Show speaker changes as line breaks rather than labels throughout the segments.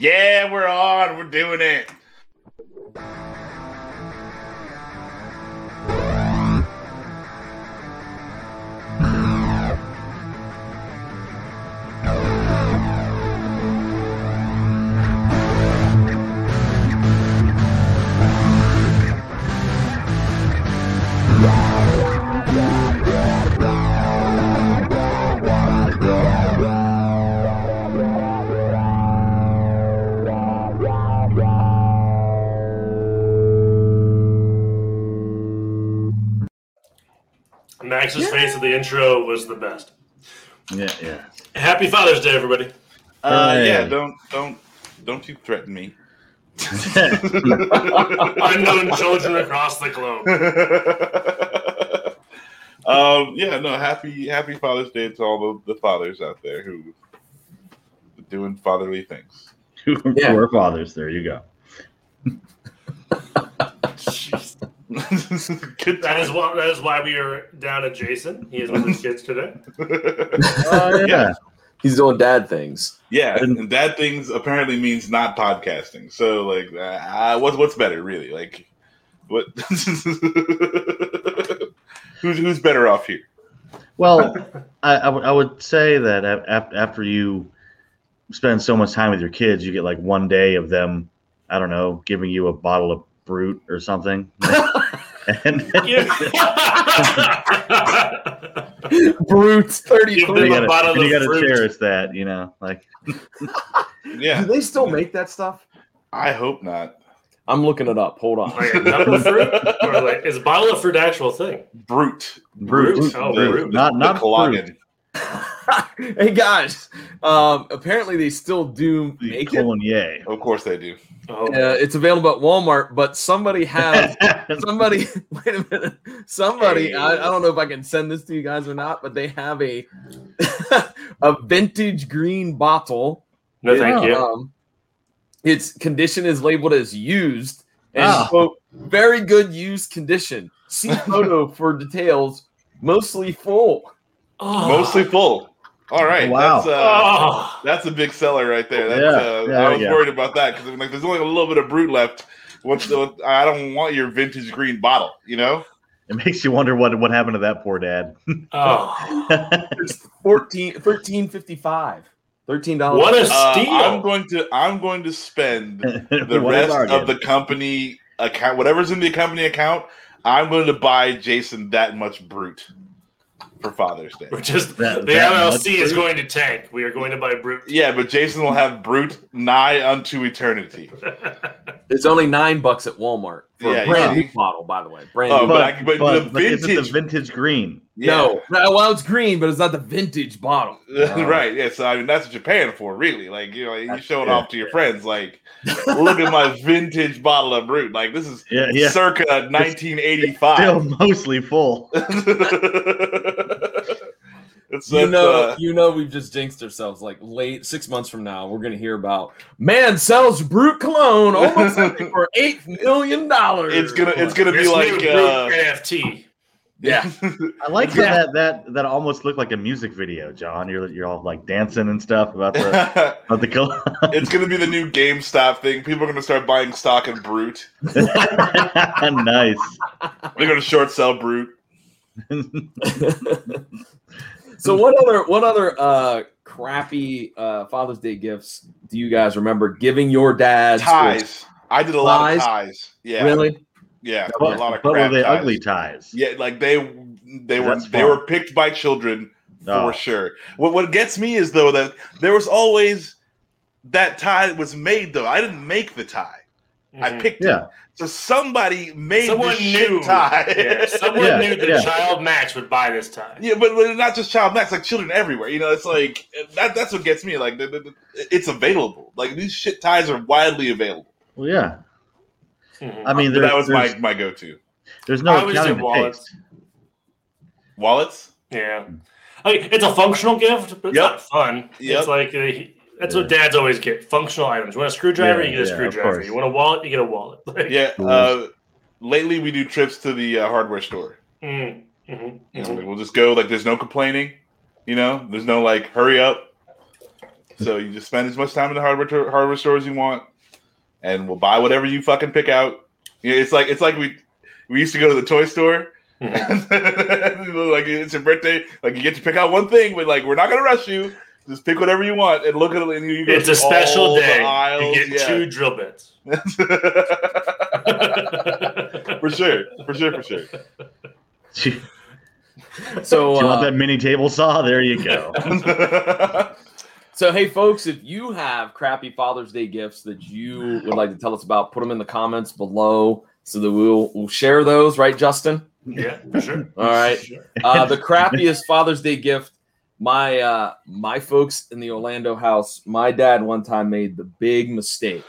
Yeah, we're on. We're doing it.
Max's face at the intro was the best.
Yeah, yeah.
Happy Father's Day, everybody.
Uh,
Hey.
yeah. Don't, don't, don't you threaten me.
Unknown children across the globe.
um, yeah, no, happy happy Father's Day to all the, the fathers out there who are doing fatherly things.
yeah. forefathers. There you go.
Good
That
times.
is why that is why we are down at Jason. He is with his kids today.
Oh
yeah.
He's doing dad things.
yeah,
I didn't-
and that things apparently means not podcasting. So like, uh, what's what's better really? Like, what? who's who's better off here?
Well, I, I, would, I would say that af- af- after you spend so much time with your kids, you get like one day of them, I don't know, giving you a bottle of brute or something. and
Give,
Brutes,
give
33.
them
you
a bottle
gotta, you
of
gotta
fruit.
cherish that, you know, like
Yeah,
Do they still make that stuff?
I hope not.
I'm looking it up. Hold on.
Like a cup of fruit? Or like, is bottle of fruit an actual thing?
Brute,
brute.
Brute. Oh,
The-
brute.
the-
Not-
the
not
Cologne.
hey guys, um, apparently they still do
The
make it.
Cologne.
Of course they do.
Oh,
Uh, it's available at Walmart, but somebody has somebody. Wait a minute, somebody. I, I don't know if I can send this to you guys or not, but they have a a vintage green bottle.
no, thank you.
Um, its condition is labeled as used and
Ah.
quote, very good used condition. See photo for details. Mostly full.
Oh.
Mostly full. All right.
Ah. Wow.
That's, uh,
Ah.
Oh.
that's a big seller right there. That's,
Yeah,
uh,
yeah,
I was
yeah.
worried about that because I'm like, there's only a little bit of brute left. What's the? I don't want your vintage green bottle. You know.
It makes you wonder what what happened to that poor dad.
Oh.
14 1355 13 dollars
What a
Uh,
steal.
I'm going to. I'm going to spend the rest of the company account, whatever's in the company account. I'm going to buy Jason that much brute for Father's Day.
We're just
That-
the
that much
LLC is
fruit?
going to tank. We are going to buy brute.
Yeah, but Jason will have brute nigh unto eternity.
it's only nine bucks at walmart for
Yeah,
a brand
yeah.
new bottle by the way brand
Oh,
new
but I- but the
is it the
vintage-
vintage green?
Yeah.
no no, well it's green but it's not the vintage bottle
Wow.
right. Yeah. So I mean, that's what you're paying for, really. Like you know, you
Uh, That's-
show it
yeah.
off to your friends. Like, look at my vintage bottle of brute. Like this is
Yeah, yeah.
circa
Still
1985.
mostly full.
it's
you
it's,
know
uh,
you know we've just jinxed ourselves like late six months from now we're gonna hear about man sells brute cologne almost something for eight million dollars
it's gonna it's gonna be
This new
like
brute
uh,
NFT.
yeah
I like how
Yeah.
that that that almost looked like a music video, John. You're you're all like dancing and stuff about the about the col-
uh, it's gonna be the new GameStop thing. People are gonna start buying stock in brute.
nice.
They're gonna short sell brute.
so what other what other uh crappy uh father's day gifts do you guys remember giving your dads or-
Ties. I did a lot of
Ties?
ties. Yeah.
really
Yeah.
But,
a lot of
but were
crap
they
ties.
ugly ties?
Yeah, like they they were
That's
they
fun.
were picked by children
Oh.
for sure. What what gets me is though that there was always that tie was made though. I didn't make the tie. I
Mhm.
picked it.
Yeah.
So somebody made
Someone
this shit
knew.
tie.
Yeah, someone
Yeah,
knew that
yeah.
Child Max would buy this time.
Yeah, but, but not just child max, like children everywhere. You know, it's like that. That's what gets me. Like, the, the, the- it's available. Like these shit ties are widely available.
Well, yeah.
Mhm.
I mean,
But
there's,
that was
there's,
my my go to
there's
I
no
always
accounting
did
for
wallets.
taste.
wallets.
Yeah. I mean, it's a functional gift, but it's
Yep.
not fun.
Yep.
It's like uh, that's what dads always get functional items. You want a screwdriver,
Yeah,
you get a
yeah, of
screwdriver.
course.
You want a wallet, you get a wallet. Like,
Yeah. Uh, lately, we do trips to the uh, hardware store.
mm, mhm,
You know,
mhm.
we'll just go like there's no complaining, you know, there's no like hurry up. So you just spend as much time in the hardware to, hardware store as you want, and we'll buy whatever you fucking pick out. You know, it's like it's like we we used to go to the toy store.
Mm-hmm.
like it's your birthday, like you get to pick out one thing, but like we're not gonna rush you. Just pick whatever you want and look at it. And you
It's a special day. you get two drill bits.
two. for sure, for sure, for sure.
Do you,
So,
do you
uh,
want that mini table saw? There you go.
so hey, folks, if you have crappy Father's Day gifts that you would like to tell us about, put them in the comments below so that we'll we'll share those. Right, Justin?
Yeah, for sure.
All right.
Sure.
Uh, the crappiest Father's Day gift. My uh, my folks in the Orlando house. My dad one time made the big mistake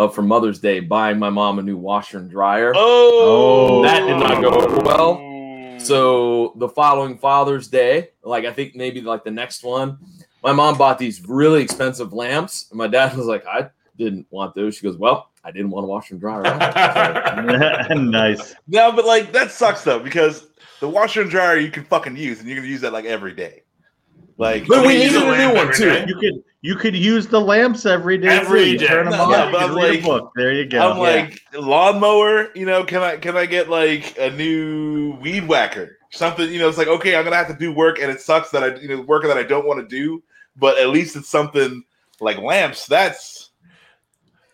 of for Mother's Day buying my mom a new washer and dryer.
Oh,
That did not go over well. So the following Father's Day, like I think maybe like the next one, my mom bought these really expensive lamps, and my dad was like, "I didn't want those." She goes, "Well, I didn't want to wash and dry."
nice.
no, but like that sucks though because the washer and dryer you can fucking use and you can use that like every day. Like,
But we
use
needed
it
a new one
every
too.
day.
You could you could use the lamps every day.
Every
too. You
day.
Turn them
No,
on.
yeah,
you
but
could
I'm
read a
like-
book. There you go.
I'm like lawnmower. You know, can I can I get like a new weed whacker? Something you know, it's like okay, I'm gonna have to do work, and it sucks that I you know work that I don't want to do, but at least it's something like lamps. That's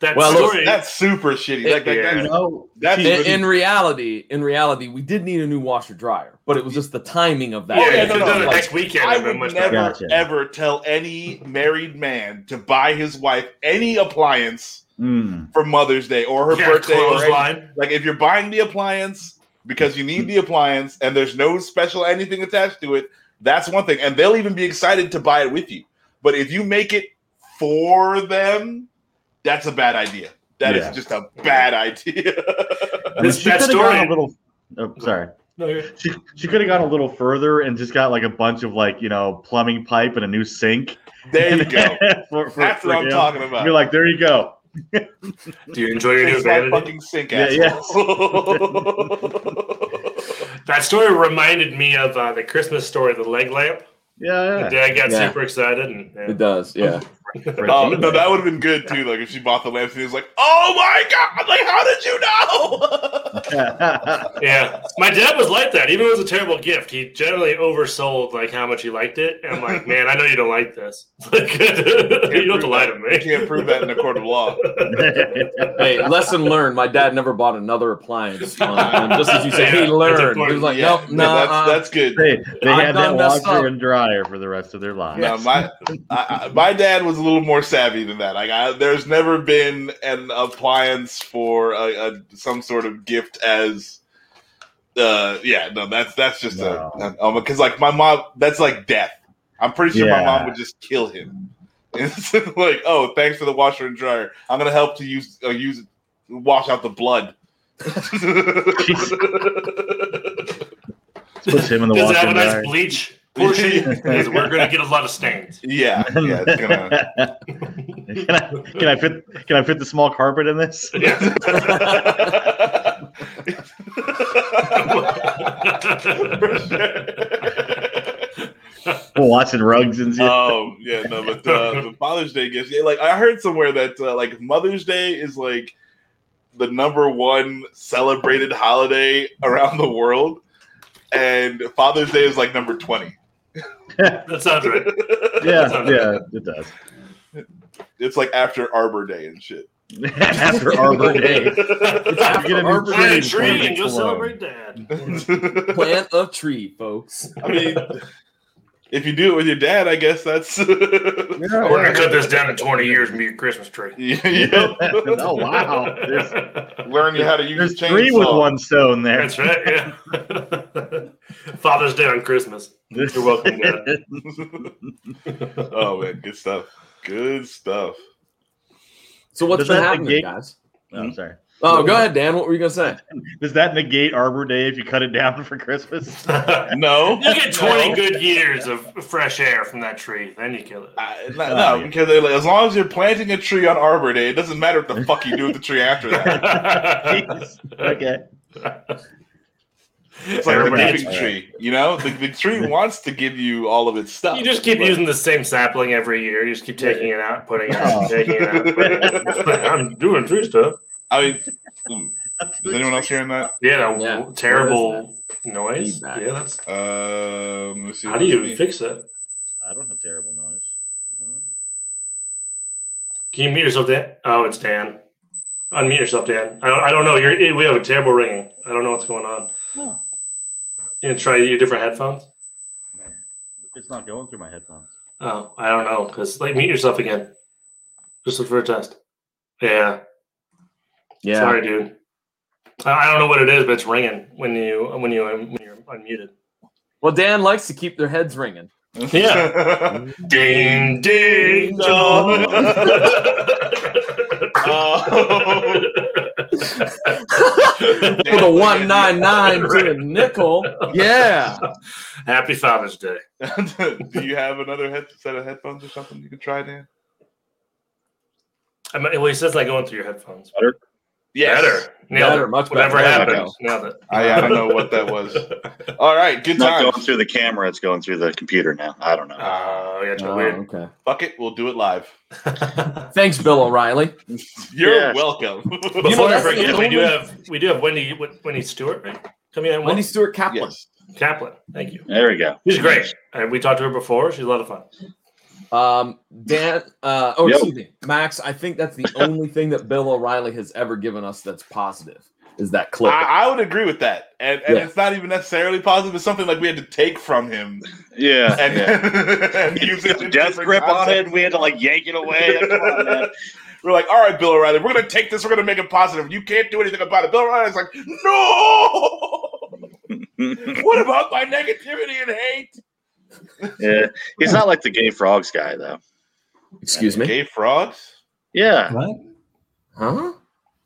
That
Well, look,
story.
that's super shitty.
It-
Like, like,
yeah.
you
that's,
know,
that's
In, in reality, in reality, we did need a new washer dryer, but it was just the timing of that.
Oh,
yeah,
yeah,
if
no,
it
no,
was done
like,
next weekend,
I
it'd been
would
much
never
better.
Gotcha.
ever tell any married man to buy his wife any appliance
mm,
for Mother's Day or her
Yeah,
birthday. Or any-
clothesline.
like if you're buying the appliance because you need the appliance and there's no special anything attached to it, that's one thing. And they'll even be excited to buy it with you. But if you make it for them, that's a bad idea. That is
Yeah.
just a bad idea.
I mean,
This-
she could
that
have
story-
gone a little. Oh, sorry.
No, you're-
She she could have gone a little further and just got like a bunch of like you know plumbing pipe and a new sink.
there you go.
for, for,
That's
for
what I'm
him.
talking about.
You're like, there you go.
Do you enjoy your new
Fix my
vanity?
fucking sink,
Yeah,
asshole.
That story reminded me of uh, the Christmas story, the leg lamp.
Yeah, yeah.
Dad got
Yeah.
super excited, and
It
and
does, yeah.
Oh, no, that would have been good too. Like if she bought the lamps and he was like, "Oh my god! Like how did you know?"
yeah, my dad was like that. Even though it was a terrible gift, he generally oversold like how much he liked it. And I'm like, man, I know you don't like this. Like, you don't have to lie to
you
me.
can't prove that in a court of law.
Hey, lesson learned. My dad never bought another appliance. On, on- just as you say,
Yeah,
he
that's
learned. He
important.
was like,
Yeah,
nope, no,
that's that's good.
they they
I
had that
done messed
washer
up.
and dryer for the rest of their lives.
No, my I, I- my dad was a little more savvy than that. Like I, there's never been an appliance for a, a some sort of gift as. Uh, yeah, no, that's that's just
No.
a um because like my mom, that's like death. I'm pretty sure my
Yeah.
mom would just kill him. It's like, oh, thanks for the washer and dryer. I'm gonna help to use uh, use wash out the blood.
Puts him in the
Does it
washer
have a
and
nice
dryer.
bleach portion? Because we're gonna get a lot of stains.
yeah, yeah, it's gonna.
can, I, can I fit? Can I fit the small carpet in this?
Yeah.
Watching rugs and shit.
um yeah no but uh, the father's day gifts yeah, like i heard somewhere that uh, like mother's day is like the number one celebrated holiday around the world and father's day is like number 20
that sounds right.
yeah, yeah, it does.
it's like after arbor day and shit
After Arbor Day,
after
get a new
Arbor
tree.
Plant
Day.
a tree and go
Alone.
celebrate dad.
Plant a tree, folks.
i mean if you do it with your dad i guess that's
We're gonna cut this down in 20 years and be a Christmas tree.
yeah.
oh wow, there's,
learn you how to use
there's
a
three with
chainsaw.
one stone there.
That's right. Yeah. Father's Day on Christmas. You're welcome, Dad.
oh man good stuff good stuff
So what's
Does
been
that
happening,
negate-
guys?
Oh, I'm sorry.
Oh, go ahead, Dan. What were you gonna say?
Does that negate Arbor Day if you cut it down for Christmas?
you
no
get 20
No.
good years of fresh air from that tree, then you kill it.
I, Uh, no,
Oh,
no,
yeah.
because they're like, as long as you're planting a tree on Arbor Day, it doesn't matter what the fuck you do with the tree after that.
Jeez. Okay.
It's like the
Everybody-
giving tree, you know. The, the tree wants to give you all of its stuff.
You just keep
but-
using the same sapling every year. You just keep taking it out, putting it out,
Oh.
taking it out. putting it out. Like, I'm doing tree stuff.
I mean, ooh, is anyone else hearing that?
Yeah, that
Yeah.
terrible noise.
Feedback.
Yeah, that's
Um, let's see
how
what
do
else
you
we need.
fix that?
I don't have terrible noise. I don't know.
Can you mute yourself, Dan? Oh, it's Dan. Unmute yourself, Dan. I don't, I don't know. You're, we have a terrible ringing. I don't know what's going on.
No,
You gonna try your different headphones?
it's not going through my headphones.
Oh, I don't know. Cause like mute yourself again, just for a test. Yeah.
Yeah.
Sorry, dude. I- I don't know what it is, but it's ringing when you when you when you're unmuted.
Well, Dan likes to keep their heads ringing.
Yeah.
Ding ding
dong.
oh.
With a one nine nine to a nickel. Yeah.
Happy Father's Day.
do you have another head, set of headphones or something you can try, Dan?
I mean, well, he says like going through your headphones.
Yes.
Better. Nailed
Better,
it.
much better.
Whatever
There we
happened, nailed it.
I, I don't know what that was. All right, good
It's not
time.
going through the camera. It's going through the computer now. I don't know.
Oh, yeah, it's
Oh,
weird.
okay.
Fuck it, we'll do it live.
Thanks, Bill O'Reilly.
You're
Yes.
welcome.
Before I
that's the
forget, we do
only-
have we do have Wendy Wendy Stewart right coming in.
Wendy
Wendy
Stewart Kaplan.
yes.
Kaplan, thank you.
There we go.
She's great. And we talked to her before. She's a lot of fun.
Um, Dan, uh, oh,
Yo.
excuse me, Max. I think that's the only thing that Bill O'Reilly has ever given us that's positive is that clip.
I, I would agree with that. And, and
Yeah.
it's not even necessarily positive. It's something like we had to take from him
Yeah.
and,
yeah.
and use it. in
Death
different
grip on
context.
it. We had to like yank it away. Like, come on, man.
We're like, all right, Bill O'Reilly, we're going to take this. We're going to make it positive. You can't do anything about it. Bill O'Reilly's like, no.
Mm,
what about my negativity and hate?
yeah. He's not like the gay frogs guy though.
excuse me.
Gay frogs?
Yeah.
Huh?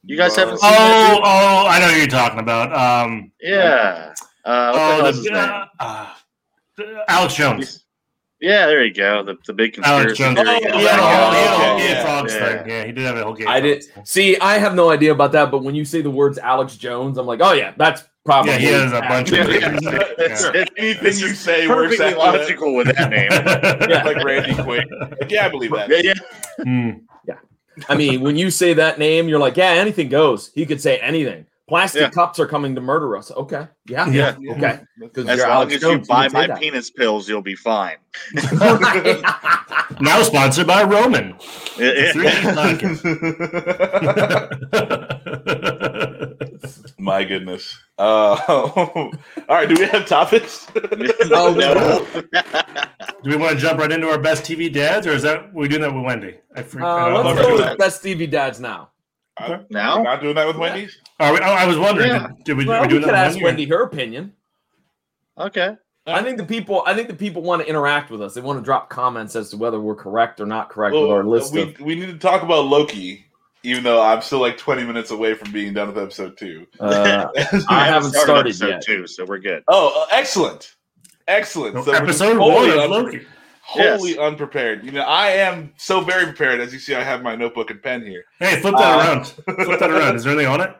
You guys haven't seen that
Oh,
dude?
oh, I know who you're talking about. Um,
Yeah. Uh, what the
oh,
hell
the-
is his name?
uh, uh, Alex Jones.
Yeah, there you go. The the big
Alex
conspiracy
Jones. Oh,
theory.
yeah,
guy.
he had a whole- he had a whole
Yeah,
Gay Frogs
yeah.
thing. Yeah, he did have a whole Gay
I did.
Frogs thing.
See, I have no idea about that, but when you say the words Alex Jones, I'm like, oh yeah, that's probably.
Yeah, he has a bunch of.
It's- it's
Anything you say works
perfectly
out
logical
logical.
with that name.
Yeah.
Like Randy Quaid. Like, yeah, I believe that.
Yeah, yeah.
Hmm.
I mean, when you say that name, you're like, yeah, anything goes. He could say anything. Plastic
Yeah.
cups are coming to murder us. Okay, yeah,
Yeah.
okay. Because
As
you're
long
Alex
as you
Jones,
buy
can say
my
that.
penis pills, you'll be fine.
Right.
Now sponsored by Roman.
Yeah,
Three
yeah.
My goodness. Uh, all right, do we have topics?
Oh,
no.
Do we want to jump right into our best TV dads, or is that we doing that with Wendy? I freaked
uh, let's
out.
Never
go
do
with
that.
best TV dads now.
We're
Now?
not doing that with Wendy's?
Are we, oh, I was wondering.
Yeah.
Did, did we,
Well,
are
we
we doing
could
that
ask
with Wendy? or-
Wendy her opinion.
Okay.
I think the people. I think the people want to interact with us. They want to drop comments as to whether we're correct or not correct with our list.
we,
of,
we need to talk about Loki, even though I'm still like 20 minutes away from being done with episode two.
uh, I haven't started
episode
yet.
two, so we're good.
Oh, uh, excellent. Excellent. So we're just
episode one
wholly
of
unpre-
Loki.
Wholly
Yes.
unprepared. You know, I am so very prepared. As you see, I have my notebook and pen here.
Hey, flip that
Uh,
around. Flip that around. Is there anything on it?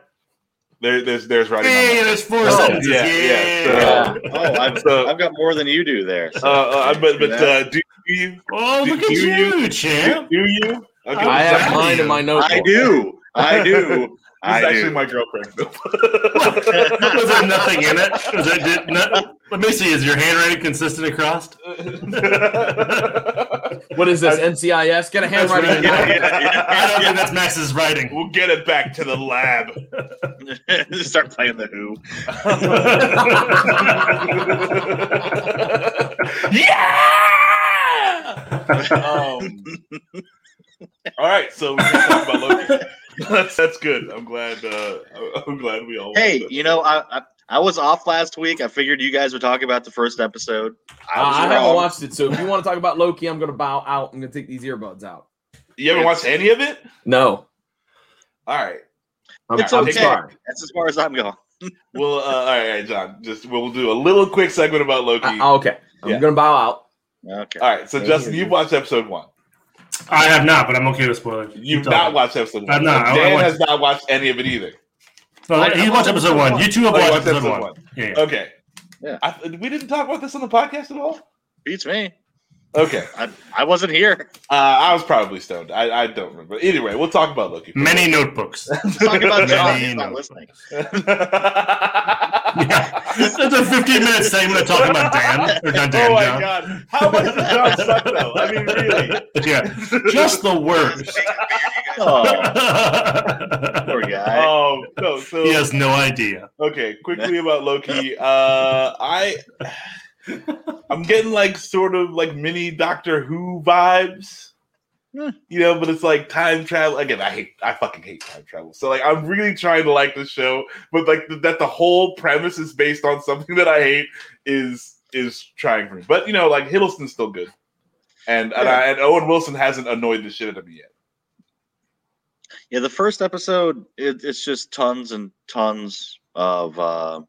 There, there's, there's writing. on
Yeah,
that.
yeah, there's four
Oh,
sentences.
yeah,
Yeah,
yeah,
Oh, I've,
So-
I've got more than you do there.
Uh,
so-
uh, but but
Yeah.
uh, do you?
Oh,
Do-
look at
do
you,
Do,
champ.
do you? Okay.
I
I'm
have
proud of
mine in
you.
my notebook.
I do. I do.
This is
I
actually
do.
my girlfriend.
Was there nothing in it? Was there, did, no, let me see. Is your handwriting consistent across?
What is this? NCIS? Get a
That's
handwriting.
right.
Yeah, yeah.
I don't think that's Max's writing.
we'll get it back to the lab.
Just Start playing the Who.
yeah. Um, all right, so we can talk about Loki. That's, that's good. I'm glad. Uh, I'm glad we all.
Hey, you know, I, I I was off last week. I figured you guys would talk about the first episode.
Uh,
was
I haven't
wrong.
watched it, so if you want to talk about Loki, I'm going to bow out. I'm going to take these earbuds out.
you haven't watched any of it?
No,
All right.
I'm,
It's
I'm
okay.
sorry.
That's as far as I'm going.
Well, uh, all right, all right, John. Just we'll do a little quick segment about Loki.
I- Uh, okay, I'm
Yeah.
going to bow out.
Okay.
all right, so Justin, you've watched episode one.
I have not, but I'm okay with spoilers.
You've
Keep
not
talking.
watched episode one.
I've not. Uh, Oh, I- I
Dan
watched-
has not watched any of it either.
No,
I-
he
I
watched
watched
episode one. You two have
Oh, you
watched
watched
episode
episode
one.
one.
Yeah, yeah.
Okay.
Yeah.
I, we didn't talk about this on the podcast at all.
Beats me.
Okay.
I, I wasn't here.
Uh, I was probably stoned. I, I don't remember. Anyway, we'll talk about Loki.
Many notebooks.
Let's talk about John.
Man,
He's not
no.
listening.
yeah.
That's a 15 minute segment talking about Dan. Or not Dan,
oh my
John.
god! How much does John suck though? I mean, really.
Yeah, just the worst.
Oh, poor guy.
Oh no! So
he has no idea.
okay, quickly about Loki. Uh, I I'm getting like sort of like mini Doctor Who vibes.
Hmm.
You know, but it's like time travel again. I hate, I fucking hate time travel. So like, I'm really trying to like this show, but like th- that the whole premise is based on something that I hate is is trying for me. But you know, like Hiddleston's still good, and and, I, and Owen Wilson hasn't annoyed the shit out of me yet.
Yeah, the first episode, it, it's just tons and tons of uh,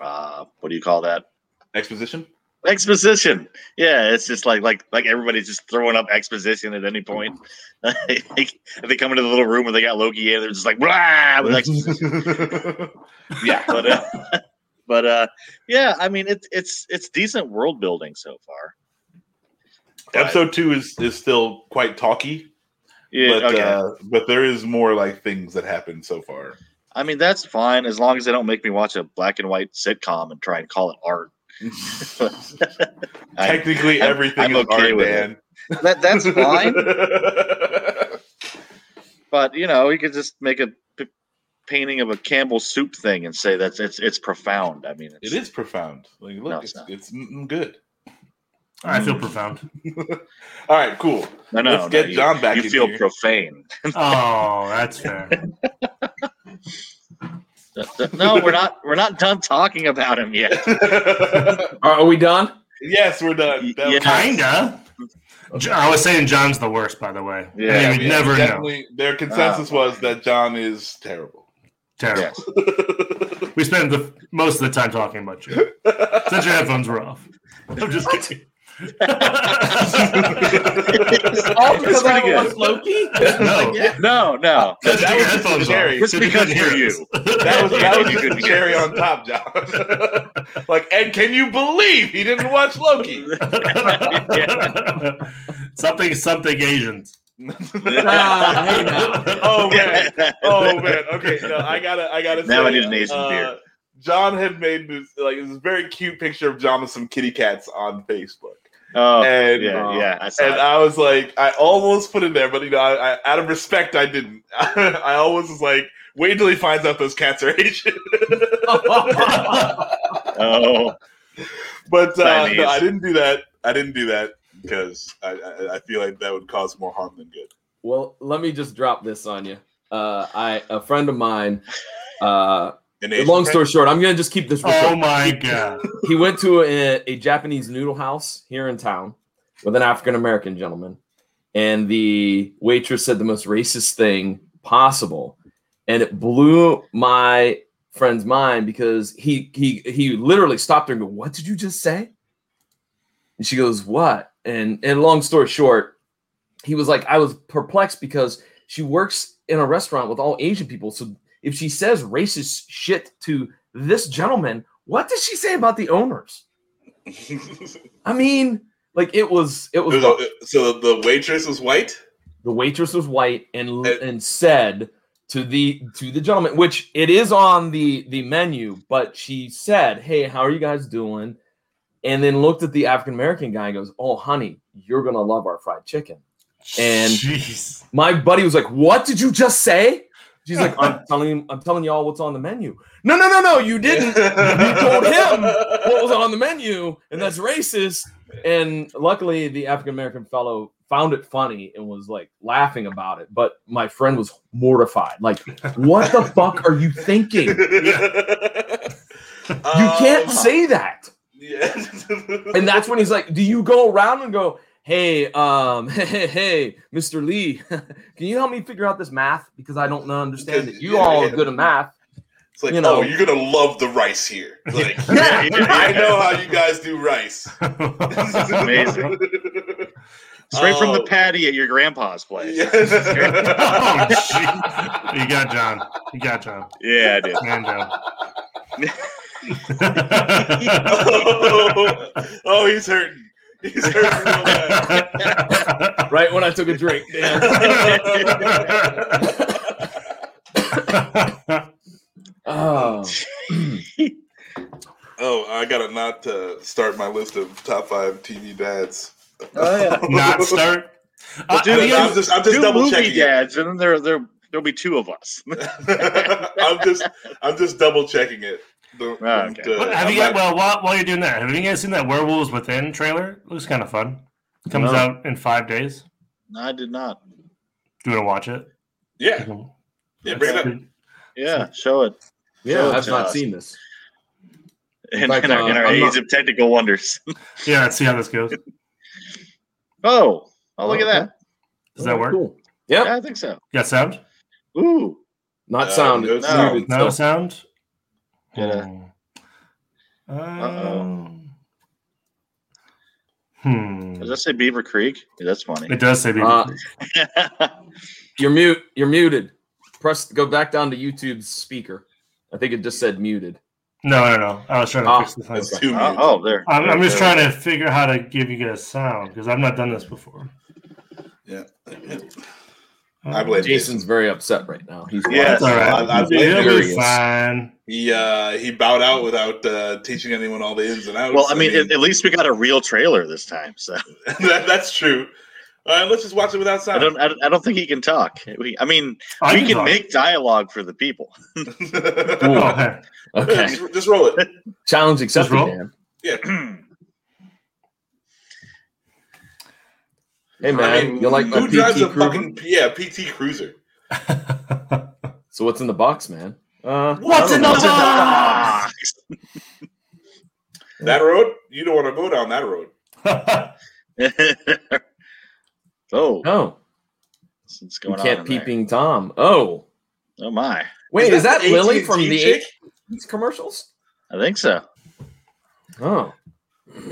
uh, what do you call that?
Exposition.
Exposition. Yeah, it's just like like like everybody's just throwing up exposition at any point. like, they come into the little room where they got Loki in, they're just like blah with exposition.
yeah.
but uh, but uh, yeah, I mean it's it's it's decent world building so far. But-
Episode two is is still quite talky,
yeah,
but
okay.
uh, but there is more like things that happen so far.
I mean that's fine as long as they don't make me watch a black and white sitcom and try and call it art. I-
Technically,
I'm-
everything
I'm
is
okay
art,
with
Dan.
That that's fine, but you know you could just make a p- painting of a Campbell soup thing and say that's it's it's profound. I mean
it
it's,
is profound. Like, look,
No,
it's
it's
it's,
not.
mm, mm, good.
I feel profound.
All right, cool.
no no
Let's
no,
get
you,
John back
you
in
feel
here.
profane.
Oh, that's fair.
no, we're not we're not done talking about him yet.
Are, are we done?
yes, we're done.
Y- yeah.
Kinda. Jo- I was saying John's the worst, by the way.
Yeah,
Yeah,
yeah,
we never know.
definitely, Their consensus was that John is terrible.
Terrible.
Yes.
We spend the most of the time talking about you. Since your headphones were off. I'm just kidding.
All
It's
because I
pretty
haven't
good.
watched Loki?
no,
No, no.
because
That
your
was
headphones were
scary.
off.
Just
So they
because
couldn't
you're
hear
you.
us.
That was that
You
was just
couldn't
the
hear
cherry
us.
on top, John. like, and can you believe he didn't watch Loki?
something something Asians.
Ah, I hate that.
oh man, oh man. Okay, no, I gotta, I gotta.
Now
say, uh,
I need an Asian beer.
John had made this like this very cute picture of John with some kitty cats on Facebook,
Oh,
and
yeah, yeah. I saw
and
it.
I was like, I almost put it there, but you know, I, I, out of respect, I didn't. I always was like, wait until he finds out those cats are Asian.
oh,
But uh,
Chinese.
no, I didn't do that. I didn't do that because I, I, I feel like that would cause more harm than good.
Well, let me just drop this on you. Uh, I a friend of mine. Uh,
An Asian
long
friend-
story short, I'm gonna just keep this. real short.
Oh my god.
he went to a, a Japanese noodle house here in town with an African American gentleman, and the waitress said the most racist thing possible, and it blew my friend's mind because he he he literally stopped her and go, "What did you just say?" And she goes, "What?" And and long story short, he was like, "I was perplexed because she works in a restaurant with all Asian people, so if she says racist shit to this gentleman, what did she say about the owners? I mean, like it was it was,
It was a- so the waitress was white.
the waitress was white and
It-
and said to the to the gentleman, which it is on the the menu, but she said, "Hey, how are you guys doing?" And then looked at the African American guy and goes, "Oh, honey, you're gonna love our fried chicken." And-
jeez.
My buddy was like, "What did you just say?" She's like, "I'm telling I'm telling y'all what's on the menu." No, no, no, no, you didn't. you told him what was on the menu, and that's racist. And luckily, the African American fellow found it funny and was like laughing about it. But my friend was mortified. Like, what the fuck are you thinking? You can't say that. And that's when he's like, do you go around and go, hey, um, hey, hey, hey, Mr. Lee, can you help me figure out this math? Because I don't know- understand it. You all are good at math.
It's like,
You know.
oh, you're gonna love the rice here. It's Like,
Yeah.
I know how you guys do rice.
amazing. Straight from the
Oh.
patty at your grandpa's place. Yeah,
Oh, gee. you got John. You got John.
I did.
Man, John.
oh, oh, he's hurting. He's hurting real bad.
right when I took a drink. Dan. Oh,
Oh, I gotta not uh, start my list of top five TV dads.
oh yeah.
Not start. Uh,
dude,
I mean,
you-
I'm just, I'm just
Two
double
movie
checking.
dads, and then there there there'll be two of us.
It. I'm just, I'm just double checking it. The-
Ah, okay.
the-
what- have
I'm
you guys,
not-
well, while, while you're doing that, have you guys seen that Werewolves Within trailer? It looks kind of fun. It comes
No.
out in five days.
No, I did not.
Do you want to watch it?
yeah, yeah, bring it up.
Yeah, show it.
Yeah, I've
Show it to
not
us.
seen this.
Oh, In,
fact,
in our, in
uh,
our
I'm
age
not-
of technical wonders.
Yeah, let's see how this goes.
Oh, oh, look at that.
Does that
Oh,
work?
Cool. Yep.
Yeah, I think so.
Got sound?
Ooh,
Not
Uh,
sound.
no
it's
sound.
muted,
No
so-
sound?
Yeah.
Hmm.
Uh-oh.
Um, hmm.
does that say Beaver Creek? Yeah, that's funny.
It does say Beaver
Uh,
Creek.
You're mute. You're muted. Press. Go back down to YouTube's speaker. I think it just said muted.
No, no, no. I was trying to
Ah,
fix the thing.
It's too
oh,
many.
oh, there.
I'm, I'm just
There.
trying to figure how to give you guys sound because I've not done this before.
I blame
Jason's very upset right now. He's
Yeah.
It's all right.
I- I blame
It'll
Darius.
be fine.
He uh, he bowed out without uh, teaching anyone all the ins and outs.
Well, I mean, at, at least we got a real trailer this time. So
that, that's true. All right, let's just watch it without
I
sound.
don't, I don't, I don't think he can talk. We, I mean,
I
we can
talk.
make dialogue for the people.
Oh, hey.
okay.
just, just roll it.
Challenge accepted.
roll.
Dan.
Who
Hey man, you like my
who drives
PT
a
Cruiser?
fucking yeah PT Cruiser?
So what's in the box, man? Uh,
What's in the
What's in the
box?
box?
That road? You don't want to go down that road.
oh,
no,
what's
you
going on?
can't
in there?
peeping Tom. Oh,
Oh my,
wait, is that,
the
Lily
AT&T
from the
chick?
these commercials?
I think so.
Oh,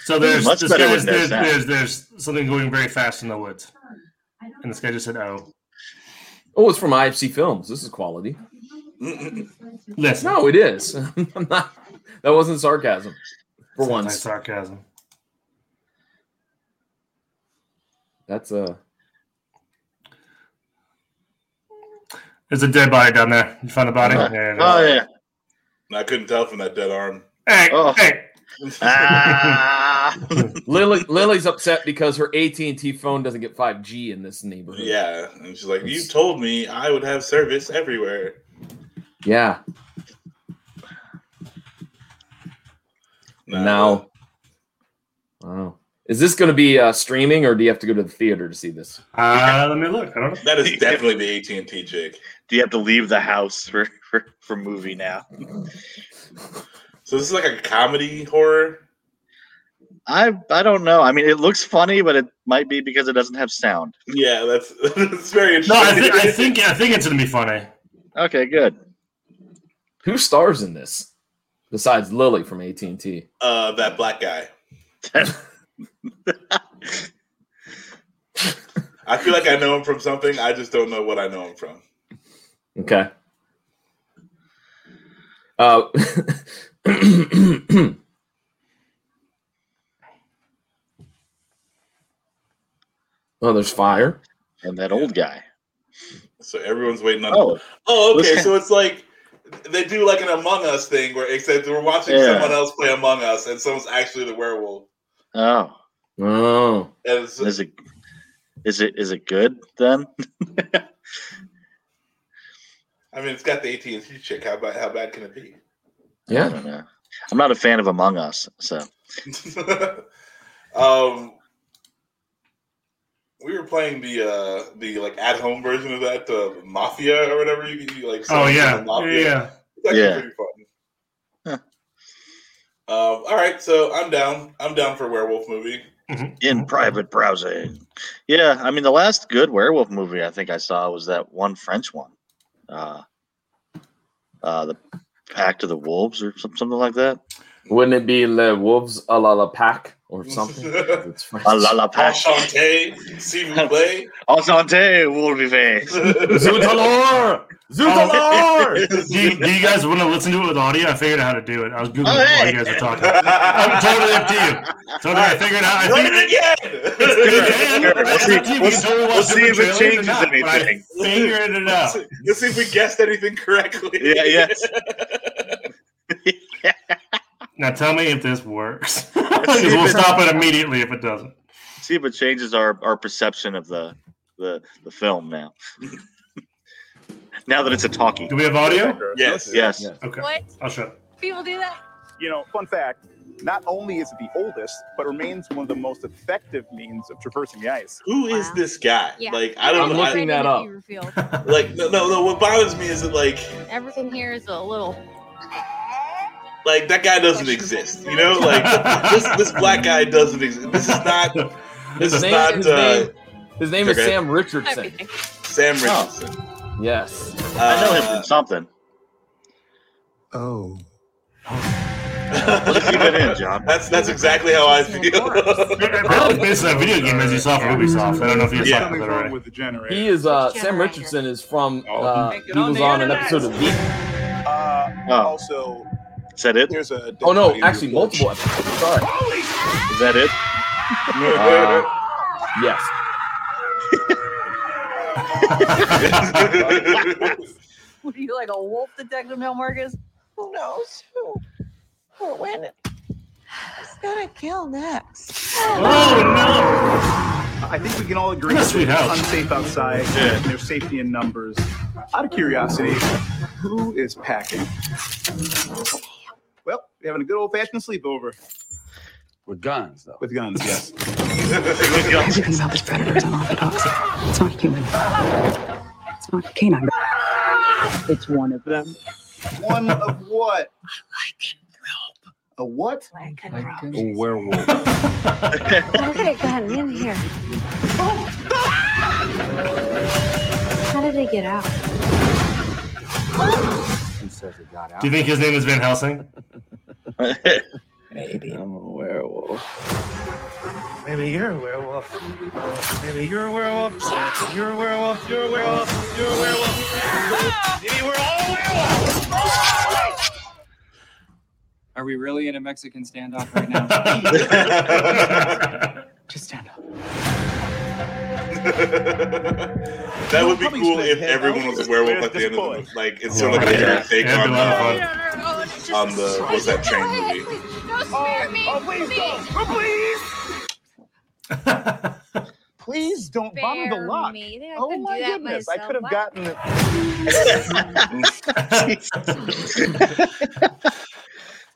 so there's
Much
this
better
guy's-
with no
there's,
sound.
there's there's something going very fast in the woods, and this guy just said, "Oh,
oh, it's from IFC Films. This is quality.
listen."
No, it is. I'm not. That wasn't sarcasm. For
It's not
once,
sarcasm.
that's
uh,
a
There's a dead body down there. You found the body?
Uh-huh.
There it is.
Oh yeah.
I couldn't tell from that dead arm.
Hey,
Oh.
hey.
Ah.
Lily. Lily's upset because her AT and T phone doesn't get 5G in this neighborhood.
Yeah, and she's like, "You told me I would have service everywhere."
yeah.
Nah,
Now, wow, is this going to be uh, streaming or do you have to go to the theater to see this?
Uh, let me look. I don't know.
that is definitely the AT and T chick.
Do you have to leave the house for for, for movie now?
So this is like a comedy horror.
I I don't know. I mean, it looks funny, but it might be because it doesn't have sound.
Yeah, that's that's very
No, I,
interesting.
thi- I think I think it's gonna be funny.
Okay, good.
Who stars in this besides Lily from AT and T?
uh, that black guy. I feel like I know him from something. I just don't know what I know him from.
Okay. Uh, oh, Oh, there's fire.
And that old guy.
So everyone's waiting on.
Oh,
Oh, okay.
Listen.
So it's like they do like an Among Us thing where except we're watching
Yeah.
someone else play Among Us and someone's actually the werewolf.
oh.
Oh,
And it's
Is it is it is it good then?
I mean, it's got the AT and T chick. How bad? How bad can it be?
I
yeah.
don't know. I'm not a fan of Among Us, so
um, we were playing the uh the like at home version of that, the Mafia or whatever. You could you, like.
Oh
summon
yeah,
the Mafia.
yeah.
It's actually
Yeah.
pretty fun.
Huh.
Um, all right, so I'm down. I'm down for a werewolf movie.
in private browsing. Yeah, I mean the last good werewolf movie I think I saw was that one French one. Uh uh the Pact of the Wolves or some- something like that.
Wouldn't it be the wolves a la la pack or something. It's French.
La la la passion.
Enchanté, s'il vous plaît.
Enchanté, Wolverine.
Zoot alors! Zoot alors!
Oh. Do you, do you guys want to listen to it with audio? I figured out how to do it. I was googling
Oh,
while
hey.
you guys were talking. I'm totally up to you. Totally, I figured out. I
Run
figured it.
it
You
Sure, we'll see-
again.
can. It's up to you. You
we'll
can
see-
totally
we'll
watch
see
it
if it
with trailer or
changes
not, but I
anything.
Figured it out.
Let's see if we guessed anything correctly.
Yeah, yes.
Now tell me if this works. 'Cause we'll stop it immediately if it doesn't.
See if it changes our, our perception of the the, the film now. now that it's a talkie.
Do we have audio?
Yes.
Yes.
Yes.
Okay.
What?
I'll shut. up.
People do that?
You know, fun fact not only is it the oldest, but remains one of the most effective means of traversing the ice.
Who is
Wow.
this guy?
Yeah.
Like I don't
I'm
know.
looking that up.
Revealed.
I- like no, no, no. What bothers me is that like,
Everything here is a little.
like that guy doesn't exist. You know, like this this black guy doesn't exist. This is not This
His
is
name,
not
his
uh,
name, his name is
okay.
Sam Richardson.
Everything.
Sam
Oh.
Richardson. Uh,
Yes.
I know him from something.
Oh.
Let's keep it in, John.
That's that's exactly how I feel.
Apparently it's based on a video game as you saw from Ubisoft. I don't know if you guys
Yeah.
talked
Something's
about that
wrong
already.
with the generator.
He is uh Sam
Generator.
Richardson is from
Oh.
uh
Make
he was on an episode of Veep.
Uh,
Oh,
also,
is that it?
there's a.
Oh no,
deadline
actually
in
multiple episodes. Sorry.
Is that it?
Uh, yes.
What are you like a wolf detective, Mel Marcus?
Who knows who or when it's gonna kill next?
Oh
your- I think we can all agree
That's a sweet
that
house.
it's unsafe outside
Yeah.
and there's safety in numbers. Out of curiosity, who is packing? Well, we're having a good old fashioned sleepover
With guns, though.
with guns, yes.
As you can tell, this predator is unorthodox. It's not human. It's not a canine. It's one of them.
One of what? A what?
A werewolf.
How did it get in here? How did it get out?
He says it got out.
Do you think his name is Van Helsing?
Maybe.
I'm a werewolf.
Maybe you're a werewolf. Maybe you're a werewolf. You're a werewolf. You're a werewolf. You're a werewolf. Maybe we're all werewolves. Are we really in a Mexican standoff right now?
That's
Just stand up.
that would be cool if everyone was a werewolf at the end of the like it's sort of like
Yeah.
a take
That'd
on
be a lot of fun.
uh, on the what's that train movie?
Don't spare me.
Please don't bomb the lock. Oh my goodness, I could have gotten it.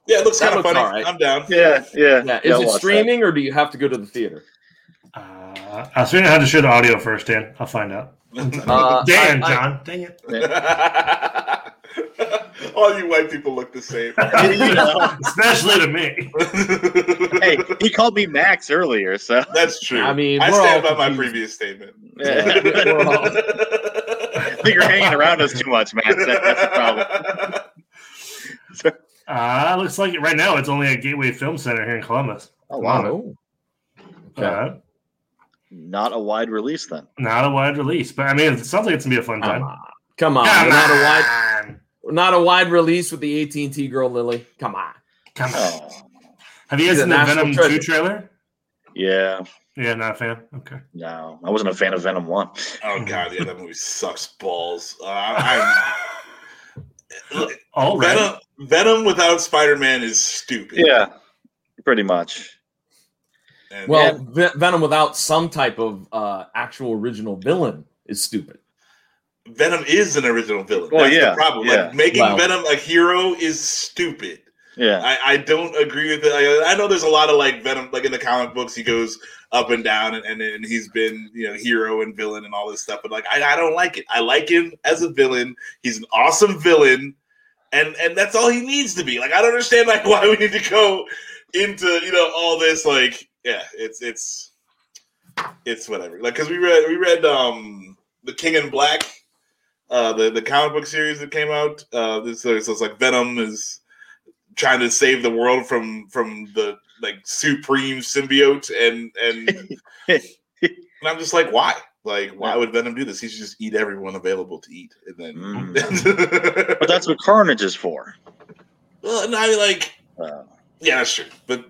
Yeah, it looks
That
kind of
looks
funny.
alright.
I'm down.
yeah,
Yeah.
yeah. Yeah,
Is it
watch that.
streaming or do you have to go to the theater?
Uh, I'll figure out how to share the audio first, Dan. I'll find out.
Uh,
Damn,
I- I-
John. Dang it.
All you white people look the same.
You know,
Especially to me.
hey, he called me Max earlier, so
That's true.
I mean,
I
we're
stand by
all
my
confused.
previous statement.
Yeah.
We're all-
I think you're hanging around us too much, Max. That, that's the problem.
Uh, looks like right now it's only at Gateway Film Center here in Columbus.
Oh
Oh. Okay.
Uh,
Not a wide release then.
not a wide release, but I mean, it sounds like it's gonna be a fun
Come
time.
on. Come on.
Come
Not a wide
on.
not a wide release with the AT&T girl Lily. Come on.
Come on.
Oh,
Have you
He's
guys
a
seen the
national
Venom
treasure.
2 trailer?
yeah.
Yeah, not a fan. Okay.
No, I wasn't a fan of Venom One.
Oh god, yeah, that movie sucks balls. Uh, I,
All right.
Venom, Venom without Spider Man is stupid.
Yeah, pretty much.
And-
Well, Ve- Venom without some type of uh, actual original villain is stupid.
Venom is an original villain.
Well,
That's
yeah,
the problem.
yeah.
Like making
Wow.
Venom a hero is stupid.
Yeah.
I, I don't agree with it. I, I know there's a lot of like Venom, like in the comic books, he goes up and down, and, and, and he's been you know hero and villain and all this stuff. But like, I, I don't like it. I like him as a villain. He's an awesome villain, and and that's all he needs to be. Like, I don't understand like why we need to go into you know all this. Like, yeah, it's it's it's whatever. Like, because we read we read um the King in Black, uh the the comic book series that came out. Uh, this so it's like Venom is trying to save the world from from the like supreme symbiote, and and and I'm just like, why? Like, why would Venom do this? He should just eat everyone available to eat, and then.
but that's what Carnage is for.
Well, no, I mean, like, yeah, that's true, but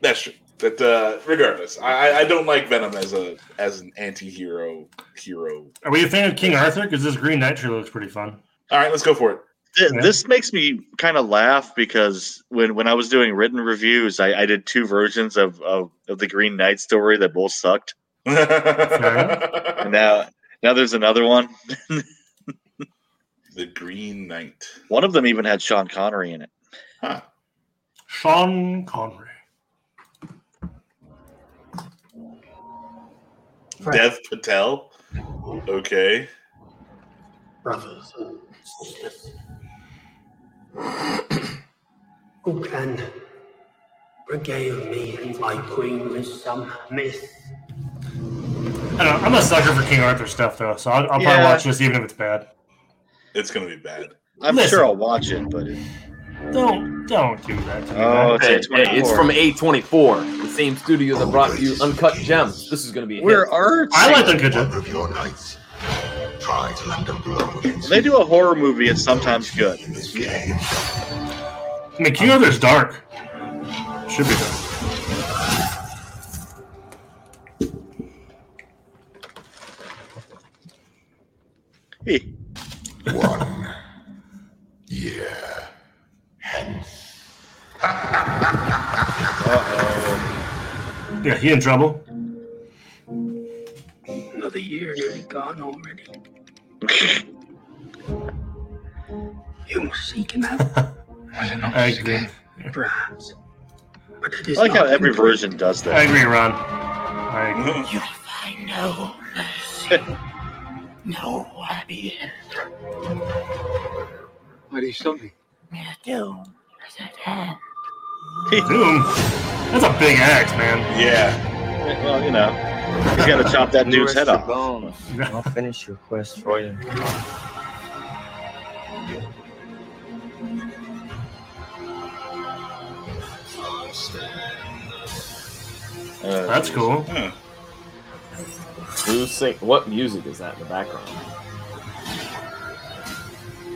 that's true. But uh, regardless, I, I- I don't like Venom as a as an anti-hero hero.
Are we a fan of King Arthur? Because this Green Knight sure looks pretty fun.
All right, let's go for it.
Th- This makes me kind of laugh because when, when I was doing written reviews, I, I did two versions of, of, of the Green Knight story that both sucked. And now now there's another one.
the Green Knight.
One of them even had Sean Connery in it.
Sean Connery.
Dev Patel. Okay.
brothers and sisters, who can regale me and my queen with some myth?
I don't know, I'm a sucker for King Arthur stuff though, so I'll, I'll probably
Yeah.
watch this even if it's bad.
It's gonna be bad.
I'm
Listen.
sure I'll watch it, but it,
Don't don't do that to me.
Oh,
man.
it's
Hey, hey, it's from A24, the same studio that brought you Uncut Gems. This is going to be a hit.
I like Uncut Gems.
Of your knights, try to land a blow against
they do a horror movie. It's sometimes good.
this game.
I mean, King Arthur's dark. Should be dark.
One year hence.
Yeah, he in trouble.
Another year to be gone already. you seek him out,
I agree.
perhaps. But it
I
is
like how
not
every
complete.
version does that.
I agree, Ron. I agree.
No mercy. No happy end.
What do you show me?
Doom is at hand.
Doom. That's a big axe, man.
Yeah.
Well, you know, he's got to chop that dude's head off.
I'll finish your quest for you.
That's cool.
Who's sing- what music is that in the background?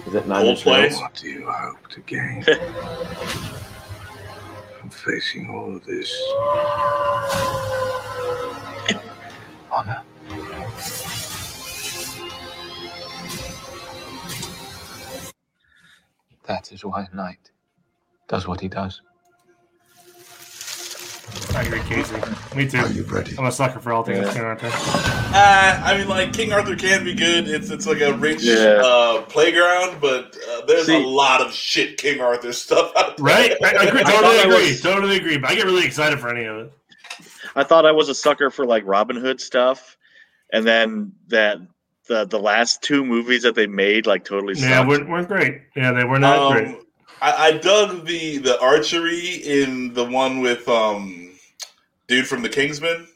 Is it Nine Inch
Coldplay?
Nails?
What
do you hope to gain? I'm facing all of this. Honor. That is why a Knight does what he does.
I agree, Casey. Me too. I'm a sucker for all things King Arthur.
Uh, I mean, like King Arthur can be good. It's it's like a rich
Yeah.
uh, playground, but uh, there's a lot of shit King Arthur stuff out there.
Right? I, I agree,
I thought
totally
I
agree.
was-
Totally agree. But I get really excited for any of it.
I thought I was a sucker for like Robin Hood stuff, and then that the the last two movies that they made like totally sucked.
Yeah, weren't, weren't great. Yeah, they were not
Um,
great.
I, I dug the the archery in the one with um dude from the Kingsman.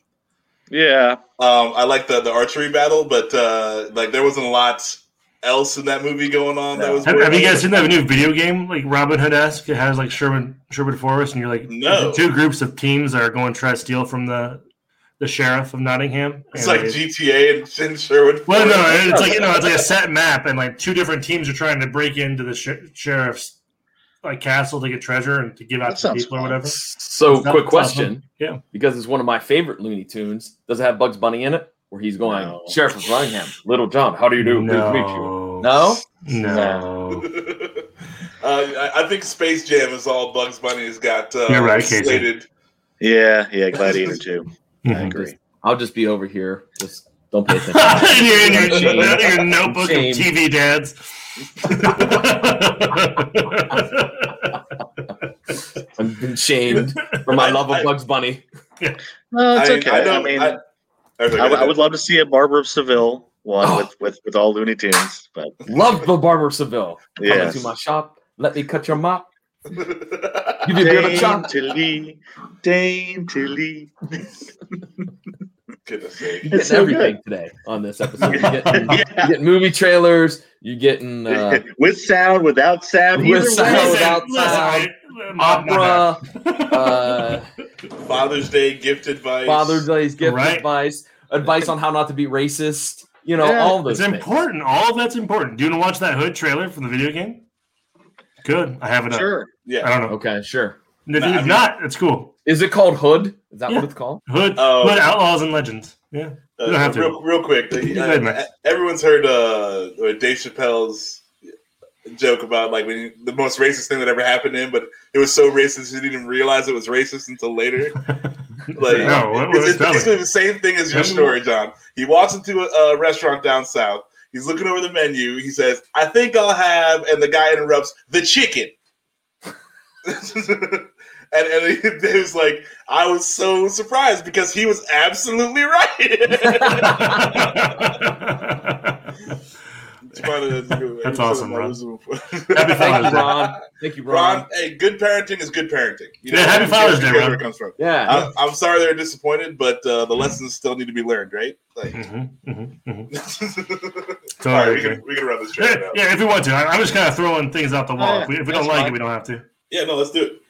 yeah.
Um, I like the the archery battle, but uh, like there wasn't a lot else in that movie going on. That was
Have,
worth
have you
it.
guys seen that new video game, like Robin Hood esque? It has like Sherman Sherman Forest, and you're like
No.
the two groups of teams that are going to try to steal from the the sheriff of Nottingham.
It's
and
like
they-
GTA and, and Sherwood.
Well, no, it's like you
you
know, it's like a set map, and like two different teams are trying to break into the sh- sheriff's like castle to get treasure and to give out to people or whatever.
So,
It's not-
quick
it's
question.
awesome. Yeah.
Because it's one of my favorite Looney Tunes. Does it have Bugs Bunny in it? Where he's going, Sheriff of Nottingham, Little John, how do you do? Pleased to meet you. No?
No.
uh, I, I think Space Jam is all Bugs Bunny has got. Uh,
You're right, Casey.
slated.
Yeah, yeah, Gladiator too. I agree.
I'll just be over here. Just don't pay attention.
in your, in your-
I'm shamed.
in your notebook
I'm shamed.
of TV dads.
I've been shamed for my love of Bugs Bunny.
No, Oh, it's
I-
okay.
I
I,
don't-
mean,
I-
I,
Okay,
would-
go
I would love to see a Barber of Seville one with, with with all Looney Tunes, but
Love the Barber Seville. Come
Yes.
into my shop. Let me cut your mop. Give your beard a chop.
Tilly, Dame Tilly.
Goodness sake.
You're getting everything today on this episode. You're getting, you're getting movie trailers. You're getting uh,
with sound, without sound,
with
either
sound,
way.
without sound,
Um,
opera, uh,
Father's Day gift advice.
Father's Day's gift
Right.
advice, advice on how not to be racist. You know,
Yeah,
all those.
It's
things.
important. All of that's important. Do you want to watch that Hood trailer for the video game? Good. I have it
Sure.
up.
Yeah.
I don't know.
Okay. Sure.
And if
Nah, I
you've
mean-
not, it's cool.
Is it called Hood? Is that
Yeah.
what it's called?
Hood,
Oh.
Hood Outlaws and Legends. Yeah.
Uh,
you don't have to.
real, real quick, uh,
Go ahead, Max.
everyone's heard uh, Dave Chappelle's joke about like when you, the most racist thing that ever happened to him, but it was so racist he didn't even realize it was racist until later. like,
No, what
it's,
was
it's
that?
basically the same thing as your
Tell me
story, John. He walks into a, a restaurant down south. He's looking over the menu. He says, "I think I'll have," and the guy interrupts, "The chicken." And, and he, it was like, I was so surprised because he was absolutely right. It's probably- that's a good-
That's
I'm
awesome,
sure
Ron.
that was-
Thank you, Ron. Thank you, Ron.
Ron, hey, good parenting is good parenting.
Yeah, happy
I don't care-
Father's Day,
I don't care where
Ron.
it comes from.
Yeah.
I, am sorry they're disappointed, but uh, the lessons still need to be learned, right? Like,
Mm-hmm, all
All right,
right,
we can
Jay.
we can run this
Yeah,
train out.
mm-hmm. yeah, if we want to. I, I'm just kind of throwing things out the wall.
yeah,
if we, if we
that's
don't like
fine.
it, we don't have to.
Yeah, no, let's do it.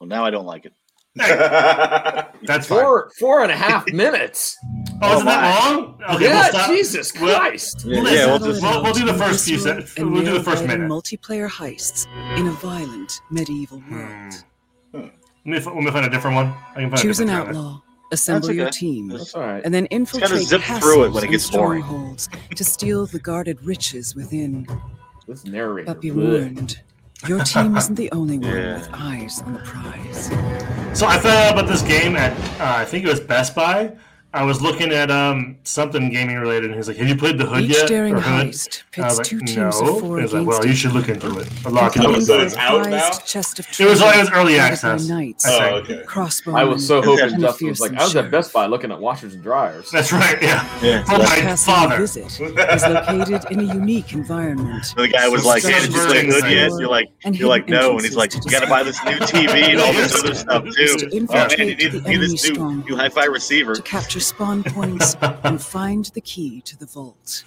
Well, now I don't like it.
That's
four four and a half minutes.
Oh, isn't that long?
yeah,
we'll stop.
Jesus
We'll-
Christ.
we'll listen. we'll, we'll, do the first few sets.
And
We'll do the first
narrow-minded
minute.
Multiplayer heists in a violent medieval
Hmm.
world.
Let me, f- let me find a different one. I can find
Choose
a
an
different
outlaw, assemble
That's
your
okay.
team,
That's all right.
and then
It's kinda
infiltrate
zip
castles
through it when it
and
gets boring.
strongholds to steal the guarded riches within.
This narrator.
But be
ugh.
warned, your team isn't the only one
Yeah.
with eyes on the prize.
So I found out about this game at uh, I think it was Best Buy. I was looking at um, something gaming related, and he's like, "Have you played the Hood
Each
yet?"
daring
or Hood?
heist
And I
pits
was like,
two
no.
teams of four
And he's like,
against
"Well, you
each
should look into it." A lock
Competing
it
for
up.
the prized Chest of
It was- it was early
treasure,
access,
guarded by Knights,
I think. Oh, okay.
Crossbow
I was so
men,
hoping
and a
Justin was like,
fearsome
I was at
sheriff.
Best Buy looking at washers and dryers.
That's right. Yeah.
Yeah.
Oh,
Each
my
castle you
father.
visit is located in a unique environment.
And the guy was like, "Hey, "Did you play Hood yet?" You're like,
And
"You're like,
hidden
no," and he's
entrances
like,
to
"You gotta buy this new TV and all this other stuff too."
To
Oh man, you
infiltrate
need,
the
you need this
enemy's
new, new hi-fi receiver.
to capture spawn points and find the key to the vault.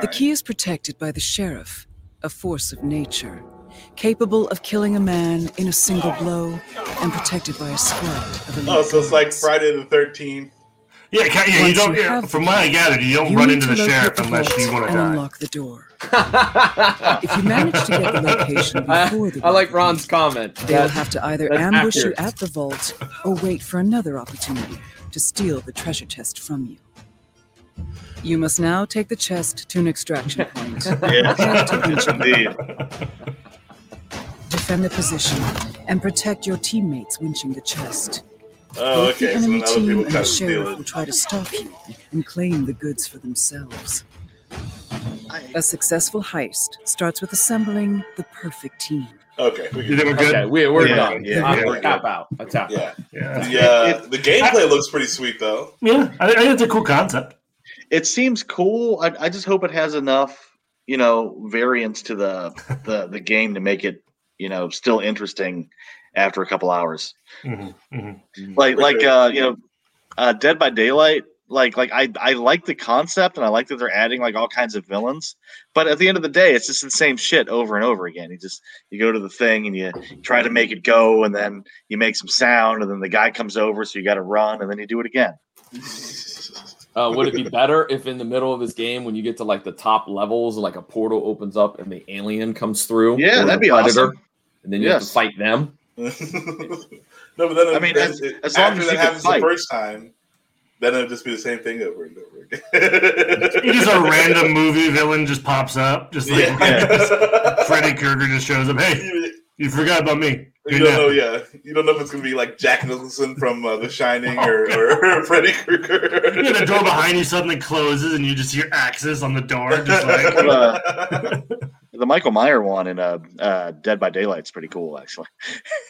The key is protected by the sheriff, a force of nature, capable of killing a man in a single blow and protected by a squad of elite.
Oh, so it's like Friday the 13th.
Yeah, ca- yeah. You don't. yeah, from what I gathered, you don't
You
run
need
into
to
the
locate
sheriff
the
unless you
vault
want to
and
die.
unlock the door. if you manage to get the location before the
I like Ron's comment.
They'll
That-
have to either
that's
ambush
accurate.
you at the vault or wait for another opportunity to steal the treasure chest from you. You must now take the chest to an extraction point. Head to
Yes,
Winchester.
indeed.
Defend the position and protect your teammates winching the chest.
Oh,
Both the
okay. So
enemy
then other
team and
people
the
kind of steal
sheriff will
it.
try to stop you and claim the goods for themselves. A successful heist starts with assembling the perfect team.
Okay.
You think we're good?
Okay, we, we're
Yeah,
done.
yeah,
I'm
yeah,
we're
we're
tap out. I tap out.
Yeah.
The, uh, the gameplay looks pretty sweet, though.
Yeah, I, think- I think it's a cool concept.
It seems cool. I, I just hope it has enough, you know, variance to the the the game to make it, you know, still interesting after a couple hours.
Mm-hmm,
Mm.
like like uh you know uh dead by daylight like like i i like the concept and i like that they're adding like all kinds of villains but at the end of the day it's just the same shit over and over again you just you go to the thing and you try to make it go and then you make some sound and then the guy comes over so you got to run and then you do it again
Uh, would it be better if in the middle of this game, when you get to like the top levels, like a portal opens up and the alien comes through?
Yeah,
or
that'd
the
be awesome.
And then you have to
Yes.
fight them.
no, but then
I mean,
then
as-
it-
as long
after
as you can
that happens
fight.
the first time, then it'll just be the same thing over and over again.
It is a random movie villain just pops up, just like Freddy Krueger just shows up. Hey, you forgot about me.
You
Good
don't know,
nap.
yeah. You don't know if it's gonna be like Jack Nicholson from uh, The Shining or,
Oh,
or Freddy Krueger.
Yeah, the door behind you suddenly closes, and you just hear axes on the door. Just like
Uh, the michael meyer one in uh, uh dead by daylight's pretty cool actually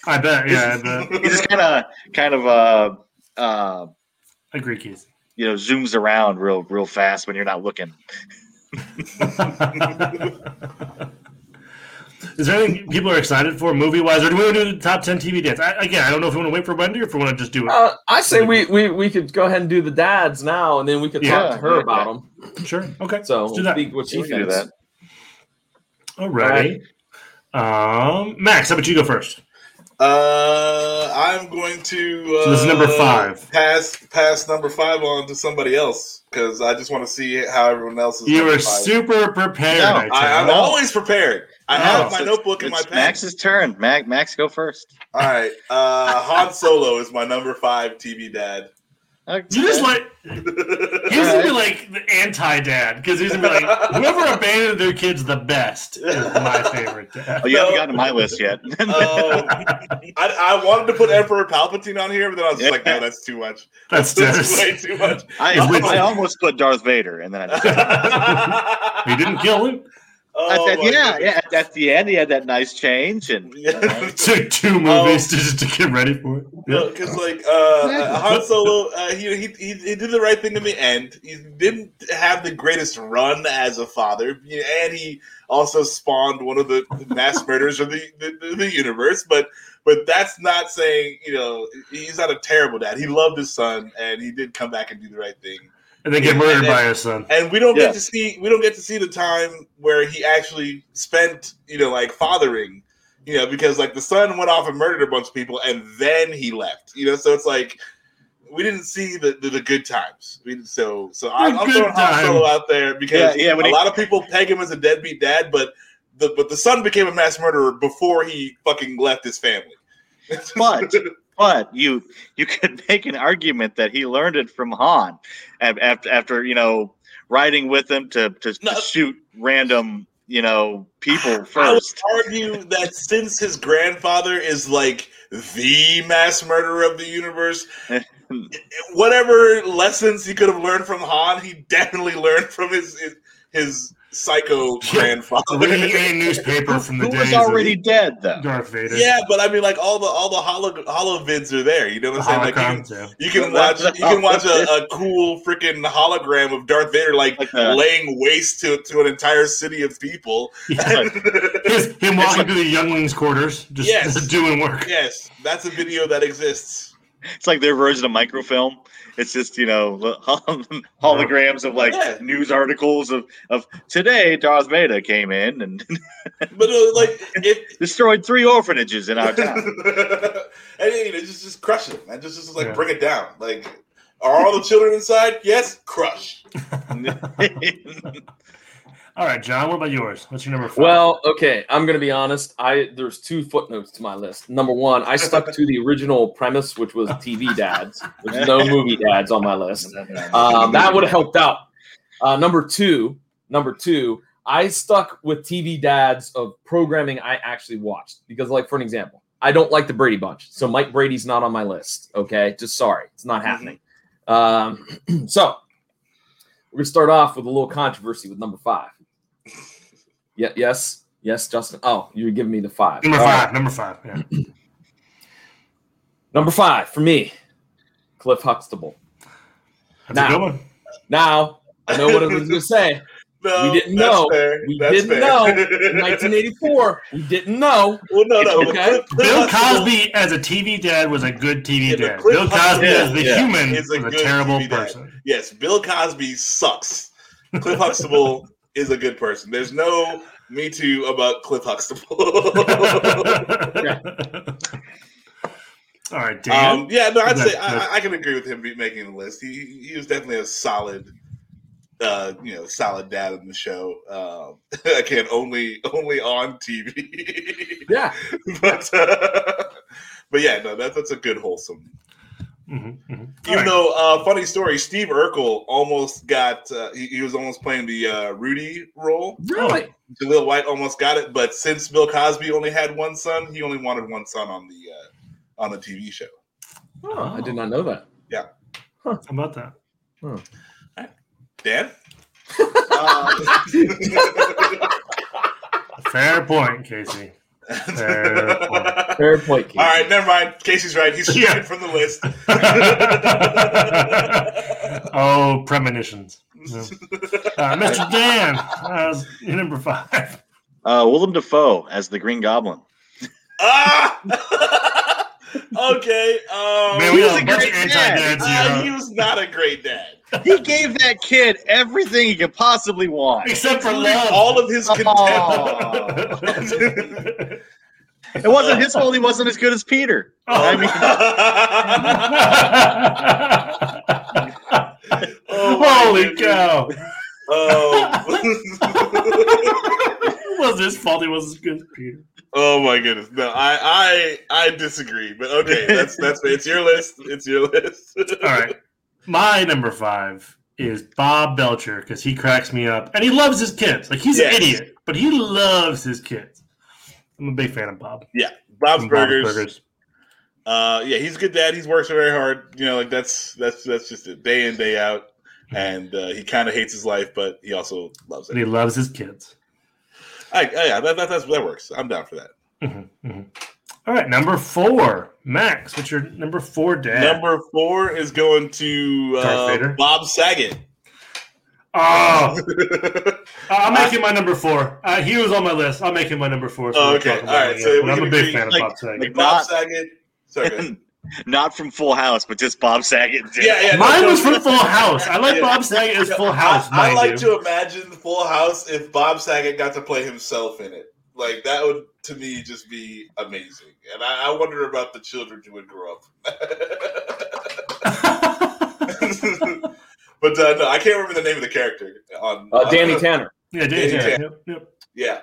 I bet. Yeah, I bet.
he just kind of kind of uh uh
agree keith
you know zooms around real real fast when you're not looking
Is there anything people are excited for movie wise, or do we want to do the top ten TV dance? I, again, I don't know if we want to wait for Wendy or if we want to just do it.
Uh, I say we, we we could go ahead and do the dads now, and then we could
Yeah,
talk to her
yeah,
about
them. Sure. Okay.
So
Let's do that.
speak what she
We can do
thinks.
that. All right. Um, Max, how about you go first?
Uh, I'm going to. Uh,
So this is number five.
Pass pass number five on to somebody else because I just want to see how everyone else is.
You
number
were
five.
super prepared.
No,
tell
I, I'm
you.
always prepared. I have my
It's-
notebook and my
it's
pen.
Max's turn. Max, Max, go first.
All right, uh, Han Solo is my number five TV dad.
You just like he's gonna be like the anti-dad because he's gonna be
Oh,
like whoever abandoned their kids the best is my favorite dad.
Oh, you haven't gotten to my list yet.
Oh, I, I wanted to put Emperor Palpatine on here, but then I was just like, no, that's too much.
That's just-
way too much.
I, I almost put Darth Vader, and then I.
he didn't kill him.
I said,
Oh my
yeah, yeah. At, at the end, he had that nice change, and
Took two
Oh.
movies just to get ready for it. Yeah.
Because like uh, uh, Han Solo, uh, he, he he he did the right thing in the end. He didn't have the greatest run as a father, and he also spawned one of the mass murders of the, the the universe. But but that's not saying you know he's not a terrible dad. He loved his son, and he did come back and do the right thing.
And then get
Yeah,
murdered
and
by
then-
his son.
And we don't
Yeah.
get to see we don't get to see the time where he actually spent, you know, like fathering, you know, because like the son went off and murdered a bunch of people and then he left. You know, so it's like we didn't see the, the, the good times. We, so so I,
The
I'm
good
throwing Han Solo
times.
out there because
Yeah, yeah, when
a
he-
lot of people peg him as a deadbeat dad, but the but the son became a mass murderer before he fucking left his family.
but but you you could make an argument that he learned it from Han af- after after you know riding with him to to, to shoot random you know people
I would
first.
argue that since his grandfather is like the mass murderer of the universe, whatever lessons he could have learned from Han, he definitely learned from his his, his psycho grandfather.
Reading a newspaper from the
Who
days
was
of
already
dead though.
Darth Vader.
yeah, but I mean, like all the all the holo, holo vids are there. You know what I'm saying? Like
Holocrons, yeah.
you can, you can watch you can watch a, a cool freaking hologram of Darth Vader like
that.
laying waste to to an entire city of people.
His- him walking to the younglings' quarters, just
Yes.
doing work.
Yes, that's a video that exists.
It's like their version of microfilm. It's just you know lo- hol- holograms of like
Yeah.
news articles of of today Darth Vader came in and
but uh, like
destroyed three orphanages in our town.
and you know, just just crush it, man. Just just like bring it down. Like, are all the children inside? Yes, crush.
All right, John, what about yours? What's your number five?
Well, okay, I'm gonna be honest. I there's two footnotes to my list. Number one, I stuck to the original premise, which was TV dads. There's no movie dads on my list. Uh, that would have helped out. Uh, number two, number two, I stuck with TV dads of programming I actually watched because, like for an example, I don't like the Brady Bunch, so Mike Brady's not on my list. Okay, just sorry, it's not happening. Um, so we're gonna start off with a little controversy with number five. Yeah, yes, yes, Justin. Oh, you're giving me the five.
number
All
five.
right.
Number five. Yeah.
Number five for me, Cliff Huxtable.
That's a good one.
Now I know what I was gonna say.
No,
we didn't
that's
know.
fair.
We
That's
didn't
fair.
know. In 1984. We didn't know.
Well, no, no, but
Okay.
Cliff- Cliff
Bill
Huxtable-
Cosby as a TV dad was a good TV dad.
Cliff
Bill Cosby
Huxtable
as the
yeah,
human
is
was a
good
terrible
TV dad.
person.
Yes, Bill Cosby sucks. Cliff Huxtable is a good person. There's no me too about Cliff Huxtable.
All right, Dan.
Um, yeah, no, I'd
That-
say I,
that-
I- I can agree with him be- making the list. He he was definitely a solid, uh, you know, solid dad in the show. Um, again, only only on TV.
yeah,
but uh, but yeah, no, that, that's a good wholesome.
Mhm, mhm.
Even though, uh, funny story, Steve Urkel almost got uh, he, he was almost playing the uh, Rudy role. Um,
Really?
Jaleel White almost got it, but since Bill Cosby only had one son, he only wanted one son on the uh, on the TV show.
Oh, I did not know that.
Yeah.
How about that?
Dan?
Fair point, Casey. Fair point.
Fair point.
All right, never mind. Casey's right. He's stricken from the list.
Oh, premonitions. Yeah. Uh, Mr. Dan, uh, number five.
Uh, Willem Dafoe as the Green Goblin.
Ah! okay. Um,
Man, we
he was
got
a
a bunch
great
of anti-dads here,
dad. Uh,
huh?
he was not a great dad.
He gave that kid everything he could possibly want, Oh.
Except for love. All of his contempt.
It wasn't his fault. He wasn't as good as Peter.
Oh.
I mean-
Holy
Oh.
cow!
it
wasn't his fault. He wasn't as good as Peter.
Oh my goodness! No, I I I disagree. But okay, that's that's it's your list. It's your list.
All right. My number five is Bob Belcher because he cracks me up and he loves his kids. Like he's
Yes.
an idiot, but he loves his kids. I'm a big fan of Bob.
Yeah, Bob's
From
Burgers. Uh, yeah, he's a good dad. He's worked very hard. You know, like that's that's that's just it, day in day out. And uh, he kind of hates his life, but he also loves it.
And he loves his kids.
I, I, yeah, that, that, that's, that works. I'm down for that.
Mhm, mhm. All right, number four, Max. What's your number four dad?
Number four is going to
Darth
uh,
Vader?
Bob Saget.
Oh, I'm making my number four. Uh, he was on my list. I'll make him my number four.
Oh,
we'll
okay,
talk about
all
it
right,
again.
so
But
we
I'm
can
a big
agree,
fan of
like-
Bob Saget.
Like Bob Saget. Sorry, go ahead.
not from Full House, but just Bob Saget. did.
Yeah, yeah. no,
Mine
no,
was
no.
from Full House. I like
Yeah.
Bob Saget as
Yeah,
Full House.
I, I
mind
like
you.
to imagine Full House if Bob Saget got to play himself in it. Like that would to me just be amazing. And I, I wonder about the children who would grow up. but uh, no, I can't remember the name of the character on
Uh, Danny Tanner.
Yeah, Danny Tanner. Yep, yep.
Yeah.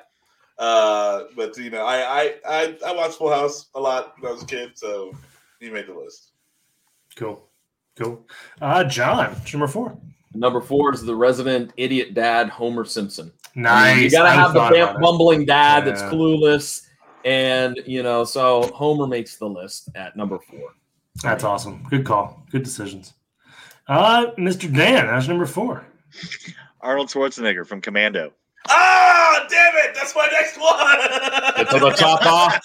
Uh, but you know, I, I I I watched Full House a lot when I was a kid, so he made the list.
Cool. Cool. Uh, John, what's your number four.
Number four is the resident idiot dad, Homer Simpson.
Nice.
you gotta
I
have the
thought about
vamp
it.
bumbling dad that's
Yeah.
clueless, and you know, so Homer makes the list at number four.
That's awesome. Good call. Good decisions. Uh, Mr. Dan, that's number four.
Arnold Schwarzenegger from Commando.
Ah, damn it! That's my next one.
Get to the top off.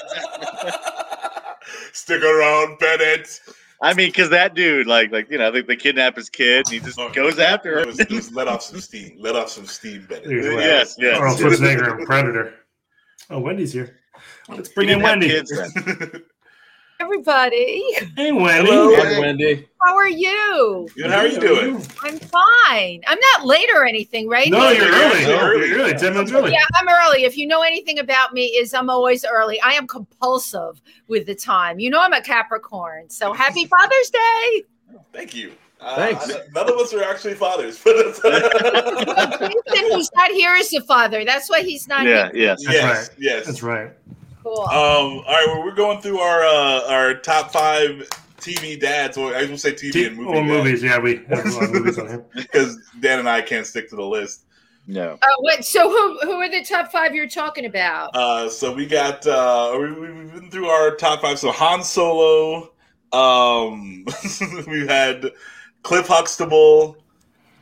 Stick around, Bennett.
I mean, because that dude, like, like you know, they, they kidnap his kid, and he
Oh,
just goes after him.
Just, just let off some steam. Let off some steam, Bennett.
yes, yes.
Arnold Schwarzenegger and Predator. Oh, Wendy's here. Let's bring
He
in
didn't have
Wendy.
kids then.
Everybody,
hey, Wendy.
Hello, Wendy.
how are you?
Good, how are you doing?
I'm fine. I'm not late or anything, right?
No, you're early.
You're early.
You're early. Ten minutes early.
Yeah, I'm early. If you know anything about me, is I'm always early. I am compulsive with the time. You know, I'm a Capricorn. So happy Father's Day.
Thank you. Uh,
Thanks.
I- none of us are actually fathers, but it's,
Jason, who's not here, is the father. That's why he's not here.
yes,
That's
yes,
right.
yes.
That's right.
Cool. Uh,
Um, all right, well, we're going through our uh, our top five TV dads. Or I was gonna say TV and movie
Or movies. Yeah, we have a lot of movies on here.
because Dan and I can't stick to the list.
No.
Uh, what, so who who are the top five you're talking about?
Uh, so we got uh, we, we- we've been through our top five. So Han Solo. Um, we've had Cliff Huxtable,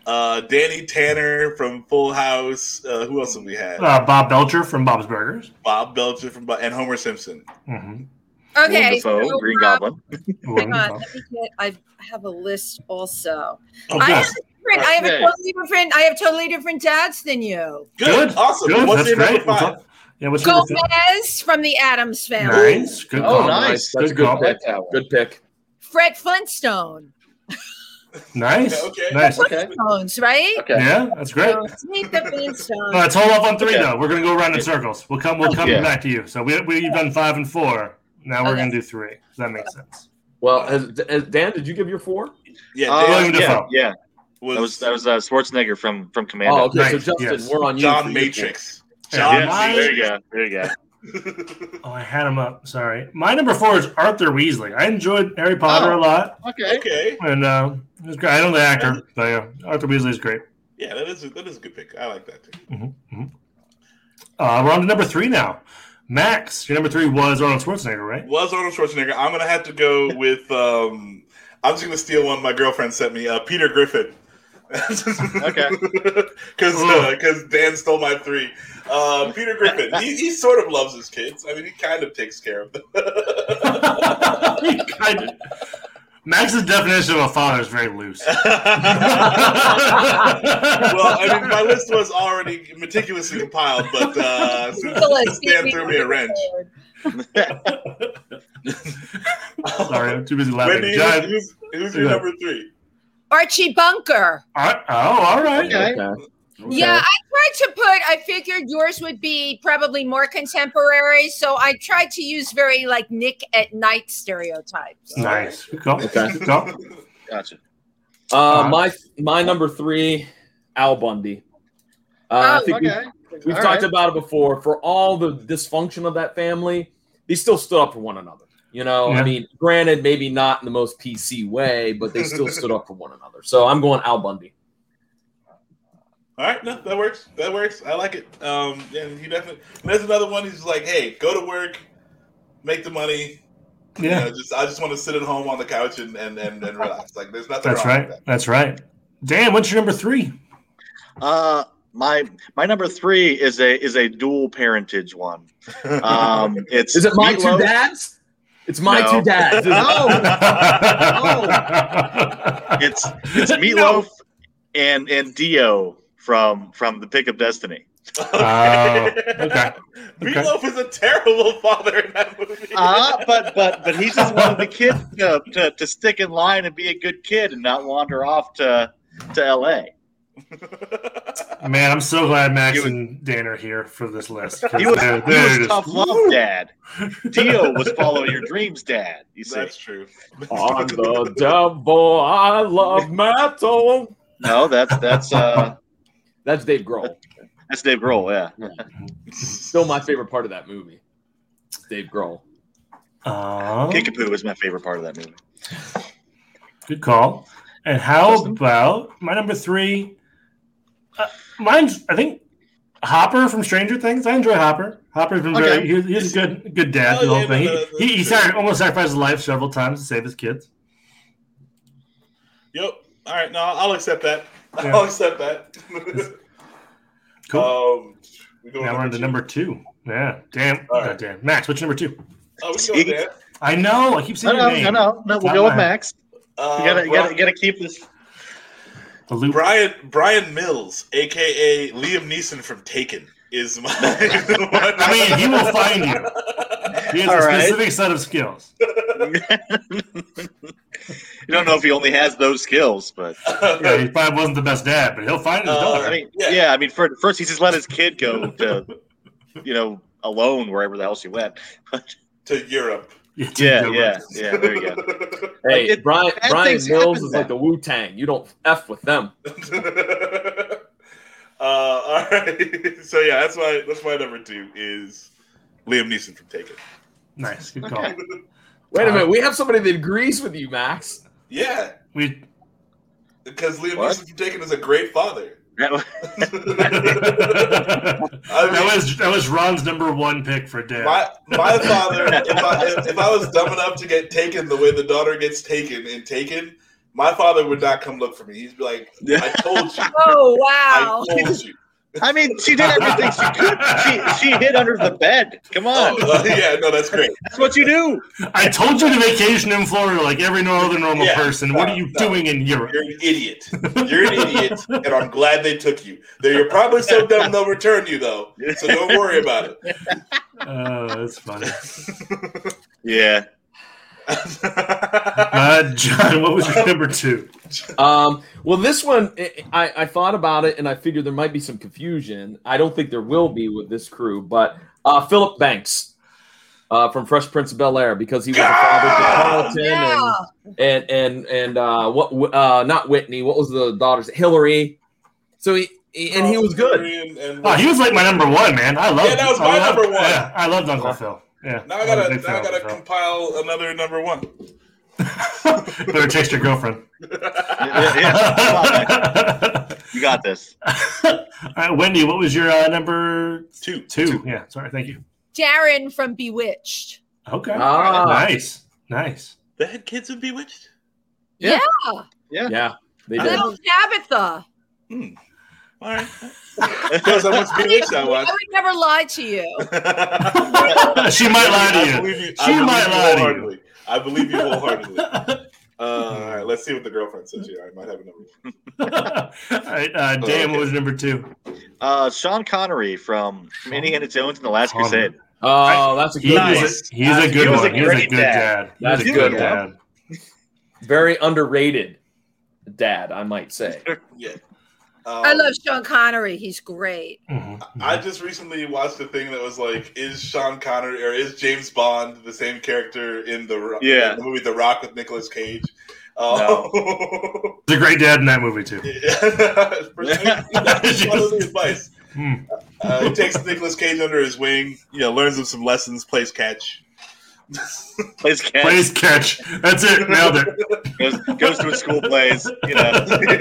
uh, Danny Tanner from Full House. Uh, who else have we had?
Uh, Bob Belcher from Bob's Burgers.
Bob Belcher from and Homer Simpson.
Mm-hmm.
Okay. so, um, Hang on,
Wonderful.
let me get, I have a list also.
Oh,
I have
good.
a different, I have a
Okay.
totally different, I have totally different dads than you.
Good. Awesome.
Good.
What's
That's
your number
great. What's
five?
up? Yeah, what's your number five?
Gomez from the Adams family.
Nice. Good
Oh,
call.
nice. That's a good
call.
pick. Good pick.
Fred Flintstone.
Nice.
Okay.
Nice.
Flintstones, right?
Yeah, that's great.
So, Meet the Flintstones.
All right, let's hold off on three though. We're gonna go around in circles. We'll come. We'll come
Yeah.
back to you. So we we've done five and four. Now we're
Okay.
gonna do three. Does that make sense?
Well, has, has- Dan, did you give your four?
Yeah,
Uh,
William
yeah,
Dafoe.
yeah.
Was,
that was that was uh, Schwarzenegger from from Commando.
Oh, okay, so Right, Justin, yes. we're on you John for your
Matrix.
four. John
Yeah, there you go.
Matrix.
There you go.
Oh, I had him up. Sorry. My number four is Arthur Weasley. I enjoyed Harry Potter
Oh.
a lot,
Okay. Okay.
and uh, it was great. I know the actor, but yeah, Arthur Weasley is great.
Yeah, that is a, that is a good pick. I like that. Too.
Mhm, mhm. Uh, we're on to number three now. Max, your number three was Arnold Schwarzenegger, right?
Was Arnold Schwarzenegger? I'm gonna have to go with. Um, I'm just gonna steal one my girlfriend sent me. Uh, Peter Griffin. okay. Because Dan stole my three. Uh, Peter Griffin. he, he sort of loves his kids. I mean, he kind of takes care of them.
kind of. Max's definition of a father is very loose.
well, I mean, my list was already meticulously compiled, but uh, since Dan threw me a wrench.
Sorry, I'm too busy laughing.
Wendy,
John-
who's, who's your number three?
Archie Bunker.
Ar- oh, all right.
Okay.
Yeah, I tried to put. I figured yours would be probably more contemporary, so I tried to use very like Nick at Night stereotypes.
Nice. Good call.
Okay.
Good call.
Gotcha.
Uh, my my number three, Al Bundy. Uh, I
Oh,
think
okay.
we've, we've
All
talked
right.
about it before. For all the dysfunction of that family, they still stood up for one another. You know, I
Yeah.
mean, granted, maybe not in the most PC way, but they still stood up for one another. So I'm going Al Bundy.
All right, no, that works. That works. I like it. Um, and he definitely. And there's another one. He's like, "Hey, go to work, make the money." You
Yeah.
know, just I just want to sit at home on the couch and and and, and relax. Like, there's nothing.
That's
wrong
right.
With
That's right. Dan, what's your number three?
Uh, my my number three is a is a dual parentage one. Um, it's
Is it my two
Meatloaf-
dads? It's my
No.
two dads. Is it- Oh.
It's it's Meatloaf and and Dio from from the Pick of Destiny.
Oh,
okay. Meatloaf is a terrible father in that movie.
Uh, but but but he just wanted the kid to, to, to stick in line and be a good kid and not wander off to to L.A.
Man, I'm so glad Max and Dan are here for this list. 'cause
He was,
they're-
he
they're
was
just-
tough love, Dad. Dio was follow your dreams, Dad. You see,
that's true.
On the devil, I love metal.
No, that's that's uh,
that's Dave Grohl.
That's Dave Grohl. Yeah.
Still my favorite part of that movie. Dave Grohl.
Kickapoo is my favorite part of that movie.
Good call. And how about my number three? Uh, mine's, I think, Hopper from Stranger Things. I enjoy Hopper. Hopper's been
Okay.
very, he was- he was a good, good dad
Oh,
through the
yeah,
whole thing.
no, no,
He-
that's
he he
true.
sacrificed- almost sacrificed his life several times to save his kids.
Yep. All right. No, I'll accept that.
Yeah.
I'll accept that. Oh,
Cool.
Um, we go
now we're on to number two. Yeah. Damn.
All
God
right.
damn. Max, what's your number two?
Oh, we can go there.
I know. I keep
I
saying
know,
your name.
I know. No,
It's
we'll
not
go with
mine.
Max.
Uh,
you gotta, you
Brian-
gotta, you gotta keep this.
Brian Brian Mills, aka Liam Neeson from Taken, is my. I
mean, he will find you. He has
All
a
right.
specific set of skills.
You don't know if he only has those skills, but
Yeah, he probably wasn't the best dad, but he'll find his
Uh,
daughter.
I mean, yeah. I mean, for, first he just let his kid go to, you know, alone wherever the hell she went.
to Europe.
Yeah,
yeah, yeah, There you go.
Hey, Brian
bad
Brian
things
Mills
happen
is like the Wu Tang. You don't f with them.
uh, all right. So yeah, that's my that's my number two is Liam Neeson from Taken.
Nice. Good call. Um,
Wait a minute, we have somebody that agrees with you, Max.
Yeah,
We
because Liam
What?
Neeson from Taken is a great father.
That was,
that was that was Ron's number one pick for dad.
My my father, if I, if, if I was dumb enough to get taken the way the daughter gets taken and taken, my father would not come look for me. He'd be like, "I told you."
Oh wow!
I told you.
I mean, she did everything she could. She she hid under the bed. Come on.
Oh, yeah, no, that's great.
That's what you do.
I told you to vacation in Florida like every no other normal
Yeah, Uh,
person. what are you doing in Europe?
You're an idiot. You're an idiot, and I'm glad they took you. They're, you're probably so dumb they'll return you though, so don't worry about it.
Oh, that's funny.
Yeah.
Uh, John, what was your number two?
Um, well, this one, I- I, I thought about it and I figured there might be some confusion. I don't think there will be with this crew, but uh, Philip Banks uh, from Fresh Prince of Bel Air because he was a father to Carlton and and and, and uh, what uh, not Whitney, what was the daughter's Hillary? So he, he- and he was good.
Oh, he was like my number one, man. I love.
Yeah, that was my number one. Uh-huh.
Yeah, I loved Uncle Phil. Yeah.
Now I
I'm a
gotta now
big
I
fan of
gotta
Uncle
compile another number one.
Phil. Better text your girlfriend.
You got this.
All right, Wendy, what was your uh, number
two?
Two. Yeah. Sorry. Thank you.
Darren from Bewitched.
Okay.
Ah.
Nice. Nice.
They had kids in Bewitched.
Yeah,
Yeah.
Yeah. They did.
little Tabitha.
Hmm. All right. Because I must Bewitched I
I
watched.
would never lie to you.
she might lie to
I
you.
believe you.
She
I
might
believe
lie to you.
wholeheartedly. I believe you wholeheartedly. Uh, all right, let's see what the girlfriend says here. I might have another one.
All right, uh, Dan, what was number two?
Uh, Sean Connery from from Indiana Jones and the Last Crusade.
Oh, that's a good
Nice.
one.
He's a good one. He's a
great
good dad. He's
That's
a
a
good
good one. Very underrated dad, I might say.
yeah. Oh.
I love Sean Connery. He's great.
Mm-hmm.
I
Mm-hmm.
just recently watched a thing that was like, is Sean Connery or is James Bond the same character in the, Ro-
Yeah.
in the movie The Rock with Nicolas Cage? Oh.
No.
He's a great dad in that movie too.
That's one of the advice.
Hmm.
Uh, he takes Nicolas Cage under his wing, you know, learns him some lessons, plays catch.
plays catch.
Plays catch. That's it. Nailed it.
Goes, goes to a school plays. You know.
That's a good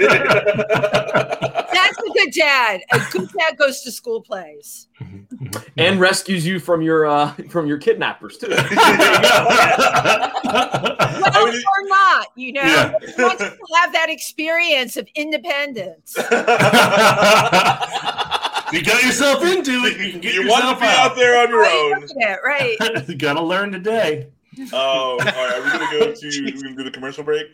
dad. A good dad goes to school plays.
And rescues you from your uh, from your kidnappers too.
Well or not, you know.
Yeah.
He wants to have that experience of independence.
You got yourself into it. You can get
You want
yourself
to be
out.
out there on your
Right,
own.
look at that, right.
Got to learn today.
Oh, all right. Are we gonna go to? we gonna do the commercial break?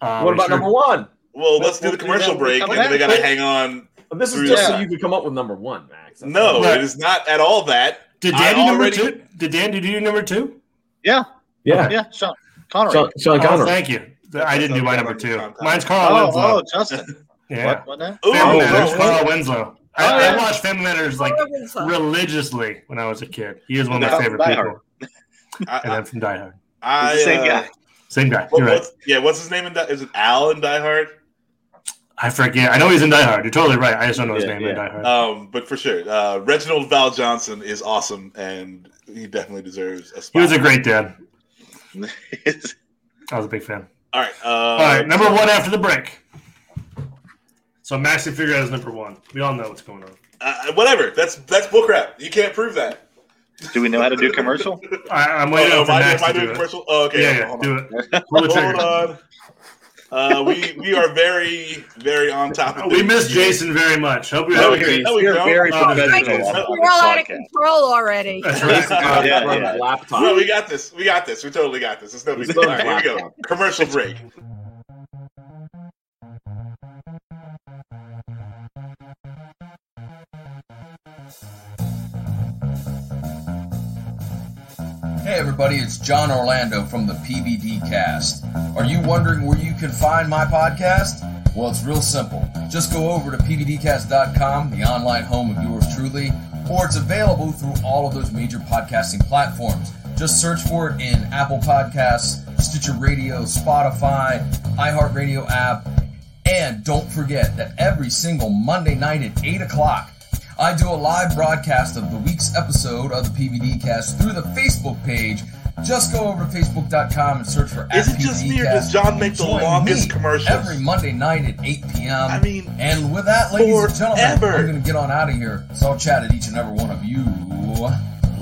Uh,
what about
sure.
number one?
Well, let's do the commercial break, and then we gotta hang on.
This
through
is just so
the-
you can come up with number one, Max.
No, it is not at all that.
Did
I
Dan do number
already-
two? Did Dan do you do number two?
Yeah.
Yeah.
Yeah. Sean Connery.
Sean- Sean
Oh,
Connery.
thank you. I didn't do my number two. Mine's Carl
Oh,
Winslow.
oh, Justin.
Yeah.
What? What now?
Family
Ooh.
Matters,
Oh,
Carl
yeah.
Winslow.
Oh,
I, I
yeah.
watched Family Matters like
Carl Winslow.
religiously when I was a kid. He is one of
No,
my favorite
Die
people. and I'm from Die Hard.
I,
It's the same
uh,
guy. Same guy.
what-
You're right.
what's- yeah, what's his name? In Die, is it Al in Die Hard?
I forget. I know he's in Die Hard. You're totally right. I just don't know his name in Die Hard.
Um, but for sure, uh, Reginald Val Johnson is awesome, and he definitely deserves a spot.
he was a great dad. I was a big fan.
All right. Uh,
All right, number one after the break. So Max can figure out his number one. We all know what's going on.
Uh, whatever. That's that's bullcrap. You can't prove that.
Do we know how to do commercial?
I, I'm waiting
Oh,
for
am I-
Max
am I
to do
doing
it.
commercial? Oh, okay,
Yeah, yeah,
hold
do
on.
it. Pull the trigger.
Hold on. Uh, we we are very very on top of.
We
things.
miss Jason very much. Hope you're
No,
having
we-
a-
no, we You're don't. very
Oh,
professional.
Jason.
We're all out of control already.
Yeah, yeah.
laptop.
No, we got this. We got this. We totally got this. It's no big deal. All right, here we go. Commercial break.
Hey everybody, it's John Orlando from the PBD Cast. Are you wondering where you can find my podcast? Well, it's real simple. Just go over to pbdcast.com, the online home of yours truly, or it's available through all of those major podcasting platforms. Just search for it in Apple Podcasts, Stitcher Radio, Spotify, iHeartRadio app, and don't forget that every single Monday night at 8 o'clock, I do a live broadcast of the week's episode of the PVD cast through the Facebook page. Just go over to facebook.com and search for
Is it just me or does John make the longest commercials?
Every Monday night at 8 p.m. I
mean,
and with that, ladies and gentlemen,
forever.
I'm going to get on out of here. So I'll chat at each and every one of you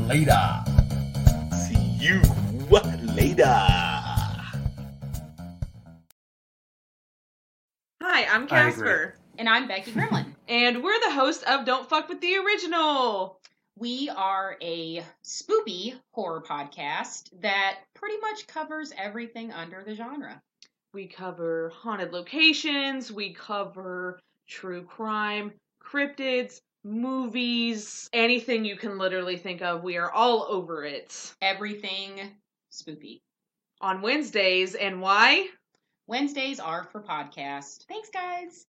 later.
See you later.
Hi, I'm
I agree.
Casper. And I'm Becky Gremlin. and we're the hosts of Don't Fuck With the Original. We are a spoopy horror podcast that pretty much covers everything under the genre. We cover haunted locations, we cover true crime, cryptids, movies, anything you can literally think of. We are all over it.
Everything
spoopy. On Wednesdays, and why?
Wednesdays are for podcast. Thanks, guys.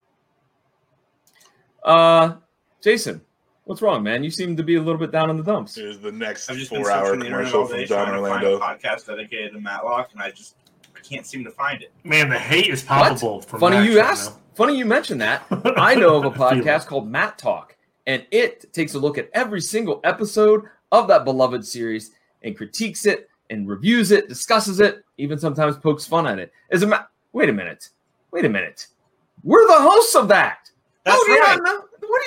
Uh, Jason, what's wrong, man? You seem to be a little bit down in the dumps.
Here's the next
just been
four-hour
searching the internet
commercial
all
from
day
John
trying to
Orlando.
find a podcast dedicated to Matlock, and I just I can't seem to find it.
Man, the hate is
What?
palpable. From
funny
Max
you
right
asked. Funny you mentioned that. I know of a podcast called Matt Talk, and it takes a look at every single episode of that beloved series and critiques it and reviews it, discusses it, even sometimes pokes fun at it. As a ma- wait a minute, wait a minute, we're the hosts of that. That's
Oh,
do you
right.
not know? What do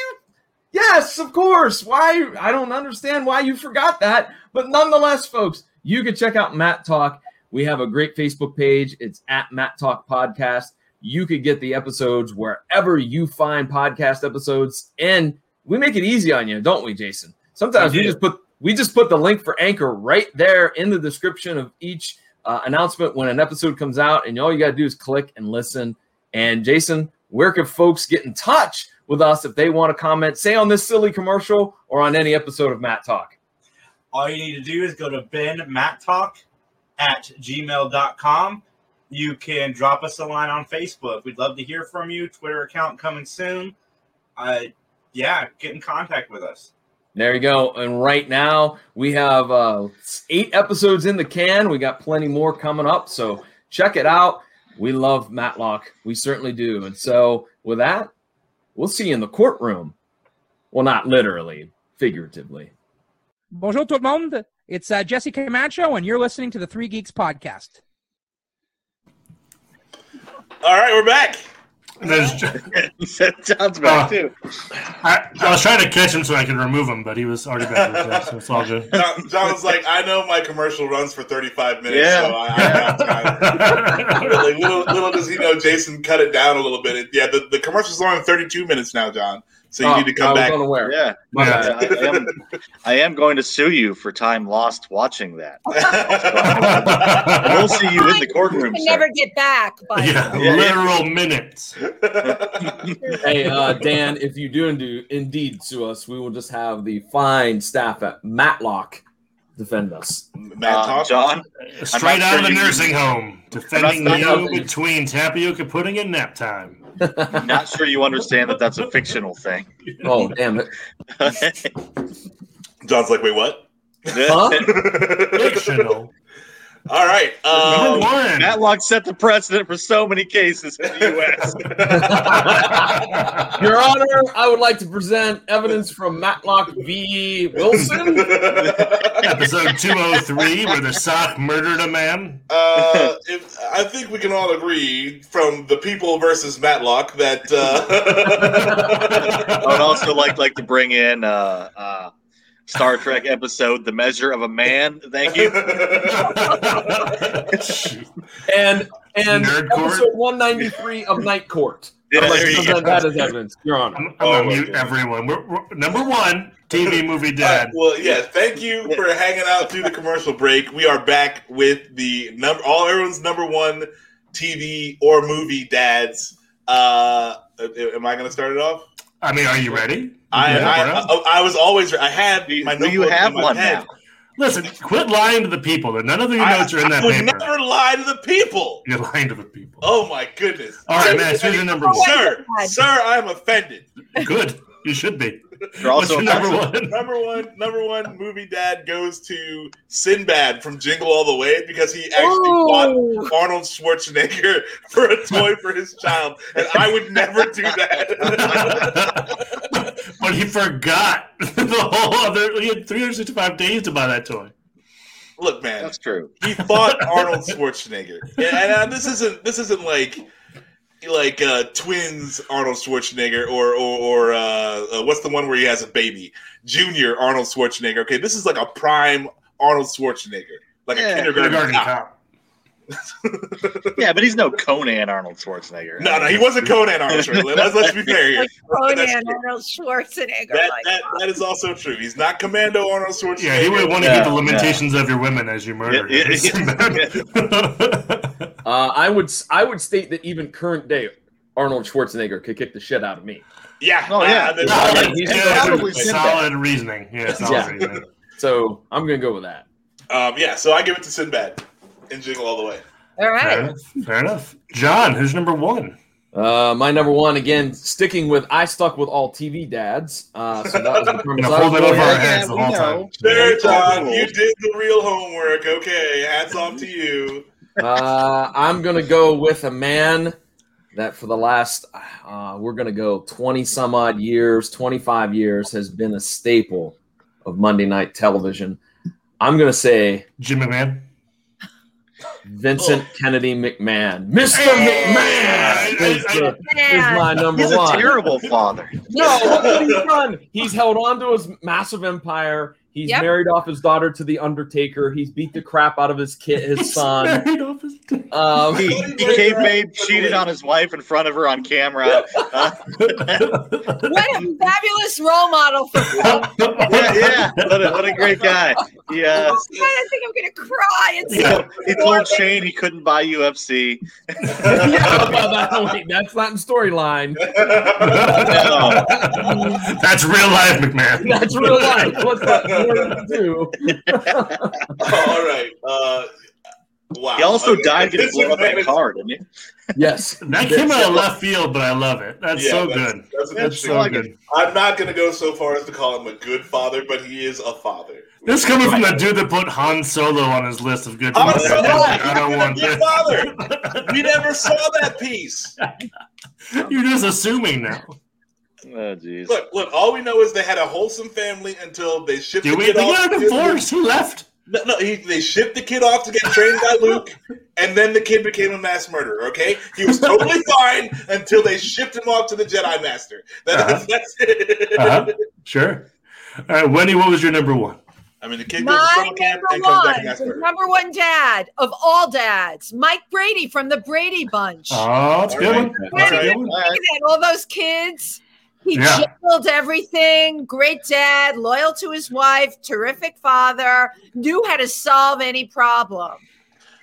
you? Yes, of course. Why? I don't understand why you forgot that. But nonetheless, folks, you can check out Matt Talk. We have a great Facebook page. It's at Matt Talk Podcast. You could get the episodes wherever you find podcast episodes, and we make it easy on you, don't we, Jason? Sometimes
We
we
do.
just put we just put the link for Anchor right there in the description of each uh, announcement when an episode comes out, and all you got to do is click and listen. And Jason, where can folks get in touch with us if they want to comment, say on this silly commercial or on any episode of Matt Talk?
All you need to do is go to benmatttalk at gmail.com. You can drop us a line on Facebook. We'd love to hear from you. Twitter account coming soon. Uh, yeah, get in contact with us.
There you go. And right now we have uh, eight episodes in the can. We got plenty more coming up. So check it out. We love Matlock. We certainly do. And so with that, we'll see you in the courtroom. Well, not literally, figuratively.
Bonjour tout le monde. It's uh, Jesse Camacho, and you're listening to the Three Geeks Podcast.
All right, we're back.
John's back too.
Uh, I, I was trying to catch him so I could remove him, but he was already back, to the so it's all good.
John, John was like, I know my commercial runs for 35 minutes, so I, I have time. Really, little, little does he know, Jason cut it down a little bit. It- yeah, the, the commercial's on 32 minutes now, John. So you
Oh,
need to come
I was
back.
unaware. Yeah. My Yeah. bad. I am- I am going to sue you for time lost watching that. we'll see you in the
You
courtroom.
can
sir.
never get back. But
literal minutes.
hey, uh, Dan, if you do indeed, indeed sue us, we will just have the fine staff at Matlock defend us.
Uh,
Talk?
John,
Straight out of the nursing home, defending
I'm not-
you between tapioca pudding and nap time.
I'm not sure you understand that that's a fictional thing.
Oh, damn it.
John's like, wait, what?
fictional.
All right.
Um,
Number one.
Matlock set the precedent for so many cases in the U.S.
Your Honor, I would like to present evidence from Matlock v. Wilson.
Episode 203, where the sock murdered a man.
Uh, if, I think we can all agree from the people versus Matlock that uh,
I would also like like to bring in uh, uh, Star Trek episode "The Measure of a Man." Thank you.
and and
Nerd court?
episode 193 of Night Court.
Yeah,
I'd like to
there you
present
go.
that as evidence, Your Honor.
I'm,
Oh,
I'm gonna mute everyone. We're, we're, number one, TV movie dad.
well, yeah. Thank you for hanging out through the commercial break. We are back with the number all everyone's number one TV or movie dads. Uh, am I going to start it off?
I mean, are you ready?
I,
Yeah,
I,
we're up.
I, I was always I had my
do
notebook
you have
and my
one
pen.
now? Listen, quit lying to the people. None of your notes are in
I
that
would
paper.
never lie to the people.
You're lying to the people.
Oh my goodness!
All right, Max, here's your number one.
Sir, sir, I am offended.
Good. You should be.
You're
What's your number one?
number one, number one movie dad goes to Sinbad from Jingle All the Way because he actually bought Arnold Schwarzenegger for a toy for his child, and I would never do that.
But he forgot the whole other. He had 365 days to buy that toy.
Look, man,
that's true.
He fought Arnold Schwarzenegger, yeah, and uh, this isn't this isn't like like uh, twins Arnold Schwarzenegger or or, or uh, uh, what's the one where he has a baby Junior Arnold Schwarzenegger. Okay, this is like a prime Arnold Schwarzenegger, like a
Yeah.
kindergarten,
Kindergarten
cop.
Yeah, but he's no Conan Arnold Schwarzenegger.
No, no, he wasn't Conan Arnold Schwarzenegger. Let's, let's be fair here. That's
Conan,
true.
Arnold Schwarzenegger.
That,
like,
that,
uh,
that is also true. He's not Commando Arnold Schwarzenegger.
Yeah, he would want to get the limitations of your women as you murder.
Yeah, yeah,
Uh, I would s- I would state that even current day Arnold Schwarzenegger could kick the shit out of me.
Yeah.
Oh, yeah.
Uh,
Solid,
he's
yeah,
probably
solid reasoning. Yeah, solid
Yeah.
reasoning.
So I'm gonna go with that.
Um, yeah, so I give it to Sinbad and Jingle All the Way.
All
Fair
right.
enough. Fair enough. John, who's number one?
Uh, my number one again, sticking with I stuck with all TV dads. Uh, so that was the premise.
Gonna
I was
hold it over
going
our
with.
heads the whole time.
There, John, you did the real homework. Okay, hats off to you.
uh, I'm gonna go with a man that for the last uh, we're gonna go 20 some odd years, 25 years has been a staple of Monday night television. I'm gonna say
Jim McMahon,
Vincent
Oh.
Kennedy McMahon, Mr. McMahon is, the- is my number
He's
one.
a terrible father.
No, look what he's done. He's held on to his massive empire. He's
Yep.
married off his daughter to the Undertaker. He's beat the crap out of his kid, his son. Um,
he, he kayfabe cheated on his wife in front of her on camera. Uh,
What a fabulous role model for Phil.
yeah, yeah. What, a, what a great guy. uh, Yeah.
Oh, God, I think I'm gonna cry. It's
He told, he told Shane he couldn't buy UFC.
wait, that's not in storyline.
That's real life, McMahon.
That's real life. What's that more to do?
All right. Uh, wow.
He also
Okay.
died getting blown up in a
Disadvantage.
car, didn't he?
Yes.
That came out of left field, but I love it. That's
Yeah,
so
that's-
good.
That's, an
That's
interesting
so
one.
good.
I'm not going to go so far as to call him a good father, but he is a father.
This is coming from the dude that put Han Solo on his list of good.
Han
movies.
Solo!
I don't want
Your
that.
father. We never saw that piece.
You're just assuming now.
Oh, jeez.
Look, look. All we know is they had a wholesome family until they shipped.
Do
the
we-
Kid
they
off
got a
to get-
divorce. He left.
No, no. He, they shipped the kid off to get trained by Luke, and then the kid became a mass murderer. Okay, he was totally fine until they shipped him off to the Jedi Master. That,
Uh-huh.
That's it.
Uh-huh. Sure. All right, Wendy, what was your number one?
I mean, the kid goes to
My
summer camp
number
and comes back
one,
and asks
the
murder.
number one dad of all dads, Mike Brady from the Brady Bunch.
Oh, that's a good one.
Wait
That's
a
a
minute,
good one.
look at that, all those kids. He
Yeah.
juggled everything. Great dad, loyal to his wife, terrific father, knew how to solve any problem.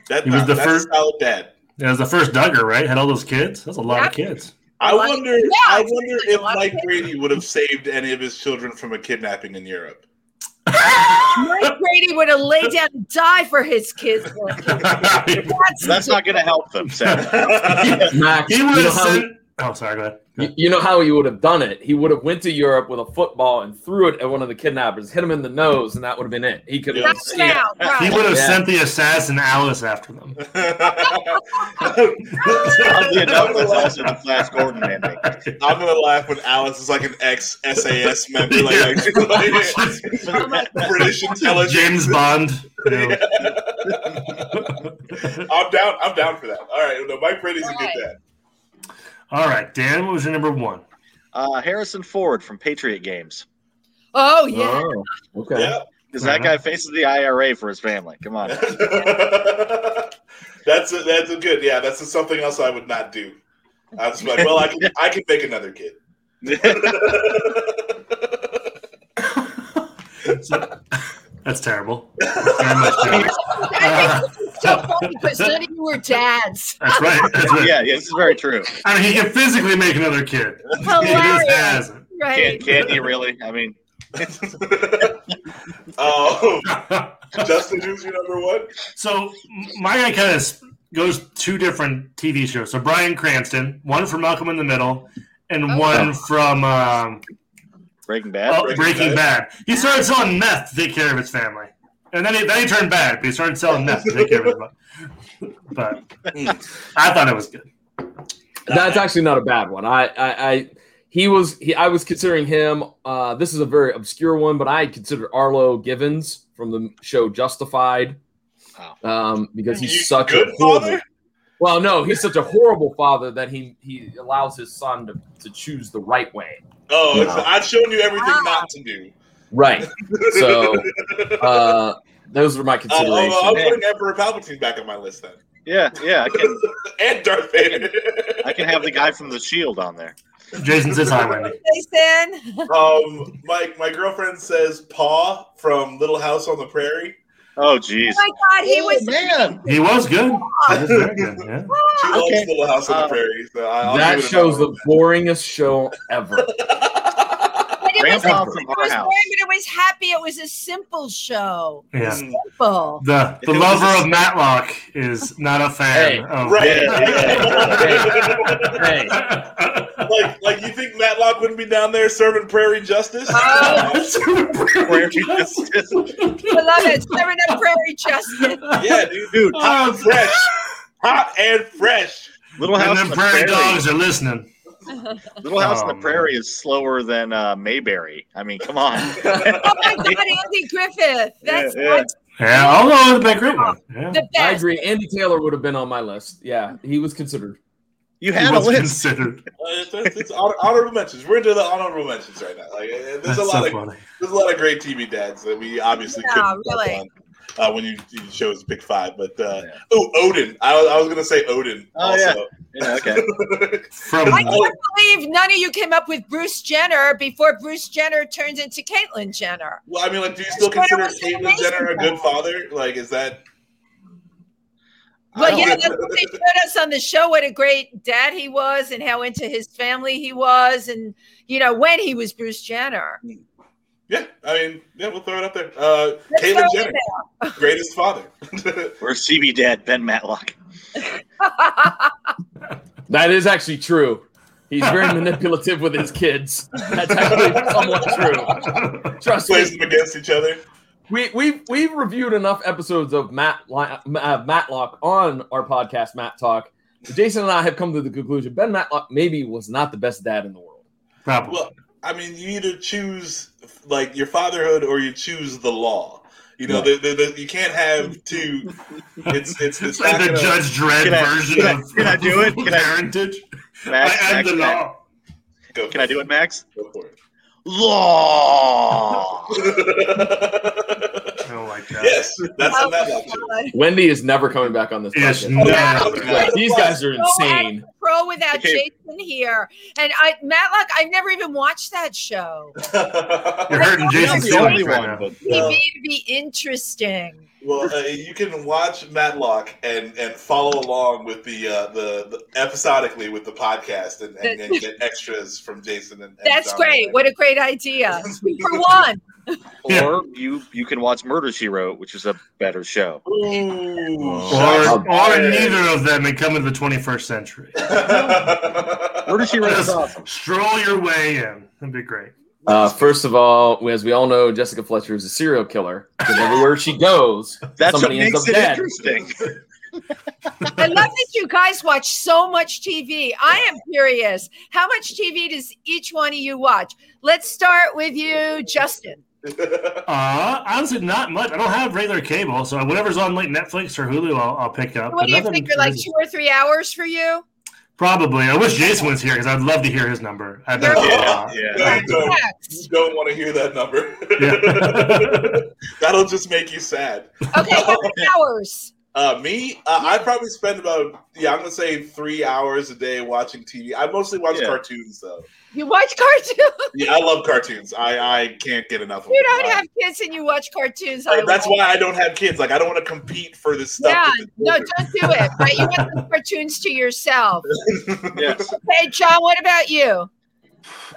That, uh,
He was the
that's
first-
a solid dad.
That was the first Duggar, right? Had all those kids. That's a lot of kids.
I
lot of-
wonder.
Yeah,
I
it's
wonder
actually a
if
lot of
Mike
kids.
Brady would have saved any of his children from a kidnapping in Europe.
Mike Brady would have laid down and died for his kids. That's,
That's not going to help them, Sam.
Max,
He
you
would
know,
have
how he,
said. Oh, sorry. Go ahead.
you- you know how he would have done it. He would have went to Europe with a football and threw it at one of the kidnappers, hit him in the nose, and that would have been it. He could have.
Knocked him out, right.
He would have
Yeah.
sent the assassin Alice after them.
Oddly enough, that's also the Flash Gordon ending.
I'm gonna laugh when Alice is like an ex SAS member, like, like, she's like British intelligence.
James Bond. you know.
I'm down. I'm down for that. All right, no, Mike Brady's a good dad.
All right, Dan, what was your number one?
Uh, Harrison Ford from Patriot Games.
oh yeah.
okay.
Because that
Uh-huh.
guy faces the IRA for his family. Come on.
That's a, that's a good. Yeah, that's a, something else I would not do. I was like, well, I can I can make another kid.
That's terrible. Very much terrible.
I think this is so funny because none of you were dads.
That's right. That's right.
Yeah, yeah, this is very true.
I mean, he can physically make another kid. He just
Hilarious.
has.
Right.
Can, can he really? I mean,
Oh, Justin, who's your number one?
So m- my guy kind of goes two different TV shows. So Brian Cranston, one from Malcolm in the Middle, and one from um,
Breaking Bad.
oh, Breaking, Bad. He started selling meth to take care of his family, and then he then he turned bad, but he started selling meth to take care of his family. But mm, I thought it was good.
That's actually not a bad one. I, I, I he was he, I was considering him. Uh, this is a very obscure one, but I considered Arlo Givens from the show Justified, um, because he's such a horrible. Well, no, he's such a horrible father that he he allows his son to, to choose the right way.
Oh,
Yeah.
it's, I've shown you everything not to do. oh,
Right. So uh, those were my
Uh,
considerations.
oh, I'm putting Emperor Palpatine back on my list then,
Yeah, yeah. I can,
and Darth Vader.
I can have the guy from The Shield on there.
Jason says hi, Wendy.
Jason.
um, my my girlfriend says Paw from Little House on the Prairie.
Oh, jeez.
Oh my God, he was
man.
He was good. He was very good. Yeah.
She loves
Okay.
Little House on the
Uh,
Prairie. So I, I'll
that
give it
show's
another
the boringest show ever.
But it was, it
Grandpa
was
from our
boring,
house.
but it was happy. It was a simple show.
Yeah.
Simple.
The the
If it was
lover
a-
of Matlock is not a fan
Hey,
of
right.
hey,
one. like like you think Matlock wouldn't be down there serving Prairie Justice?
Oh.
Prairie Justice.
Beloved, serving up prairie justice.
yeah, dude, dude, hot
Oh,
and fresh, hot and fresh.
Little
and
House on
then
the
prairie
Prairie.
dogs are listening.
Little House on
Oh,
the Prairie is slower than uh, Mayberry. I mean, come on.
Oh my God, Andy Griffith. That's
Yeah, yeah.
Yeah, I'll go with the great one. Yeah.
the
I
best.
agree. Andy Taylor would have been on my list. Yeah, he was considered.
You had a
was
list.
considered. it's, it's- it's honor- honorable mentions. We're into the honorable mentions right now. Like, uh, there's
That's
a lot
so
of
funny.
there's a lot of great TV dads that we obviously
Yeah,
couldn't touch
really.
on uh, when you, you chose the Big Five. But uh, oh, Odin. I, was- I was gonna say Odin.
Oh,
also.
yeah. Okay.
From
I can't believe none of you came up with Bruce Jenner before Bruce Jenner turned into Caitlyn Jenner.
well, I mean, like, do you still
That's
consider
what I was
Caitlyn
amazed
Jenner a
about.
good father? Like, is that?
Well,
I
yeah,
don't-
that's what they showed us on the show. What a great dad he was, and how into his family he was, and you know when he was Bruce Jenner.
Yeah, I mean, yeah, we'll throw it out there. Uh,
Let's
Caitlyn
throw
Jenner,
it
greatest father.
We're CB dad Ben Matlock.
That is actually true. He's very manipulative with his kids. That's actually somewhat true. Trust
Plays them against each other.
We we've we've reviewed enough episodes of Matt Li- uh, Matlock on our podcast Matt Talk. Jason and I have come to the conclusion Ben Matlock maybe was not the best dad in the world.
Probably.
Well, I mean, you either choose like your fatherhood or you choose the law. You know, the, the, the, you can't have two. It's it's, it's
like
not
the
gonna-
Judge Dredd
Can I-
version
can I-
of
can I do it? Can I-
parentage.
Max,
I am
Max,
the
Max.
law.
Can I do it, Max?
Go for it.
Law.
Oh my god.
Yes, that's
Oh,
a Matlock.
God.
Wendy is never coming back on this
Yes,
podcast.
no.
These guys are
So out of
insane.
control without
Okay.
Jason here, and I Matlock. I never even watched that show.
You're hurting Jason's feelings right now.
TV to be interesting.
Well, uh, you can watch Matlock and and follow along with the uh, the, the episodically with the podcast and, and, and get extras from Jason and. and
That's
John.
great. What a great idea. For one.
Or you you can watch Murder She Wrote, which is a better show. Oh,
Or, or neither of them and come into the 21st century.
Murder She Wrote is
Just
awesome.
Stroll your way in. That'd be great.
Uh, first of all, as we all know, Jessica Fletcher is a serial killer. Because everywhere she goes,
That's
somebody
what
ends up
makes it
dead.
interesting.
I love that you guys watch so much TV. I am curious. How much TV does each one of you watch? Let's start with you, Justin.
Uh, honestly, not much. I don't have regular cable, so whatever's on like Netflix or Hulu, I'll, I'll pick up.
What
but
do you
nothing
figure, like
crazy.
two or three hours for you?
Probably. I wish Jason was here because I'd love to hear his number. I bet.
Yeah, yeah. You, don't, you don't want to hear that number. That'll just make you sad.
Okay, how many hours?
Uh, me, uh, I probably spend about yeah, I'm gonna say three hours a day watching TV. I mostly watch cartoons though.
You watch cartoons?
Yeah, I love cartoons. I I can't get enough of
You
them.
don't have kids and you watch cartoons.
I- that's
love
why I
it.
don't have kids. Like I don't want to compete for this stuff.
Yeah,
with the
no,
children.
don't do it. Right? You want the cartoons to yourself.
Yes.
Okay, John, what about you?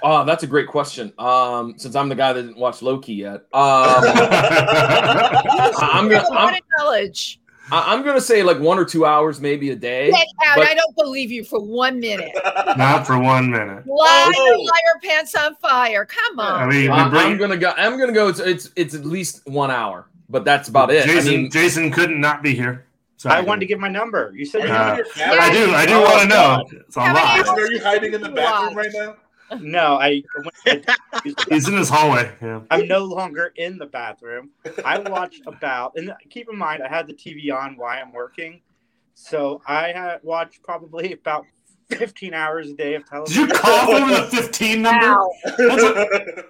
Oh, that's a great question. Um, since I'm the guy that didn't watch Loki yet, um, I'm gonna
a lot
I'm,
of knowledge.
I- I'm gonna say like one or two hours maybe a day.
Get out.
but-
I don't believe you for one minute.
Not for one minute.
Liar, liar, pants on fire. Come on.
I mean, we
I'm,
bring-
I'm gonna go. I'm gonna go. It's, it's it's at least one hour, but that's about it.
Jason,
I mean,
Jason couldn't not be here. So
I wanted
to
give my number. You said
Uh, I do. I do want to know. It's a lot.
Are you hiding in the bathroom right now?
No, I.
He's in his hallway. Yeah.
I'm no longer in the bathroom. I watch about, and keep in mind, I had the TV on while I'm working, so I had watched probably about 15 hours a day of television.
Did you cough over the 15 number?
Wow.
That's a-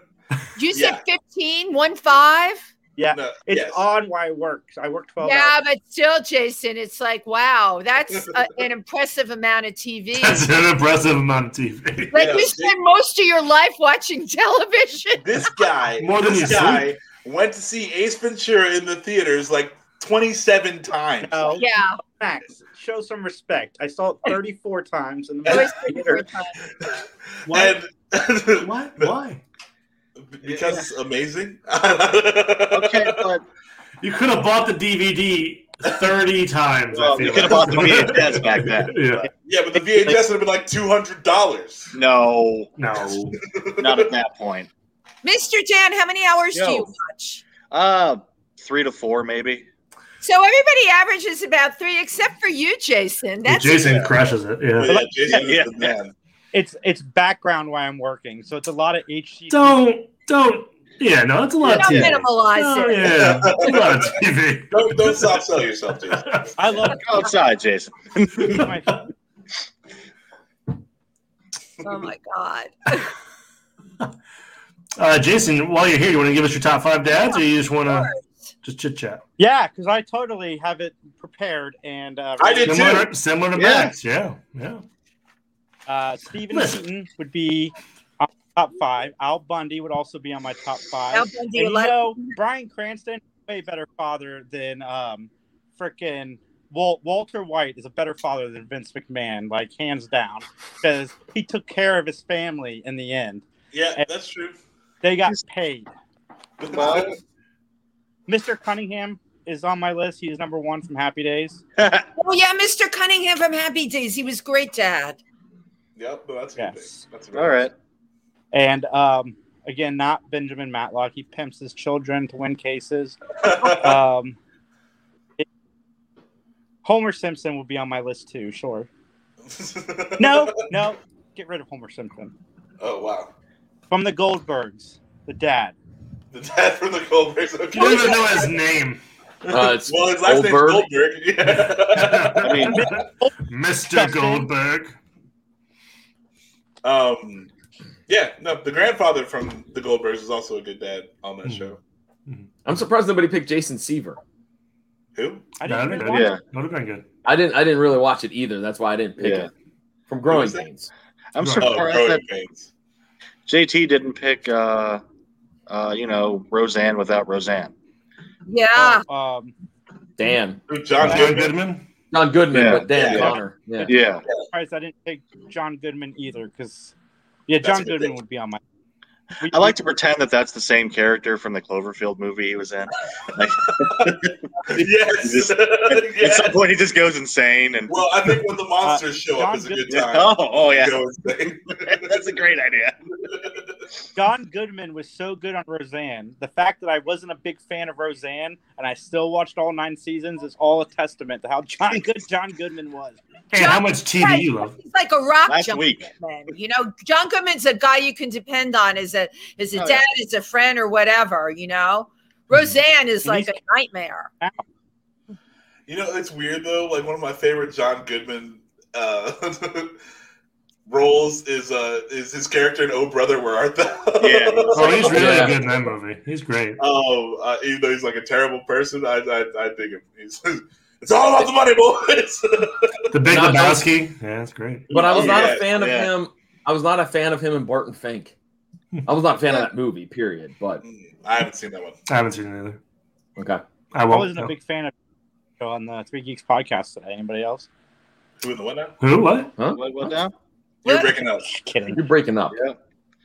You said 15, one five?
yeah,
No,
it's
yes.
on while I work. I work 12
Yeah,
hours.
but still, Jason, it's like, wow, that's a, an impressive amount of TV.
that's an impressive amount of TV.
Like you spend most of your life watching television.
This guy,
More than
this
you
guy went to see Ace Ventura in the theaters like 27 times.
Oh,
yeah.
Max, show some respect. I saw it 34 times in the
It was
movie theater.
Why?
Why? Why?
Because it's amazing.
okay, but
You could have bought the DVD 30 times.
Well,
I feel
you could have
like.
bought the VHS back then.
Yeah.
Yeah, but the VHS would have been like two hundred dollars.
No,
no,
not at that point.
Mr. Dan, how many hours do
Yo.
you watch?
Uh, three to four, maybe.
So everybody averages about three, except for you, Jason. That's
Jason crushes it. Yeah.
It's it's background while I'm working, so it's a lot of HC.
Don't don't. Yeah, no, that's a lot of
Don't
TV.
minimalize
oh,
it.
Yeah, that's a lot of TV.
Don't don't soft sell yourself, Jason.
I love
Outside, Jason.
Oh my god.
Uh, Jason, while you're here, you want to give us your top five dads, or you just want to just chit chat?
Yeah, because I totally have it prepared and uh,
I did Similar- too. similar to Matt's, yeah, yeah.
Uh, Steven Seaton would be on top five. Al Bundy would also be on my top five.
Al Bundy,
and, you
let-
know, Brian Cranston way better father than um, frickin' Wal- Walter White is a better father than Vince McMahon, like hands down, because he took care of his family in the end.
Yeah, that's true.
They got paid.
Well-
Mr. Cunningham is on my list. He is number one from Happy Days.
Oh yeah, Mr. Cunningham from Happy Days. He was great dad.
Yep, no, that's a good thing. That's a good
All right.
thing.
And um, again, not Benjamin Matlock. He pimps his children to win cases. um, it- Homer Simpson would be on my list too, sure. no, no, get rid of Homer Simpson.
Oh wow.
From the Goldbergs, the dad.
The dad from the Goldbergs. Okay.
You don't even know his name.
Uh, it's Well, his last name's Goldberg. Goldberg,
I mean, Mr. Goldberg.
Um, yeah, no, the grandfather from the Goldbergs is also a good dad on that show.
I'm surprised nobody picked Jason Seaver.
Hmm.
Who?
I
didn't
That'd be good.
Yeah.
That'd have been good.
I didn't. I didn't really watch it either. That's why I didn't pick
Yeah.
it. From Growing
was that?
Pains.
I'm
Right.
surprised
Oh, growing
that JT didn't pick, uh, uh, you know, Roseanne without Roseanne.
Yeah.
Um,
Dan.
John
Goodman. Goodman.
John Goodman,
Yeah.
but Dan
Yeah.
Connor. Yeah.
Yeah.
Surprised I didn't take John Goodman either, because yeah,
That's
John
a good
Goodman
thing.
would be on my.
I like to pretend that that's the same character from the Cloverfield movie he was in. Like,
yes.
At some point, he just goes insane. And
Well, I think when the monsters show up
Uh, John
is a good
Goodman-
time.
Oh, oh, yeah.
Go insane.
that's a great idea.
John Goodman was so good on Roseanne. The fact that I wasn't a big fan of Roseanne and I still watched all nine seasons is all a testament to how John good John Goodman was.
Hey, how much TV you love?
He's like a rock
Last
John
week.
Goodman. You know, John Goodman's a guy you can depend on as a as a
Oh,
dad, as a friend, or whatever. You know, Roseanne is
And
like a
he's-
nightmare.
You know, it's weird though. Like one of my favorite John Goodman uh, roles is uh, is his character in Oh Brother, Where Art Thou?
Yeah. Oh, he's really good in that movie. He's great.
Oh, uh, even though he's like a terrible person, I I, I dig him. He's, it's all about the money, boys.
The Big
Not-
Lebowski. Yeah, that's great.
But I was not
Yeah,
a fan of
yeah.
him. I was not a fan of him and Barton Fink. I was not a fan of that movie. Period. But
I haven't seen that one.
I haven't seen it either.
Okay.
I
I
won't.
wasn't a big fan of on the Three Geeks podcast today. Anybody else?
Who in the what now?
Who? What?
Huh?
What, what now?
You're breaking up.
Kidding.
You're breaking up.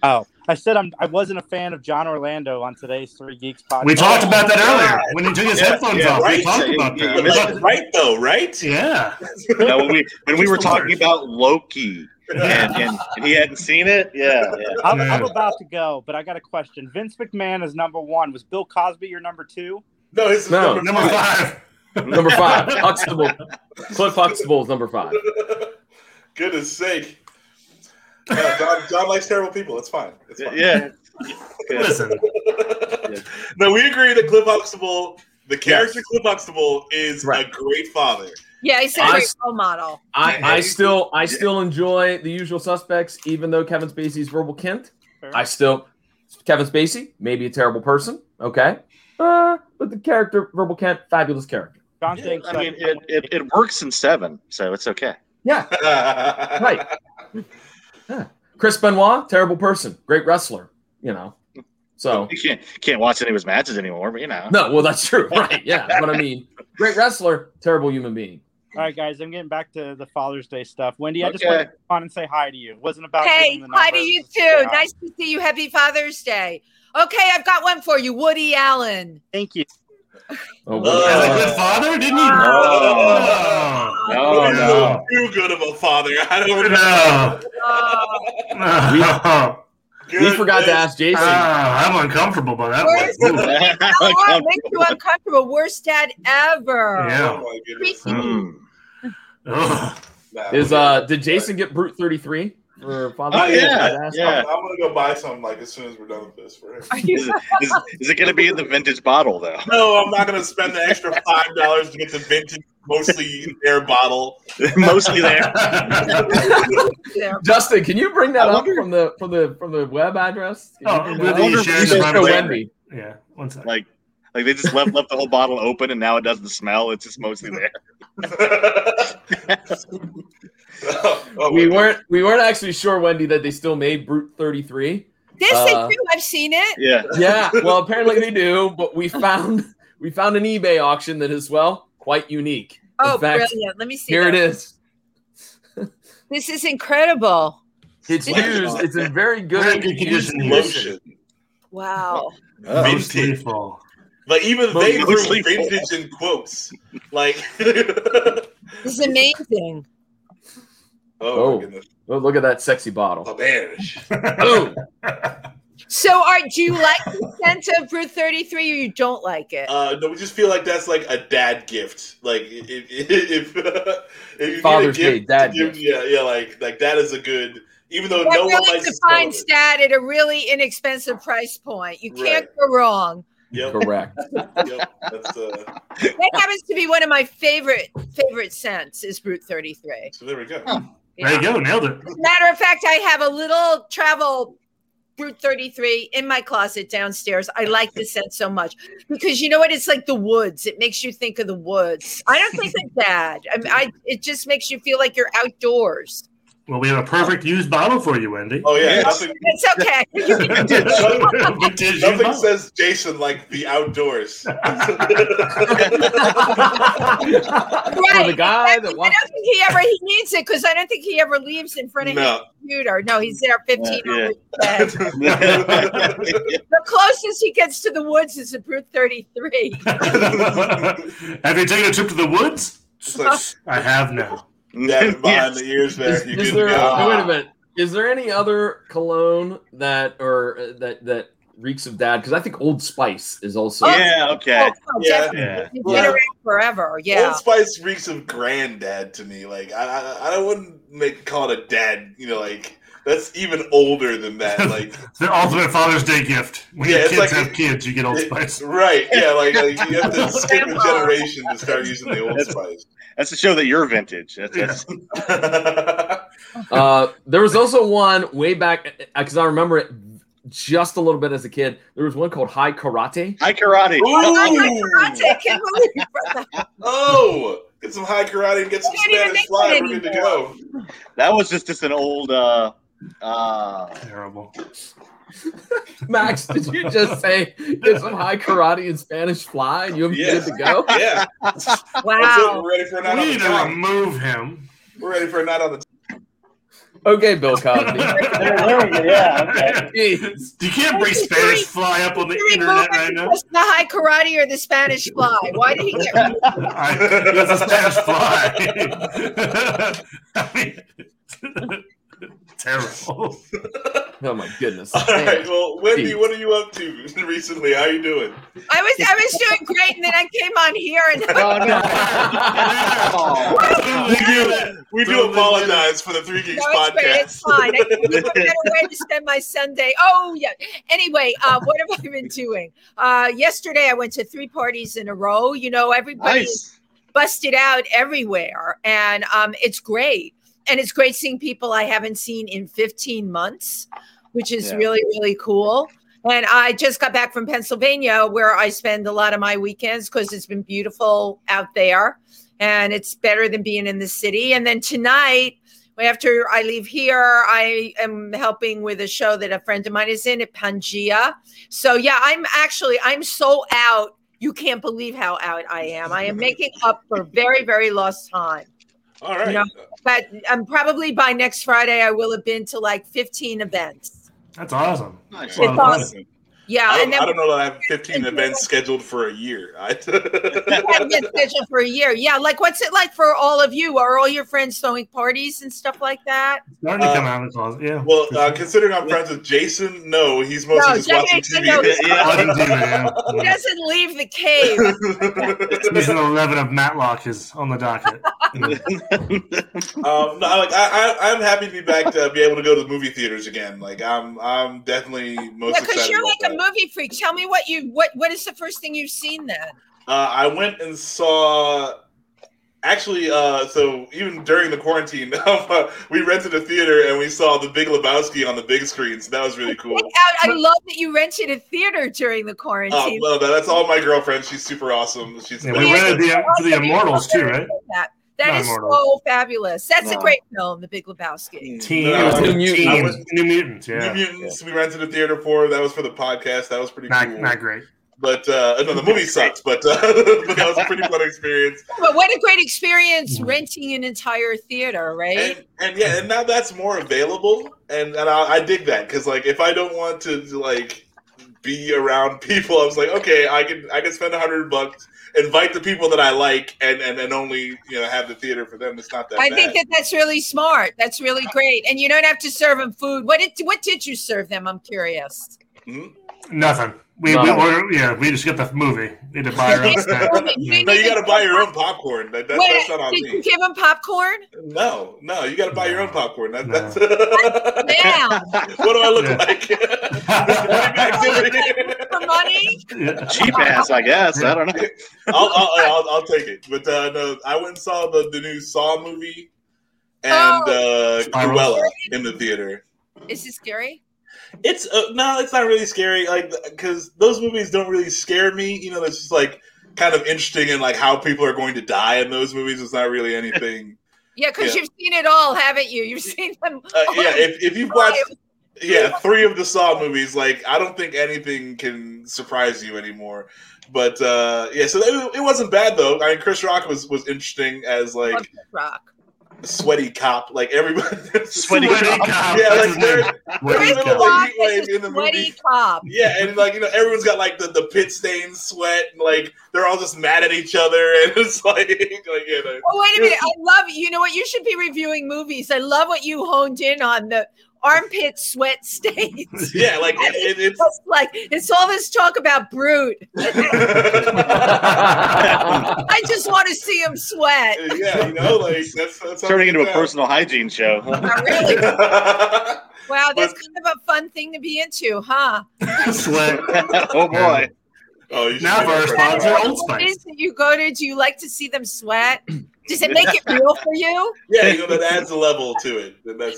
Oh, I said I'm, I wasn't a fan of John Orlando on today's Three Geeks podcast.
We talked about that earlier when he took his
Yeah,
headphones
yeah,
off. We
right.
talked
Yeah,
about
yeah,
that.
you missed it.
Right though, right?
Yeah.
No, when we when we were talking about Loki and, and, and he hadn't seen it, yeah, yeah.
I'm, I'm about to go, but I got a question. Vince McMahon is number one. Was Bill Cosby your number two?
No, this is
No.
number five.
number five, Huxtable. Cliff Huxtable is number five.
Goodness sake. No, John, John likes terrible people. It's fine. It's fine.
Yeah.
Listen.
No, we agree that Cliff Huxtable, the character Cliff Huxtable, is a great father.
Yeah, he's a
I
great
s-
role model.
I, I still I still enjoy the usual suspects, even though Kevin Spacey's verbal Kent. I still Kevin Spacey, maybe a terrible person, okay, uh, but the character verbal Kent, fabulous character.
John thinks
I mean, it, it, it works in seven, so it's okay.
Yeah. right. Yeah. Chris Benoit, terrible person, great wrestler, you know. So
you can't can't watch any of his matches anymore, but you know.
No, well that's true, right? Yeah, but I mean, great wrestler, terrible human being.
All right, guys, I'm getting back to the Father's Day stuff. Wendy, I just
Okay.
wanted to come on and say hi to you. It wasn't about
Hey,
giving the
hi to
numbers.
you
It's just
too.
about-
Nice to see you. Happy Father's Day. Okay, I've got one for you, Woody Allen.
Thank you.
Oh,
As a good father, didn't he?
Woody
no.
was Too good of a father. I don't know.
No. No.
We forgot to ask Jason.
Ah, I'm uncomfortable by that one.
Oh, it makes you uncomfortable. Worst dad ever.
Yeah.
Freaky.
Hmm.
Is uh did Jason get brute 33 for
Oh,
Father?
Oh, I'm, I'm gonna go buy some like as soon as we're done with this for him.
Is, it- is, is it going to be in the vintage bottle though?
no, I'm not gonna spend the extra five dollars to get the vintage mostly air bottle.
Mostly there.
Justin, can you bring that up from the from the from the web address? Can
Oh,
you bring that
with the
up?
insurance
Just
on
for
it.
Wendy.
Yeah, one second.
Like, like they just left left the whole bottle open, and now it doesn't smell. It's just mostly there.
we weren't we weren't actually sure, Wendy, that they still made Brute 33.
This
Uh,
they do. I've seen it.
yeah. Well, apparently they do, but we found we found an eBay auction that is well quite unique. In
Oh,
fact,
brilliant. Let me see.
Here it
that.
is.
This is incredible.
It's used. It's in very good,
Very good
used
condition.
condition.
Wow.
vintage. Like even they
Mostly
threw
full.
vintage in quotes. Like
This is amazing.
Oh, oh, look at that sexy bottle. Boom.
So, are do you like the scent of Brew 33 or you don't like it?
Uh, no, we just feel like that's like a dad gift. Like if if, if, you
Father's
need a
Day,
gift,
dad
to give-
gift.
Yeah, yeah. Like like that is a good. Even though
that
no one
really
likes to smell
defines that at a really inexpensive price point. You can't
Right.
go wrong.
Correct.
it. Yep, that's uh.
That happens to be one of my favorite favorite scents is Brute 33.
So there we go.
There you go, nailed it.
Matter of fact, I have a little travel Brute 33 in my closet downstairs. I like the scent so much because you know what? It's like the woods. It makes you think of the woods. I don't think it's bad. I, I it just makes you feel like you're outdoors.
Well, we have a perfect used bottle for you, Wendy.
Oh yeah,
It's okay.
nothing, nothing says Jason like the outdoors.
Right.
the guy that
I don't think he ever he needs it because I don't think he ever leaves in front of
No.
his computer. No, he's there 15
Yeah, yeah.
hours a day. The closest he gets to the woods is a Brute 33.
have you taken a trip to the woods? I have now.
Yeah, behind the ears
Is, is there, wait a minute. Is there any other cologne that or uh, that that reeks of dad? Because I think Old Spice is also.
Yeah, okay.
Oh,
Yeah.
definitely. He's
Yeah.
been around forever. Yeah.
Old Spice reeks of granddad to me. Like I, I, I wouldn't make call it a dad. You know, like that's even older than that. Like
It's the ultimate Father's Day gift. When
Yeah,
your
it's
kids
like-
have kids, you get Old Spice.
right? Yeah, like, like you have to skip a generation to start using the Old
That's-
Spice.
That's to show that you're vintage. That's, that's
Uh, there was also one way back because I remember it just a little bit as a kid. There was one called High Karate.
High Karate.
Oh, get some high karate and get some Spanish fly. We're good to go.
that was just just an old. uh uh
Terrible.
Max, did you just say get some High Karate and Spanish Fly and you'll be good to go?
Yeah. That's it. We're ready for a night on
We
the
need to
town.
remove him.
We're ready for a night on the town.
Okay, Bill Cosby.
yeah, You can't bring Spanish fly up on the
He
internet
moved
right
to
now.
just The high karate or the Spanish fly? Why did he get rid of
I, it's a Spanish fly. Terrible.
Oh my goodness.
All right. Well, Wendy,
Jeez.
what are you up to recently? How you doing?
I was I was doing great, and then I came on here and
we do, we do apologize for the Three Geeks
No, it's great.
podcast.
It's fine. I can't think of a better way to spend my Sunday. Oh yeah. Anyway, uh, what have I been doing? Uh, yesterday, I went to three parties in a row. You know, everybody's busted out everywhere, and um, it's great. And it's great seeing people I haven't seen in 15 months, which is
Yeah.
really really cool. And I just got back from Pennsylvania, where I spend a lot of my weekends because it's been beautiful out there, and it's better than being in the city. And then tonight after I leave here, I am helping with a show that a friend of mine is in at Pangea. So yeah, I'm actually I'm so out. You can't believe how out I am. I am making up for very very lost time.
All right.
but um, probably by next Friday, I will have been to like 15 events.
That's awesome.
It's
Nice.
awesome. Yeah,
I
and
don't,
then
I don't know that I have 15 events scheduled for a year. I,
I haven't been scheduled for a year. Yeah, like what's it like for all of you? Are all your friends throwing parties and stuff like that?
Starting to
Uh,
come out of the closet. Yeah.
well, uh, considering I'm friends with Jason, no, he's mostly
No,
just
Jason-
watching TV.
no, he's-
Watching TV, yeah.
Who doesn't leave the cave?
Season 11 of Matlock is on the docket.
um, no, like I, I, I'm happy to be back to be able to go to the movie theaters again. Like I'm, I'm definitely most
Yeah, because
excited.
you're
About
like
that.
a movie freak. Tell me what you what what is the first thing you've seen then?
Uh, I went and saw Actually, uh, so even during the quarantine, we rented a theater and we saw The Big Lebowski on the big screen. So that was really cool.
I, I love that you rented a theater during the
Oh,
quarantine.
no, no, that's all my girlfriend. She's super awesome. She's
Yeah, we rented
uh,
the, uh, to the Immortals too, right?
That, that
Not
is
immortal.
so fabulous. That's a
No.
great film, The Big Lebowski.
Teen,
No,
it was
New
New
Mutants.
Mutants. New Mutants,
New
yeah.
Mutants. We rented a theater for that was for the podcast. That was pretty
Not,
cool.
not great.
But uh, no, the movie sucked. But, uh, but that was a pretty fun experience.
But what a great experience
Hmm.
renting an entire theater, right?
And yeah, and now that's more available, and and I, I dig that because like if I don't want to like be around people, I was like, okay, I can I can spend a hundred bucks, invite the people that I like, and and then only you know have the theater for them. It's not that.
I
bad.
think that that's really smart. That's really great. And you don't have to serve them food. What did what did you serve them? I'm curious.
Nothing. We, we
No.
ordered, yeah, we just got the movie. We had to buy our own snack.
no, you got to buy your own popcorn. That, that,
Wait,
that's not on
did you
me.
give them popcorn?
No, no, you got to buy your own popcorn. That, That's
Yeah.
what do I look like?
For money?
Cheap ass, I guess. I don't know.
I'll, I'll, I'll, I'll take it. But uh, no, I went and saw the, the new Saw movie and uh,
Spiral.
Cruella in the theater.
Is it scary?
It's uh, no, it's not really scary. Like because those movies don't really scare me. You know, it's just like kind of interesting in like how people are going to die in those movies. It's not really anything.
Yeah, because
Yeah.
you've seen it all, haven't you? You've seen them.
Uh, yeah, if, if you've watched yeah three of the Saw movies, like I don't think anything can surprise you anymore. But uh, yeah, so it, it wasn't bad though. I mean, Chris Rock was was interesting as like
rock.
sweaty cop, like everybody sweaty,
cop.
Yeah,
That's
like
his
they're,
name.
they're
Sweaty
in the middle of
cop.
a heat wave in the
Sweaty
movie.
cop.
Yeah, and like you know, everyone's got like the, the pit stains, sweat, and like they're all just mad at each other, and it's like, like you know.
Oh, wait a minute. I love You know what? You should be reviewing movies. I love what you honed in on the armpit sweat stains.
Yeah, like, it- it- it's
Just like it's all this talk about brood. I just want to see him sweat.
Yeah, you know, like that's, that's how
Turning
it
into a
goes.
personal hygiene show.
Wow, that's kind of a fun thing to be into, huh?
oh boy.
Oh, you
Now for our sponsor, Old
What
Spice.
is it you go to? Do you like to see them sweat? Does it make it real for you?
Yeah, you know that adds a level to it. And that's,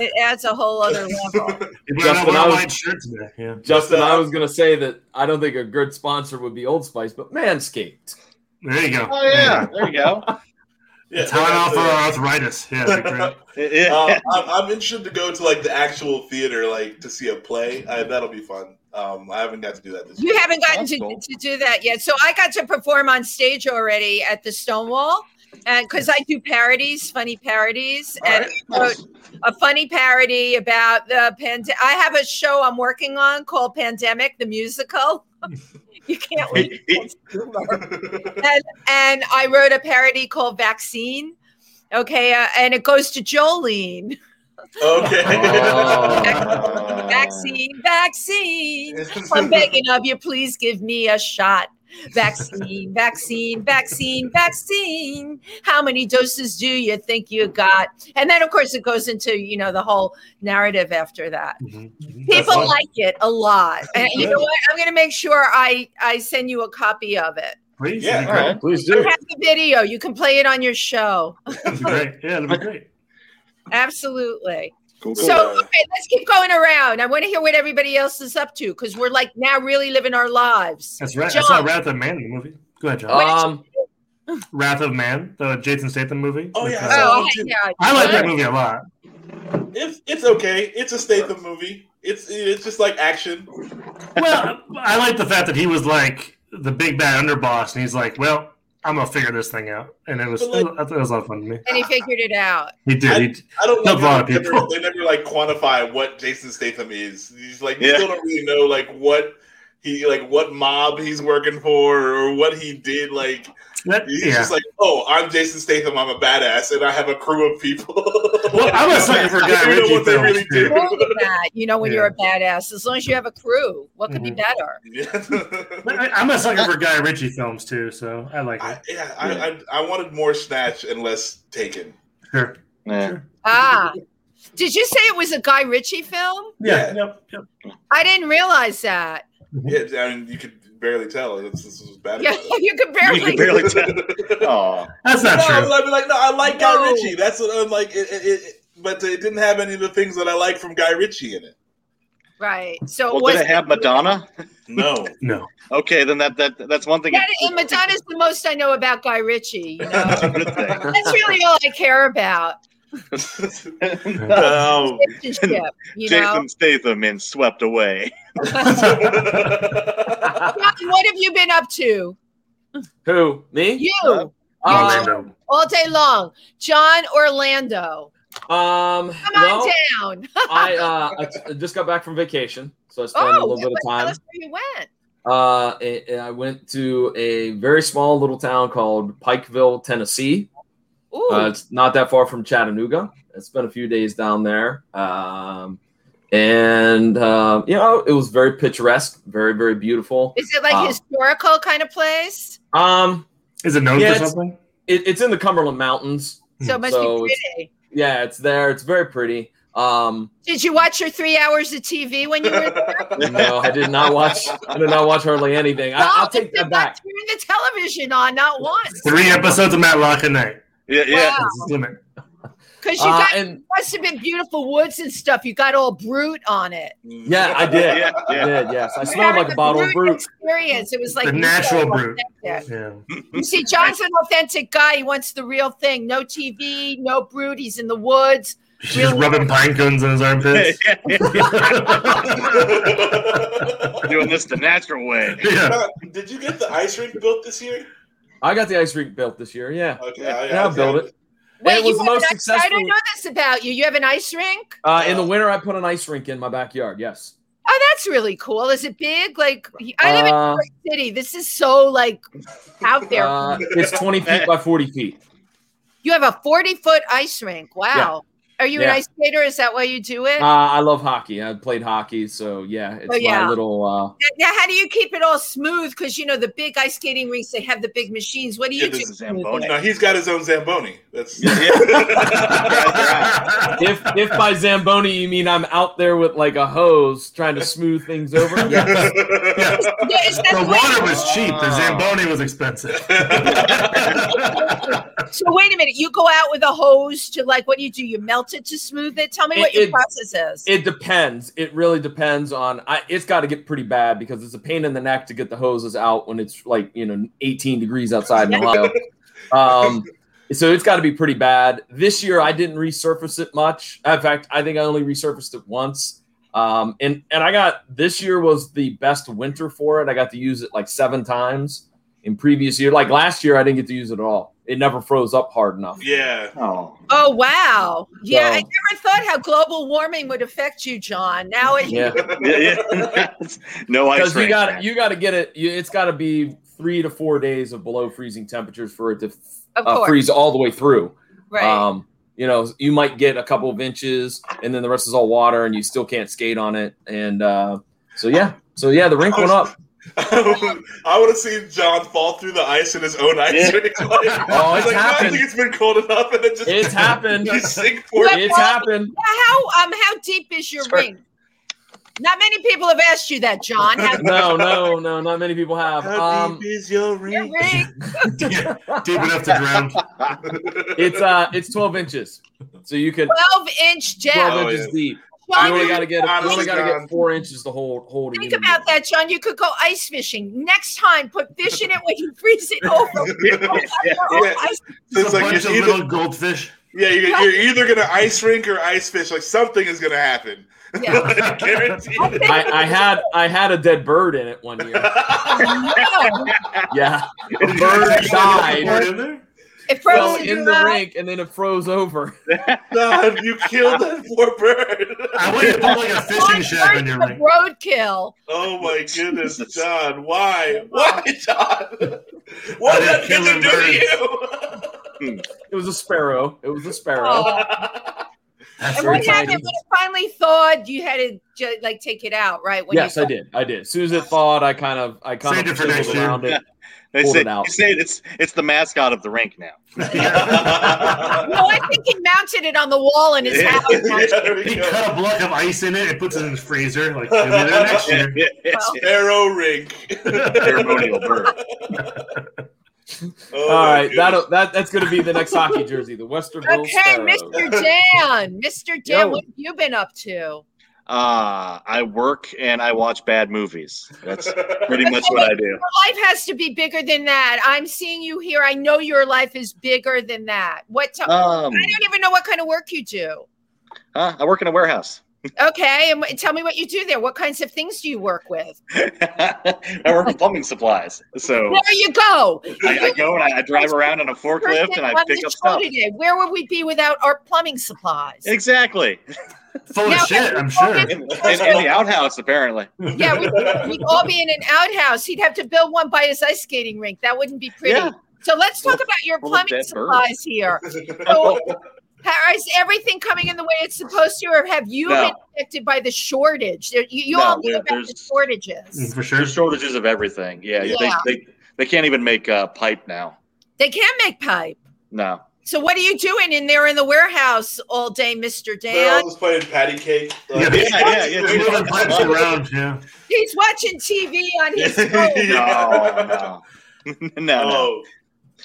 It adds a whole other level.
Justin, I was,
shirt today. Yeah.
Justin, I was gonna say that I don't think a good sponsor would be Old Spice, but Manscaped.
There you go.
Oh yeah, there you go.
It's hot out for our arthritis. Yeah, that'd be great.
um, I'm, I'm interested to go to like the actual theater, like to see a play. I, that'll be fun. Um, I haven't got to do that this year.
You haven't gotten to, to do that yet. So I got to perform on stage already at the Stonewall, and because I do parodies, funny parodies, and I wrote a funny parody about the pandemic. I have a show I'm working on called Pandemic the Musical. you can't wait. and, and I wrote a parody called Vaccine. Okay, uh, and it goes to Jolene.
Okay.
Oh.
Oh,
Vaccine, vaccine. I'm begging of you, please give me a shot. Vaccine, vaccine, vaccine, vaccine. How many doses do you think you got? And then, of course, it goes into you know the whole narrative after that. People
awesome.
like it a lot, and you know
Good.
what? I'm going to make sure I I send you a copy of it.
Please,
Yeah,
that'd be great.
please
I have the video. You can play it on your show.
That'd be great. Yeah, that'd be great.
Absolutely.
Cool.
So okay, let's keep going around. I want to hear what everybody else is up to because we're like now really living our lives.
That's right.
John,
I saw Wrath of Man the movie. Go ahead, John. Um, Wrath of Man, the Jason Statham movie.
Oh,
with,
yeah, I
uh,
saw that, too.
I like that movie a lot.
It's it's okay. It's a Statham movie. It's it's just like action.
Well, I like the fact that he was like the big bad underboss, and he's like, "Well, I'm gonna figure this thing out," and it was.
But, like-
I thought it was a lot of fun to me.
and he figured it out.
He did. he,
I don't
helped
love
a lot of
they never-
people.
They never like quantify what Jason Statham is. He's like you
Yeah.
still don't really know like what he like what mob he's working for or what he did. Like
That-
he's
yeah.
just like, oh, I'm Jason Statham. I'm a badass, and I have a crew of people. well,
I'm a sucker for Guy
you know
Ritchie
what they
films,
really do.
too.
More than that, you know, when you're a badass, as long as you have a crew, what could be better?
But Mm-hmm. I, I'm a sucker for Guy Ritchie films too, so I like it.
Yeah, I, I I wanted more Snatch and less Taken.
Sure.
Ah, did you say it was a Guy Ritchie film?
Yeah. Yep.
I didn't realize that.
Yeah, I mean, you could barely tell. This, this was bad.
Yeah, you could barely.
tell.
That's not
no,
true.
I mean, like, no, I like
No.
Guy Ritchie. That's what I'm like. It, it, it, but it didn't have any of the things that I like from Guy Ritchie in it.
right. So
Well,
it was
did it have Madonna?
No,
no.
Okay, then that that that's one thing.
That- and Madonna's the most I know about Guy Ritchie. You know?
That's a good thing.
That's really all I care about.
No.
Relationship, you
Oh. Jason
know.
Statham in Swept Away.
John, what have you been up to
Who? Me?
You.
Um,
all day long? John Orlando. Come
um, well,
on down.
I uh, I t- I just got back from vacation, so I
Oh,
spent a little bit of
Oh, tell
time.
us where you went.
Uh, and- and I went to a very small little town called Pikeville, Tennessee.
Ooh.
Uh, it's not that far from Chattanooga. I spent a few days down there. Um, and, uh, you know, it was very picturesque, very, very beautiful.
Is it like
Uh,
historical kind of place?
Um,
Is it known
yeah,
for
it's-
something?
It, it's in the Cumberland Mountains.
So it must be
Hmm. it's-
pretty.
yeah, it's there. It's very pretty. Um,
Did you watch your three hours of TV when you were there?
no, I did not watch. I did not watch hardly anything. I, I'll take that back.
Turn the television on, not once.
Three episodes of Matlock a night.
Yeah,
yeah. Wow.
That's the limit.
Because you
Uh,
got
and-
must have been beautiful woods and stuff. You got all brute on it.
Yeah, I did.
Yeah,
I
yeah.
did. Yes, I
You
smelled
had
like a bottle of brute.
Experience. It was like
The
you
natural
said,
brute.
authentic.
Yeah.
You see, John's an authentic guy. He wants the real thing. No TV, no brute. He's in the woods.
She's just rubbing pine cones in his armpits.
Doing this the natural way.
Uh, Did you get the ice rink built this year?
I got the ice rink built this year. Yeah.
Okay.
yeah, I built it.
Wait,
it
you
was the
have an
most
ice- I
successful.
don't know this about you. You have an ice rink?
Uh, in the winter, I put an ice rink in my backyard. Yes.
Oh, that's really cool. Is it big? Like I live in
Uh,
New York City. This is so like out there.
Uh, it's 20 feet by 40 feet.
you have a forty-foot ice rink. Wow. Are you an
Yeah.
ice skater? Is that why you do it?
Uh, I love hockey. I played hockey, so yeah, it's
Oh, yeah.
my little. Uh,
Now, how do you keep it all smooth? Because you know the big ice skating rinks, they have the big machines. What do you do?
Oh,
Zamboni. No, he's got his own Zamboni. That's
if if by Zamboni you mean I'm out there with like a hose trying to smooth things over, yes.
The water was cheap. The
Ah.
Zamboni was expensive.
So wait a minute. You go out with a hose to like what do you do? You melt it to smooth it. Tell me
It-
what your
it-
process is.
It depends. It really depends on. I, it's got to get pretty bad because it's a pain in the neck to get the hoses out when it's like you know 18 degrees outside in Ohio. um, so it's got to be pretty bad. This year I didn't resurface it much. In fact, I think I only resurfaced it once. Um, and and I got this year was the best winter for it. I got to use it like seven times. In previous year, like last year, I didn't get to use it at all. It never froze up hard enough.
Yeah.
Oh.
oh wow. Yeah, I
So-
never thought how global warming would affect you, John. Now it
Yeah.
No ice
you
rink.
got you got to get it. You, it's got to be three to four days of below freezing temperatures for it to
Of
uh,
course.
freeze all the way through.
Right.
Um, you know, you might get a couple of inches, and then the rest is all water, and you still can't skate on it. And uh, so yeah, so yeah, the rink went up.
I would have seen John fall through the ice in his own ice
Yeah.
rink. Like,
Oh, it's
he's like, "No, I
happened.
think it's been cold enough, and then just
It's happened.
You sink for it.
it's happened.
Now, how um how deep is your ring? Not many people have asked you that, John. How
No, no, no, not many people have.
How
Um,
is your
your
ring?
ring?
Deep enough to drown.
it's uh, it's twelve inches, so you could
Twelve inch
twelve
depth.
Oh,
inches deep. You
John,
only got to get you only
honestly,
got to
John.
get four inches to hold hold. a
Think
human
about that, John. You could go ice fishing next time. Put fish in it when you freeze it over.
Yeah. So it's
Just a
like
bunch
it's
of
either-
little goldfish.
Yeah, you're, you're either gonna ice rink or ice fish. Like something is gonna happen.
Yeah.
I guarantee it.
I, I had I had a dead bird in it one year. Yeah, a bird died.
It
Fell
froze
in
you
the
up.
rink and then it froze over.
God, you killed that poor bird.
I want you to put like a fishing shack on your
The
ring.
roadkill.
Oh my goodness, John! Why? Why, John? What did
I
that
didn't
get to do
kill
to
him,
you?
It was a sparrow. It was a sparrow.
Oh.
That's
And
very
what happened when
tiny.
it finally thawed? You had to ju- like take it out, right? When
Yes,
you
I did. I did. As soon as it thawed, I kind of I kind
Save it
of
for next
fiddled
year.
around it.
They
Pulled
say,
it out.
they say it's it's the mascot of the rink now.
No, I think he mounted it on the wall in his house.
he cut a block of ice in it and puts it in his freezer. Like he'll be there next year.
Arrow rink.
Ceremonial bird.
Oh,
All right, that'll, that that's going to be the next hockey jersey, the Westerville.
Okay,
Sparrows.
Mr. Dan. Mr. Dan,
Yo.
what have you been up to?
Uh, I work and I watch bad movies. That's pretty much what I do.
Your life has to be bigger than that. I'm seeing you here. I know your life is bigger than that. What? t-
Um.
I don't even know what kind of work you do.
Huh? I work in a warehouse.
Okay, and wh- tell me what you do there. What kinds of things do you work with?
I work in plumbing supplies. So
There you go.
I, I go and I, I drive around on a forklift
Person
and I
on
pick
the
up
show
stuff.
Today. Where would we be without our plumbing supplies?
Exactly.
Full of Now, shit, if I'm we sure. focus-
In, in- in the outhouse, apparently.
Yeah, we'd, we'd all be in an outhouse. He'd have to build one by his ice skating rink. That wouldn't be pretty.
Yeah.
So let's talk about your
full of
plumbing
dead birds.
supplies here. So, ha- is everything coming in the way it's supposed to, or have you
No.
been affected by the shortage? There- You, you
No,
all know
there-
about the
there's-
shortages.
Mm, For sure. There's shortages of everything. Yeah. They,
Yeah.
they, they can't even make uh, pipe now.
They can make pipe.
No.
So what are you doing in there in the warehouse all day, Mr. Dan?
playing patty cake.
Yeah, yeah, yeah, yeah. They're moving pipes around. Yeah.
He's watching TV on his phone.
no, no, no, Oh. no.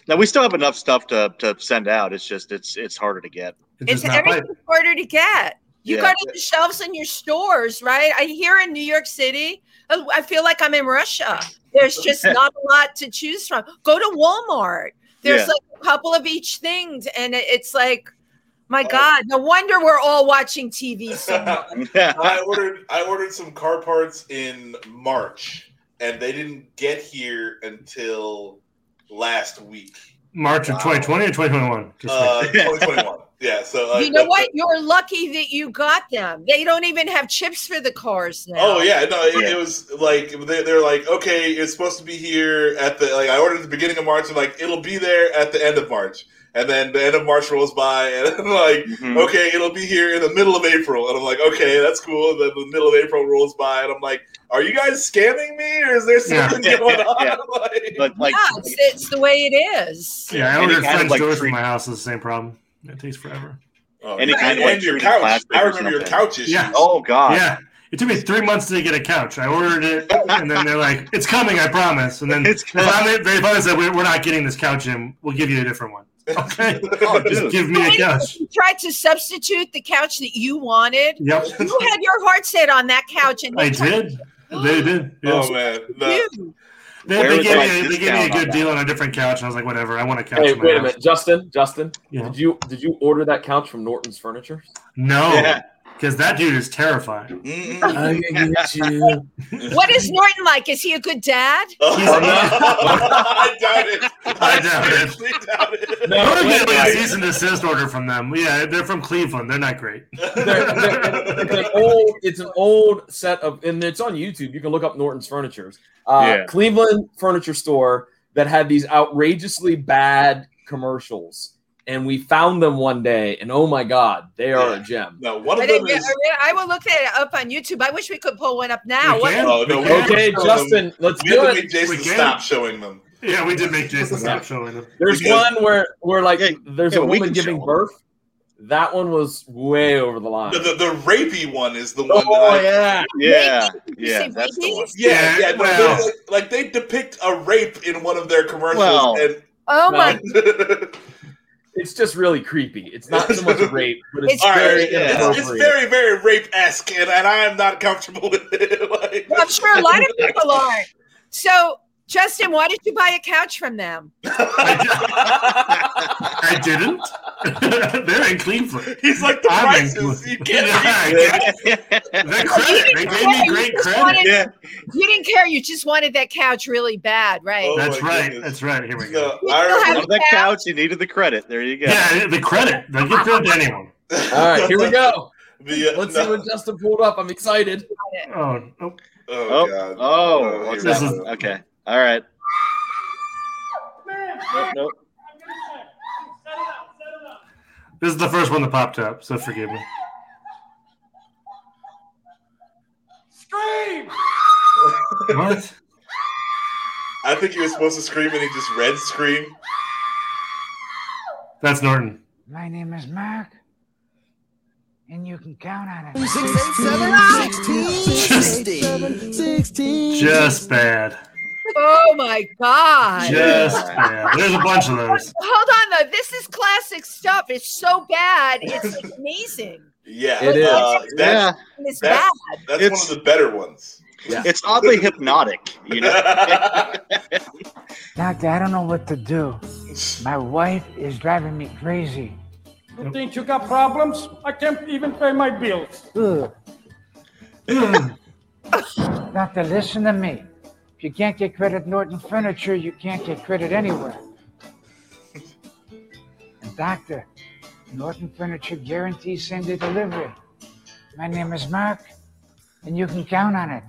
Now we still have enough stuff to, to send out. It's just it's it's harder to get.
It's everything harder to get. You
Yeah.
got it on the shelves in your stores, right? I here in New York City, I I feel like I'm in Russia. There's just not a lot to choose from. Go to Walmart. There's
Yeah.
like a couple of each thing, and it- it's like,
Uh,
my God, no wonder we're all watching TV so much.
I ordered I ordered some car parts in March, and they didn't get here until last week.
March of 2020 or 2021. Just
Uh,
like-
2021. Yeah. So uh,
you know what? You're lucky that you got them. They don't even have chips for the cars now.
Oh yeah, no, it, it was like they, they're like, okay, it's supposed to be here at the like I ordered at the beginning of March, and like it'll be there at the end of March, and then the end of March rolls by, and I'm like, okay, it'll be here in the middle of April, and I'm like, okay, that's cool. And then the middle of April rolls by, and I'm like, are you guys scamming me, or is there something going on?
But like,
yeah, it's, it's the way it is.
yeah, I
Any
ordered
kind of,
French
like,
doors for my house. Is the same problem. It takes forever.
Oh,
Any kind of, like,
and your
treated
couch.
plastic
I
or
remember your
something.
couch issues.
Yeah.
Oh god.
Yeah. It took me three months to get a couch. I ordered it, and then they're like, "It's coming, I promise." And then they finally, they finally said, "We're we're not getting this couch in. We'll give you a different one." Okay,
Oh,
just give me a couch.
You tried to substitute the couch that you wanted.
Yep.
You had your heart set on that couch, and
I
they tried-
did. They did.
Oh man,
You.
They,
Where
they
was
gave
my
me a, they gave
discount
me a
on
good
that?
deal on a different couch, and I was like, "Whatever, I want a couch."
Hey,
in my
wait a
house.
minute, Justin. Justin,
Yeah.
did you did you order that couch from Norton's Furniture?
No, because that dude is terrifying.
I get you.
What is Norton like? Is he a good dad?
I doubt it.
I doubt it.
No,
I would
wait,
have been
wait.
a cease and desist order from them. Yeah, they're from Cleveland. They're not great.
it's an old it's an old set of and it's on youtube you can look up norton's furniture uh,
Yeah.
cleveland furniture store that had these outrageously bad commercials and we found them one day and oh my god they are a gem
no
I, didn't- I- I will look that up on YouTube. I wish we could pull one up now. What-
okay justin let's
we
do
have
it
to make Jason stop showing them.
Yeah, we did make Jason stop showing them.
There's
Because-
one where where like there's
yeah,
a
but we
woman
can show
giving
them.
birth. That one was way over the line.
The, the, the rapey one is the one.
Oh,
that I,
yeah.
Yeah.
yeah,
that's the one.
yeah, yeah. no,
well-
they- like, like they depict a rape in one of their commercials.
Well-
and
Oh my!
It's just really creepy. It's not so much rape, but it's,
All right,
very
yeah. it's, it's
inappropriate.
very, very rape esque, and, and I am not comfortable with it. like,
I'm sure a lot of people aren't. So, Justin, why did you buy a couch from them?
I didn't. they're in Cleveland.
He's like the prices. You
can't. the credit. They gave me great credit.
You didn't care. You just wanted that couch really bad, right?
Oh,
Oh
That's right. That's right. Here we go.
I still remember- have a
that couch. You needed the credit. There you go.
Yeah, the credit. They give credit to anyone.
Oh
All right, here we go.
The,
Let's see what Justin pulled up. I'm excited.
Oh, oh.
Oh,
God. oh, what's
This
that
is-
one? okay. All right. Nope.
This is the first one that popped up, so forgive me.
Scream!
What?
I think he was supposed to scream and he just read scream.
That's Norton.
My name is Mark, and you can count on it.
16, Just bad.
Oh my god.
Just bad. There's a bunch of those.
Hold on though. This is classic stuff. It's so bad. It's amazing.
Yeah,
It is.
uh, that's,
It's
that's,
bad.
that's one of the better ones.
It's oddly hypnotic, you know.
Doctor, I don't know what to do. My wife is driving me crazy.
You think you got problems? I can't even pay my bills.
Ugh. Doctor, listen to me. If you can't get credit Norton Furniture, you can't get credit anywhere. And doctor, Norton Furniture guarantees same day delivery. My name is Mark, and you can count on it.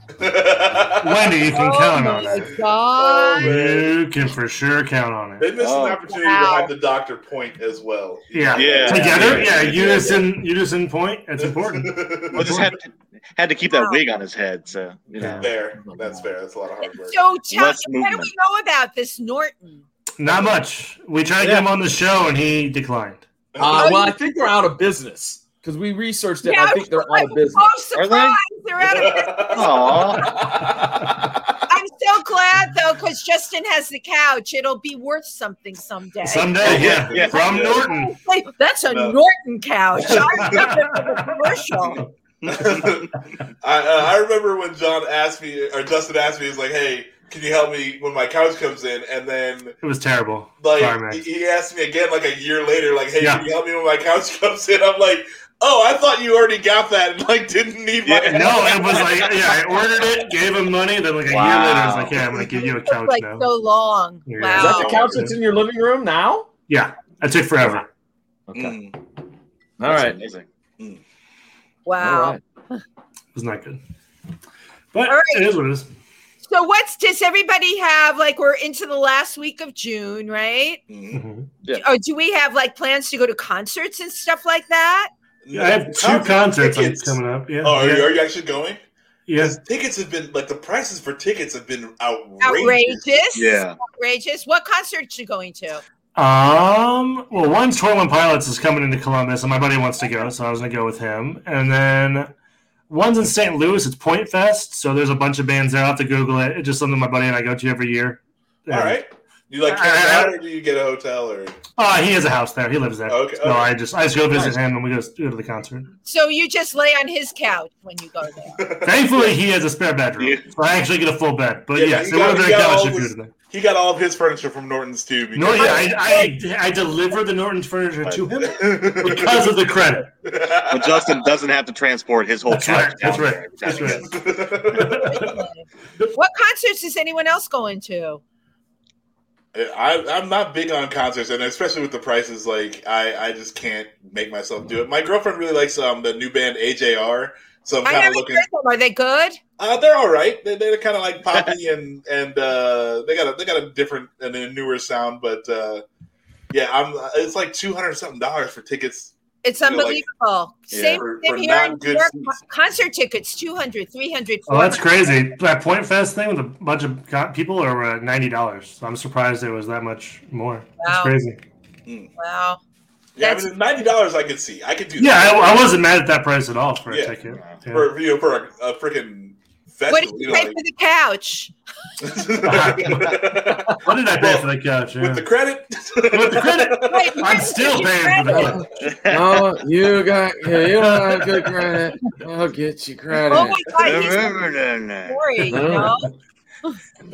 Wendy, you can
Oh
count on
my
it.
God.
You can for sure count on
They
it.
missed
Oh.
an opportunity to have the doctor point as well.
Oh. Yeah. Together? Yeah. Unison, unison point. It's important.
Well, just had to, had to keep that wig on his head, so you know.
Fair. That's fair. That's a lot of hard work.
So tell
Less
what do
movement.
we know about this Norton?
Not much. We tried to get him on the show and he declined.
Uh, well, I think they're out of business because we researched it. I think they're out of business.
Oh, surprise! They're out of business. I'm so glad though, because Justin has the couch. It'll be worth something someday.
Someday, yeah. From Norton.
Wait, that's a
No.
Norton couch. I remember the commercial.
I, uh, I remember when John asked me, or Justin asked me, he's like, "Hey, can you help me when my couch comes in?" And then
It was terrible. Sorry,
like
man.
he he asked me again, like a year later, like, "Hey,
Yeah.
can you help me when my couch comes in?" I'm like, "Oh, I thought you already got that, and like didn't need my."
Yeah, no, it was like yeah, I ordered it, gave him money, then like a year later, I was like, yeah, I'm gonna give you a couch
like
now.
so long.
Oh, Yeah.
Wow.
Is that the couch that's
in your living room now?
Yeah, that took forever.
Okay.
All right. Amazing.
Wow.
All right. It was not good. But it is what it is.
So what's does everybody have? Like we're into the last week of June, right?
Mm.
Oh, do we have like plans to go to concerts and stuff like that?
I have two
Concert
concerts I'm
tickets.
coming up. Yeah.
Oh, are,
yeah.
You, are you actually going?
Yes.
Tickets have been like the prices for tickets have been outrageous.
Outrageous. Outrageous. What concerts you going to?
Um. Well, one Twirling Pilots is coming into Columbus, and my buddy wants to go, so I was gonna go with him. And then one's in St. Louis. It's Point Fest, so there's a bunch of bands there. I will have to Google it. It's just something my buddy and I go to every year.
All right. You like camp out, or do you get a hotel, or
Uh, he has a house there. He lives there.
Okay,
So
okay.
I just I just go visit
Nice.
him, and we go go to the concert.
So you just lay on his couch when you go there.
Thankfully, he has a spare bedroom, so I actually get a full bed. But
Yeah,
yes,
he
it would
got-
have been
he
a
got
couch
all
if you
his-
were there.
he got all of his furniture from Norton's too? because-
No, yeah, I, I I delivered the Norton furniture to him because of the credit.
But Justin doesn't have to transport his whole couch.
That's
down
right. That's right.
what concerts is anyone else going to?
I, I'm not big on concerts, and especially with the prices, like I, I just can't make myself do it. My girlfriend really likes um the new band AJR, so I'm
I
kind of
never
looking.
heard them. Are they good?
Uh, they're all right. They, they're kind of like poppy, and and uh, they got a, they got a different and a newer sound, but uh, yeah, I'm. It's like two hundred something dollars for tickets.
It's
You know, like-
unbelievable. same
for-
thing
for
here in
not
New
good
York.
seats.
Concert tickets 200, 300,
Oh, that's
400.
crazy. That Point Fest thing with a bunch of co- people are uh, ninety dollars. So I'm surprised it was that much more. That's
Wow.
crazy.
Wow.
Mm. Yeah, I mean, ninety dollars I could see. I could do.
Yeah,
that.
I, I wasn't mad at that price at all for
Yeah.
a ticket. Yeah.
for you know, for a, a freaking festival.
What did you
know,
pay
like-
for the couch?
What did I pay for the couch? With
the credit?
With the credit? I'm still paying for the couch.
oh, you got yeah, you don't have good credit. I'll get you credit.
Oh my God, he's Sorry, you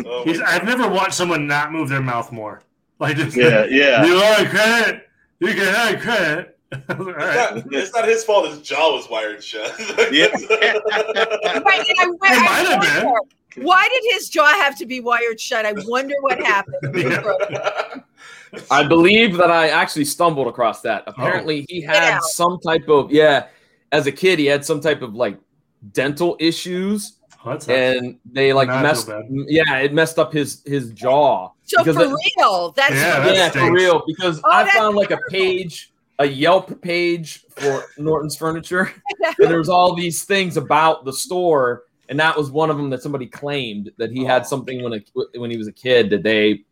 know?
He's, I've never watched someone not move their mouth more. Like just
Yeah, yeah.
You want credit? You can have credit.
It's not- It's not his fault. His jaw was wired shut. yeah.
Right, and I, wa- I wonder, Why did his jaw have to be wired shut? I wonder what happened.
I believe that I actually stumbled across that.
Oh.
Apparently, he had some type of yeah. As a kid, he had some type of like dental issues,
that's
and they like
Now I feel
messed.
bad.
Yeah, it messed up his his jaw.
So
Because
for
it-
real, that's
yeah, for real. Because
Oh,
I
that's
found like a page, a Yelp page for Norton's Furniture, and there was all these things about the store and that was one of them that somebody claimed that he
Oh.
had something when a, when he was a kid that they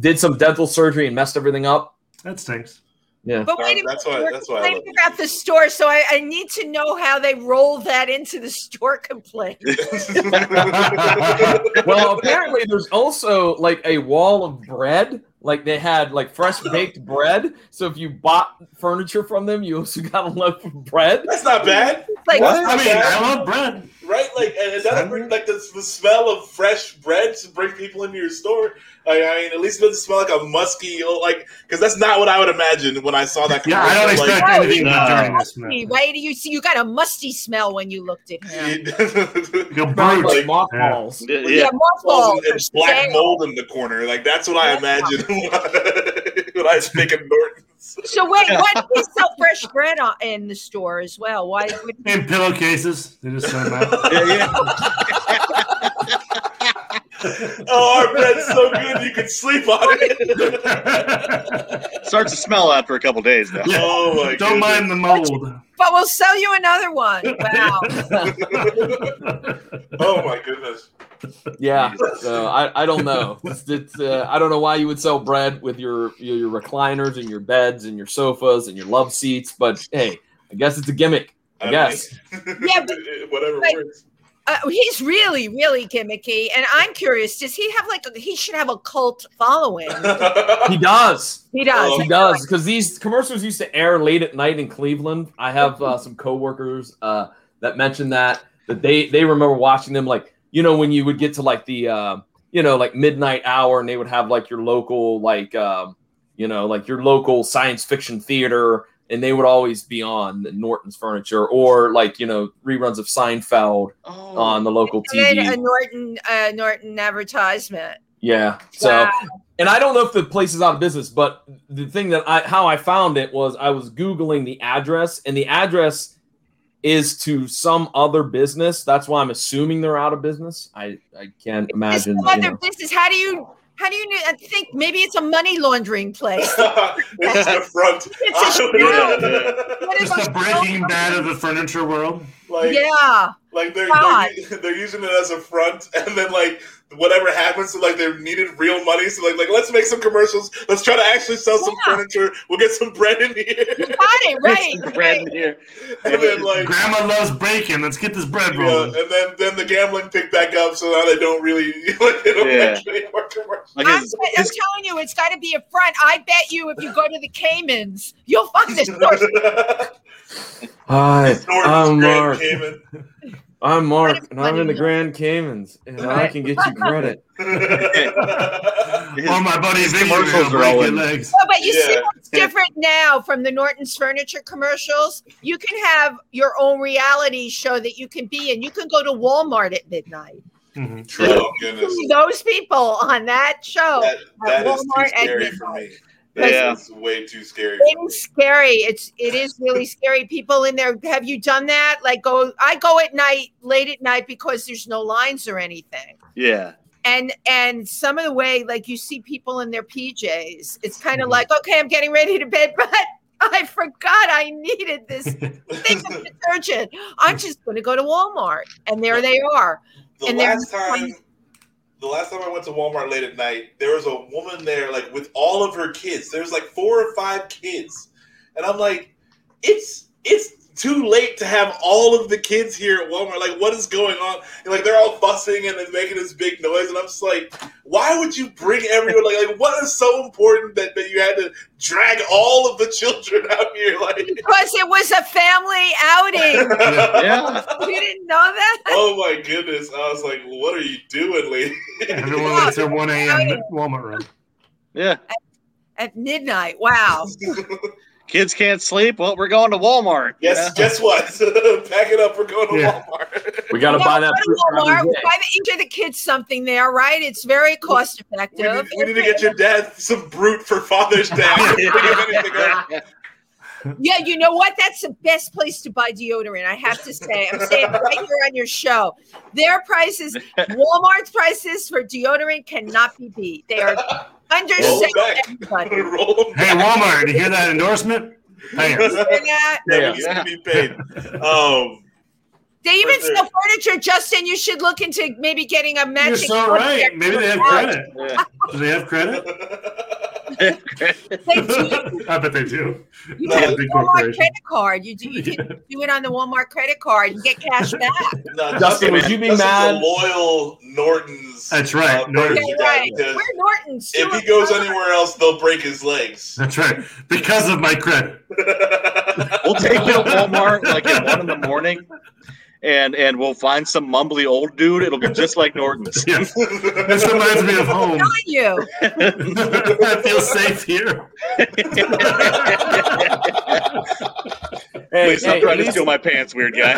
did some dental surgery and messed everything up.
That stinks.
Yeah,
But wait a minute,
That's why.
we're
That's why. I love
complaining about the store, so I, I need to know how they roll that into the store complaint.
well, apparently there's also like a wall of bread. Like they had like fresh baked bread. So if you bought furniture from them, you also got a loaf of bread.
That's not bad.
Like,
That's
I
not
mean,
bad.
I love bread.
Right, like and it doesn't bring like the, the smell of fresh bread to bring people into your store. Like, I mean, at least it doesn't smell like a musky old- like because that's not what I would imagine when I saw that.
Yeah, I don't
commercial,
expect
Oh,
like-
anything to dirty this smell.
Why do you see? You got a musty smell when you looked at him.
Your
brute.
Like mothballs.
Yeah,
Yeah, mothballs
And, and black mold in the corner. Like that's what I imagine when I think of Norton.
So wait, why do they sell fresh bread on, in the store as well? Why? Would,
And pillowcases. They just send them out.
Oh, our bed's so good you could sleep on it.
Starts to smell after a couple days now.
Yeah.
Oh my
Don't mind the mold.
but we'll sell you another one. Wow.
oh my goodness.
Yeah, so I, I don't know. It's, it's, uh, I don't know why you would sell bread with your, your your recliners and your beds and your sofas and your love seats, but hey, I guess it's a gimmick. I guess.
Yeah, but
Whatever
Like-
works.
uh, he's really, really gimmicky, and I'm curious. Does he have like? A, he should have a cult following.
He does.
He does.
He does. Because these commercials used to air late at night in Cleveland. I have uh, some coworkers uh, that mentioned that that they they remember watching them like you know when you would get to like the uh, you know like midnight hour and they would have like your local like um, you know like your local science fiction theater and they would always be on Norton's Furniture or like you know reruns of Seinfeld on the local
And then a
TV.
Norton, uh, Norton advertisement.
Yeah. So,
Wow.
and I don't know if the place is out of business, but the thing that I how I found it was I was googling the address, and the address is to some other business. That's why I'm assuming they're out of business. I I can't
There's
imagine.
no
you
other
know.
business. How do you? How do you kn- I think? Maybe it's a money laundering place.
This is the front.
It's a
Just the
Oh
breaking bad of the furniture world.
Like,
yeah.
Like they're,
God.
they're u- they're using it as a front, and then like whatever happens, so like they needed real money, so like like let's make some commercials. Let's try to actually sell some furniture. We'll get some bread in here.
Got it right.
bread in here.
And then like
Grandma loves bacon. Let's get this bread
yeah,
rolling.
and then then the gambling picked back up, so now they don't really like, they don't
Yeah.
actually work commercials.
I'm, I'm telling you, it's got to be a front. I bet you, if you go to the Caymans, you'll find this source.
Hi, I'm Mark.
Cayman.
I'm Mark, and I'm in the Grand Caymans, and I can get you credit.
Or my buddy
His
Vinny
commercials
will
are
break
all
your
in.
legs.
No, Oh, but you see
Yeah.
what's different now from the Norton's furniture commercials? You can have your own reality show that you can be in. You can go to Walmart at midnight.
True. Oh, goodness.
Those people on that show
That
at
is too
Walmart at
scary
midnight.
for me. That is
Yeah.
way too scary. for me.
It's scary. It's it is really scary. People in there. Have you done that? Like go. I go at night, late at night, because there's no lines or anything.
Yeah.
and and some of the way like you see people in their pjs it's kind
Mm-hmm.
of like okay i'm getting ready to bed but i forgot i needed this thing of detergent i'm just going to go to walmart and there they are
The
and
last
they're
time, the last time I went to Walmart late at night, there was a woman there, like with all of her kids. There's like four or five kids, and I'm like, it's it's too late to have all of the kids here at Walmart. Like, what is going on? And, like, they're all fussing and then making this big noise, and I'm just like, why would you bring everyone? Like, like what is so important that that you had to drag all of the children out here? Like,
because it was a family outing
yeah.
you didn't know that
Oh my goodness! I was like, "What are you doing, lady?"
Everyone likes their 1 a.m. Walmart run.
Yeah.
at midnight wow
Kids can't sleep. Well, we're going to Walmart.
Yes. Guess what? Pack it up. We're going to
Yeah.
Walmart.
We gotta
Yeah,
buy
go
that.
to Walmart, buy the, each of the kids something there, right? It's very cost
We need,
effective.
we need to get your dad some brute for Father's Day. I can't think of anything else.
Yeah, you know what? That's the best place to buy deodorant. I have to say, I'm saying it right here on your show, their prices, Walmart's prices for deodorant cannot be beat. They are
Roll it
underselling
back.
everybody.
Hey, Walmart, you hear that endorsement? Pay
You
us.
hear that?
Yeah, we need to be paid. Um,
They even
Listen.
sell furniture, Justin. You should look into maybe getting a matching.
You're so
furniture.
right. Maybe they have credit. Do they have credit? I bet they do.
You
Not
take
a
a
big
Walmart
corporation.
credit card. You do you can do it on the Walmart credit card and get cash back.
No,
Dustin, would
man,
you be
Dustin's
mad?
A loyal Norton's. uh,
That's right. Norton.
Norton's guy
right.
because
We're Norton's. too.
if he goes anywhere else, they'll break his legs.
That's right. Because of my credit.
We'll take you to Walmart like at one in the morning, and and we'll find some mumbly old dude. It'll be just like Norton's.
This reminds me of home.
you.
I feel safe here.
Please stop
hey, at
trying to
least-
steal my pants, weird guy.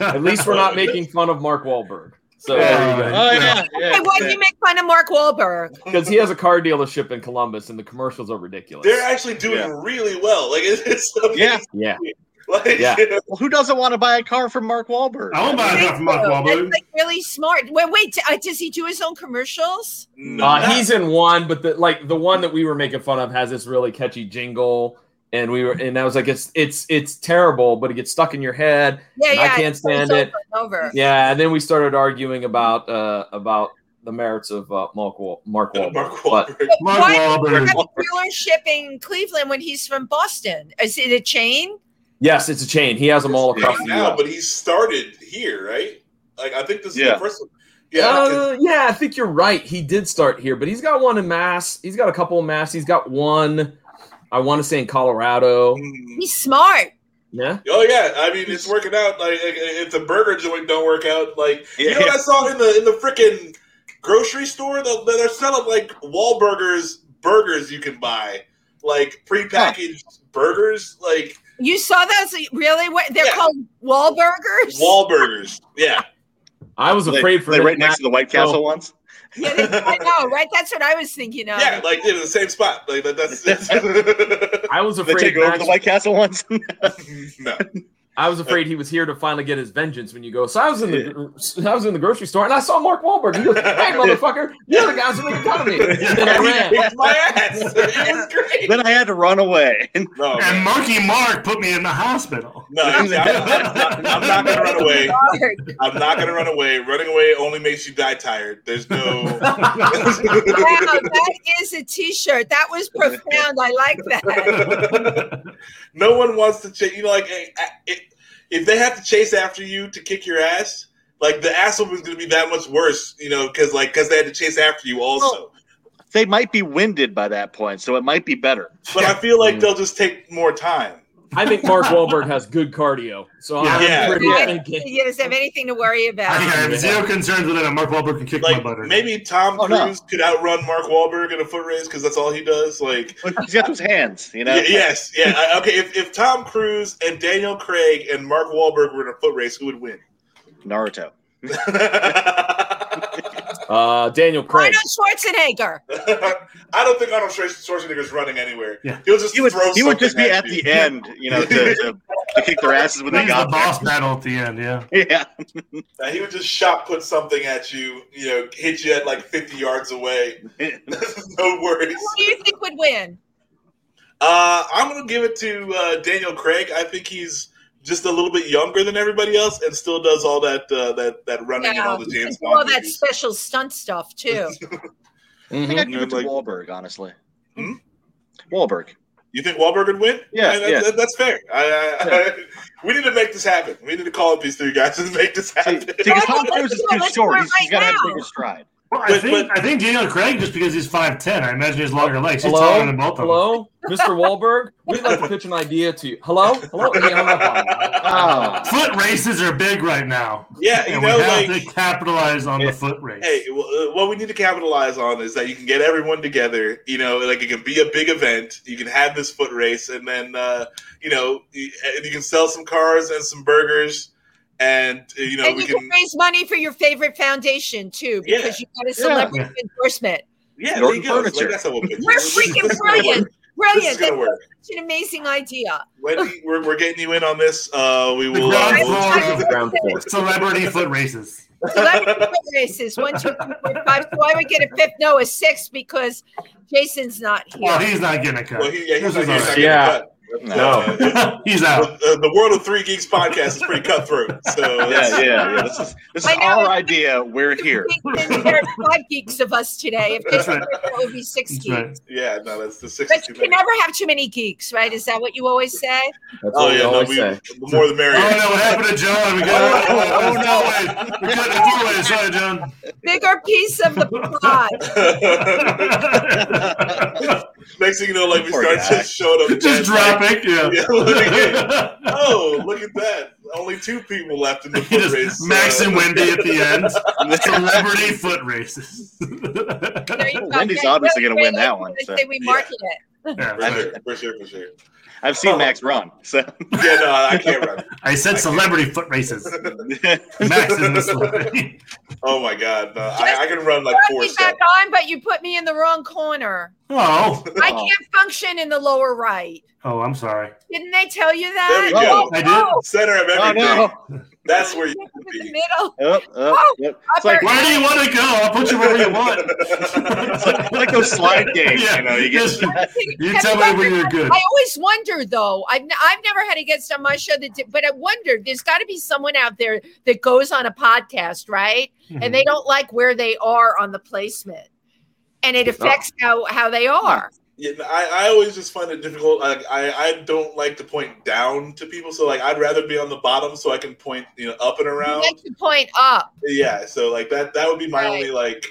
At least we're not making fun of Mark Wahlberg. So there you go.
Oh,
okay, why do you make fun of Mark Wahlberg?
Because he has a car dealership in Columbus, and the commercials are ridiculous.
They're actually doing really well. Like it's, it's yeah,
yeah.
Like,
Yeah.
Well, who doesn't want to buy a car from Mark Wahlberg?
I won't buy a car from Mark
That's like really smart. Wait, wait. d- uh, Does he do his own commercials?
Uh, he's in one, but the like the one that we were making fun of has this really catchy jingle, and we were and I was like, it's it's it's terrible, but it gets stuck in your head.
Yeah,
and
yeah.
I can't
it's over
stand it.
and Over.
Yeah, and then we started arguing about uh about the merits of uh, Mark Wal- Mark Wahlberg. But,
Why does he have a dealership in Cleveland when he's from Boston? Is it a chain?
yes, it's a chain. He has them all across the
now,
U.S.
but he started here, right? Like I think this is
Yeah.
the first one.
Yeah,
Yeah,
uh, yeah, I think you're right. He did start here, but he's got one in Mass. He's got a couple in Mass. He's got one, I want to say in Colorado.
He's smart.
Yeah.
Oh yeah, I mean it's working out. Like like, if the burger joint don't work out, like you know
Yeah.
what I saw in the in the freaking grocery store, they're, they're selling like Wahlburgers burgers you can buy, like prepackaged burgers, like
You saw those? Really? What they're called Wahlburgers?
Wahlburgers. Yeah,
I was
afraid for
they
it.
right next to the White Castle
Oh.
ones.
yeah, they, I know, right? That's what I was thinking of.
yeah, like in the same spot. Like that, that's,
I was
They
afraid
take over
Max-
the White Castle ones.
I was afraid he was here to finally get his vengeance when you go. So I was in the I was in the grocery store and I saw Mark Wahlberg. He goes, "Hey, motherfucker, you're the guys who made fun of me." And then I ran.
then I had to run away.
and Marky Mark put me in the hospital.
No, see, I'm, I'm not gonna run away. I'm not gonna run away. Running away only makes you die tired. There's no.
wow, that is a T-shirt. That was profound. I like that.
no one wants to chase. You know, like eh, eh, it, if they have to chase after you to kick your ass, like the ass whooping is going to be that much worse. You know, because like because they had to chase after you also.
They might be winded by that point, so it might be better.
But I feel like they'll just take more time.
I think Mark Wahlberg has good cardio, so I'm
Yeah.
pretty
Yeah.
thinking-
You guys have anything to worry about?
I have zero concerns with it. Mark Wahlberg can kick my butter.
Maybe Tom
Oh,
Oh,
no.
Cruise could outrun Mark Wahlberg in a foot race because that's all he does. Like
he's got those hands, you know?
yes, yeah. I- okay, if, if Tom Cruise and Daniel Craig and Mark Wahlberg were in a foot race, who would win?
Naruto.
Uh, Daniel Craig.
Arnold Schwarzenegger.
I don't think Arnold Schwar- Schwarzenegger's running anywhere. He'll just
he would,
throw
he would just be
something
at, the end, you know, to, to, to kick their asses when they
He's the
got
boss
there.
battle at the end. Yeah.
Yeah.
Uh, he would just shot put something at you, you know, hit you at like 50 yards away. no worries.
Who do you think would win?
Uh, I'm going to give it to uh, Daniel Craig. I think he's just a little bit younger than everybody else and still does all that uh, that, that running and all the James
do all
Bond.
that special stunt stuff too.
Mm-hmm.
I think I'd give it to Wahlberg, honestly.
Hmm?
Wahlberg.
You think Wahlberg would win?
Yeah,
that-
yeah.
that- that's fair. I, I,
Yeah.
I, we need to make this happen. We need to call up these three guys and make this happen.
Because Tom Cruise is too short. He's, he's got to have a bigger stride.
Well, I think I think Daniel Craig just because he's five ten. I imagine he's longer legs. He's taller
Hello,
than both of
hello, Mr. Wahlberg. We'd like to pitch an idea to you. Hello, hello. He hung up on me.
them. Foot races are big right now.
Yeah, you
and
know,
we have
like-
to capitalize on the foot race.
Hey, well, uh, what we need to capitalize on is that you can get everyone together. You know, like it can be a big event. You can have this foot race, and then uh, you know you, and you can sell some cars and some burgers, and uh, you know
and
we
you
can,
can, raise money for your favorite foundation too, because you got a
Yeah.
celebrity endorsement.
yeah, there
Norton
you go. It's
Furniture.
Like, that's how we'll pitch.
We're
it.
freaking
This is gonna
brilliant,
work.
brilliant.
This is gonna
That's
work.
such an amazing idea.
Wendy, we're, we're getting you in on this. Uh, we will.
ground
uh, we'll-
floor of Celebrity foot races.
Celebrity foot races. One, two, three, four, five. So I would get a fifth. No, a sixth because Jason's not here.
Well, he's not getting a cut.
Well, he- yeah, he's
This
not
is
getting
all
a
right.
cut. No,
he's out.
The, the world of three geeks podcast is pretty cutthroat. So
yeah, yeah, yeah. This is this is
I know.
our idea. We're here.
And there are five geeks of us today. If this
That's right.
were, it would be six geeks.
Yeah, no, that's the six.
But you can never have too many geeks, right? Is that what you always say?
That's oh yeah, no, we, the more the merrier.
Oh no! What happened to John? We got oh, no! We got the doorway. Sorry, John.
Bigger piece of the pie.
Next thing you know, like we
Poor
start
guy.
just showing up,
Just dropping, yeah.
look at it. oh, look at that! Only two people left in the foot uh, race.
Max
so-
and Wendy at the end. Celebrity foot races.
Wendy's obviously going to win that one. So.
Say we market it.
for sure, for sure, for sure. Oh.
I've seen Max run. So yeah,
no, I can't run.
I said celebrity foot races. Max isn't a celebrity.
Oh my god, no, I, I can run like
Put
four
me
steps.
back on, but you put me in the wrong corner.
Oh.
I can't function in the lower right.
Oh, I'm sorry.
Didn't they tell you that?
There we go.
Oh, oh,
Center of everything.
Oh,
That's where you should
in the
be.
middle.
Up, up, up. It's like,
Where do you want to go? I'll put you wherever you want.
it's like, it's like those slide games. You know, you get.
You tell me when you're good.
I always wonder, though. I've, n- I've never had a guest on my show that did, but I wondered there's got to be someone out there that goes on a podcast, right?
Mhm.
And they don't like where they are on the placement, and it affects how how they are.
Yeah, no, I, I always just find it difficult. Like I, I don't like to point down to people, so like I'd rather be on the bottom so I can point you know up and
You
around.
like to point up.
Yeah, so like that that would be my only like.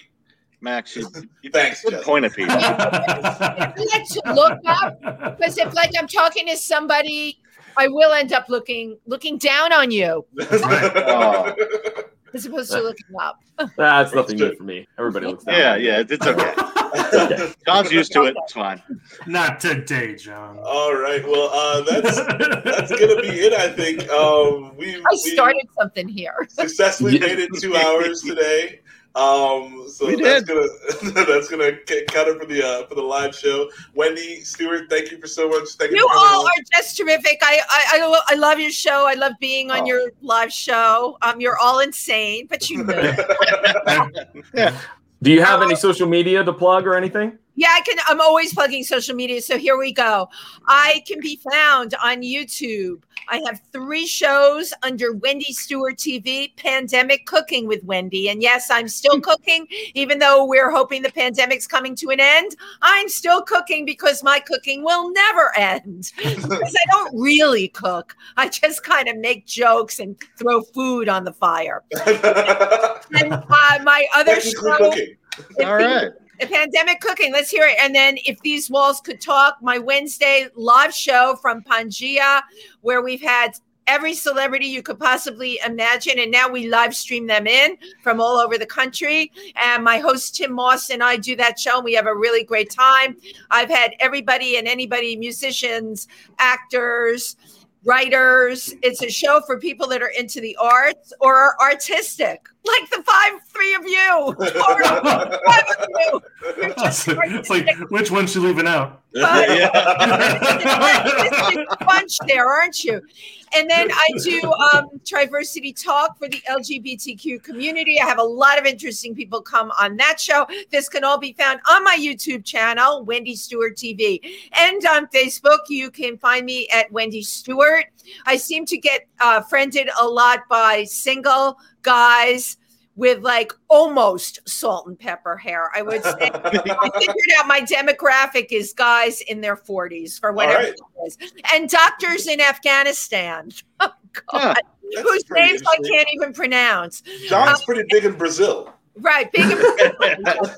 Max, you,
thanks. Good
point at people.
You like to look up because if, like, I'm talking to somebody, I will end up looking looking down on you
Oh,
as opposed to looking up.
That's nothing new for me. Everybody looks down.
yeah, yeah, it's okay. John's used to it. It's fine.
Not today, John.
All right, well uh, that's that's gonna be it. I think um, we
I
we
started something here.
successfully made it two hours today. Um, so
We
that's gonna that's gonna c- cut it for the uh, for the live show. Wendy Stewart, thank you for so much. Thank you,
You
for coming
all
on.
are just terrific. I I, I, lo- I love your show. I love being on
Oh.
your live show. Um, you're all insane, but you know. it.
Do you have any social media to plug or anything?
yeah, I can. I'm always plugging social media. So here we go. I can be found on YouTube. I have three shows under Wendy Stewart TV, Pandemic Cooking with Wendy. And yes, I'm still cooking, even though we're hoping the pandemic's coming to an end. I'm still cooking because my cooking will never end. because I don't really cook. I just kind of make jokes and throw food on the fire. and uh, my other
Technically
show,
cooking.
All right.
the pandemic cooking. Let's hear it. And then, if these walls could talk, my Wednesday live show from Pangaea, where we've had every celebrity you could possibly imagine, and now we live stream them in from all over the country. And my host Tim Moss and I do that show, and we have a really great time. I've had everybody and anybody, musicians, actors. Writers, it's a show for people that are into the arts or are artistic, like the five, three of you.
it's like, it's like, which one's she leaving out?
bunch there, aren't you? And then I do um, Triversity Talk for the LGBTQ community. I have a lot of interesting people come on that show. This can all be found on my YouTube channel, Wendy Stewart TV. And on Facebook, you can find me at Wendy Stewart. I seem to get uh, friended a lot by single guys. With like almost salt and pepper hair, I would say. I figured out my demographic is guys in their 40s for whatever
right.
it is. And doctors in Afghanistan. Oh, God.
that's
Whose
pretty
names I
interesting.
can't even pronounce. Um,
John's pretty big in Brazil.
Right, big in Brazil. there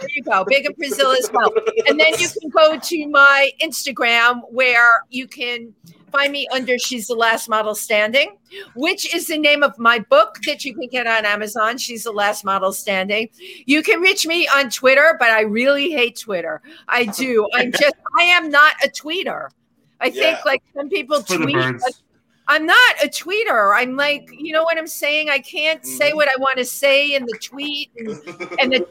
you go, big in Brazil as well. And then you can go to my Instagram where you can find me under "She's the Last Model Standing," which is the name of my book that you can get on Amazon. She's the Last Model Standing. You can reach me on Twitter, but I really hate Twitter. I do. I'm just. I am not a tweeter. I think
Yeah.
like some people
For the
tweet.
birds.
but I'm not a tweeter. I'm like, you know what I'm saying? I can't say what I want to say in the tweet and, and the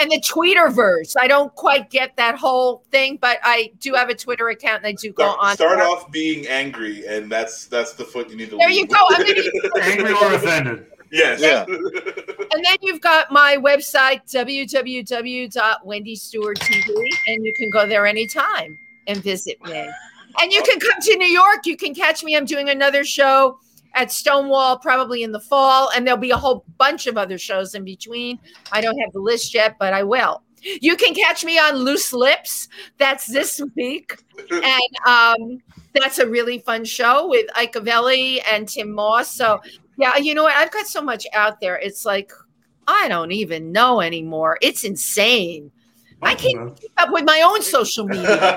and the tweeterverse. I don't quite get that whole thing, but I do have a Twitter account and I do go on.
Start
there.
off being angry, and that's that's the foot you need to.
There
leave
you
with.
go. I'm gonna be-
Angry or offended?
Yes.
Yeah.
And then you've got my website, www.wendystewarttv, and you can go there anytime and visit me. And you can come to New York. You can catch me. I'm doing another show at Stonewall probably in the fall, and there'll be a whole bunch of other shows in between. I don't have the list yet, but I will. You can catch me on Loose Lips. That's this week. And um, that's a really fun show with Ike Avelli and Tim Moss. So, yeah, you know what? I've got so much out there. It's like, I don't even know anymore. It's insane. I can't keep up with my own social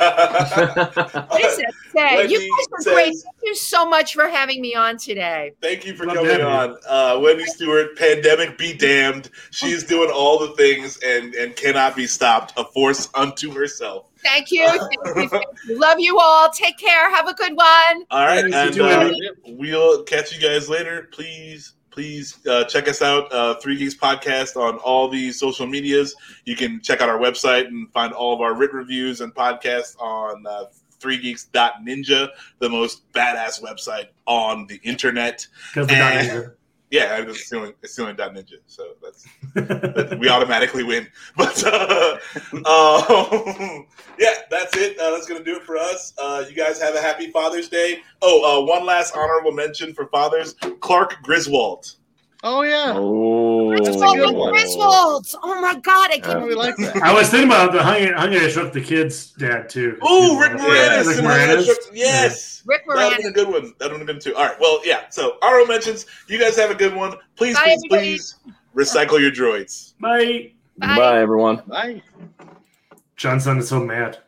media. what does that say?
Wendy
you guys were great.
says-
Thank you so much for having me on today.
Thank you for
Love
coming
having you.
on. Uh, Wendy Stewart, pandemic be damned. She's doing all the things and, and cannot be stopped, a force unto herself.
Thank you. Thank you. Thank you. Love you all. Take care. Have a good one.
All right,
Thanks,
and
you too,
uh,
Wendy.
we'll catch you guys later. Please, please uh, check us out, uh, Three Geeks Podcast, on all the social medias. You can check out our website and find all of our writ reviews and podcasts on uh, 3geeks.ninja, the most badass website on the internet.
Because we're not
And-
here.
Yeah, I'm just stealing, it's stealing dot ninja. So that's that- we automatically win. But uh, um, yeah, that's it. Uh, that's gonna do it for us. Uh, you guys have a happy Father's Day. Oh, uh, one last honorable mention for fathers: Clark Griswold.
Oh yeah.
Oh,
That's
Oh, the Griswolds. Oh my God. I can't
like that.
I was thinking about the Hungry, Hungry I Shrunk the Kids dad too.
Ooh, Rick
Yeah,
Moranis.
Rick
and Moranis.
Moranis.
Yes.
Rick
That would have been a good one. That would have been two. All right. Well, yeah. So, honorable mentions. You guys have a good one. Please,
Bye,
please,
everybody.
please recycle your droids.
Bye.
Bye.
everyone.
Bye.
Johnson is so mad.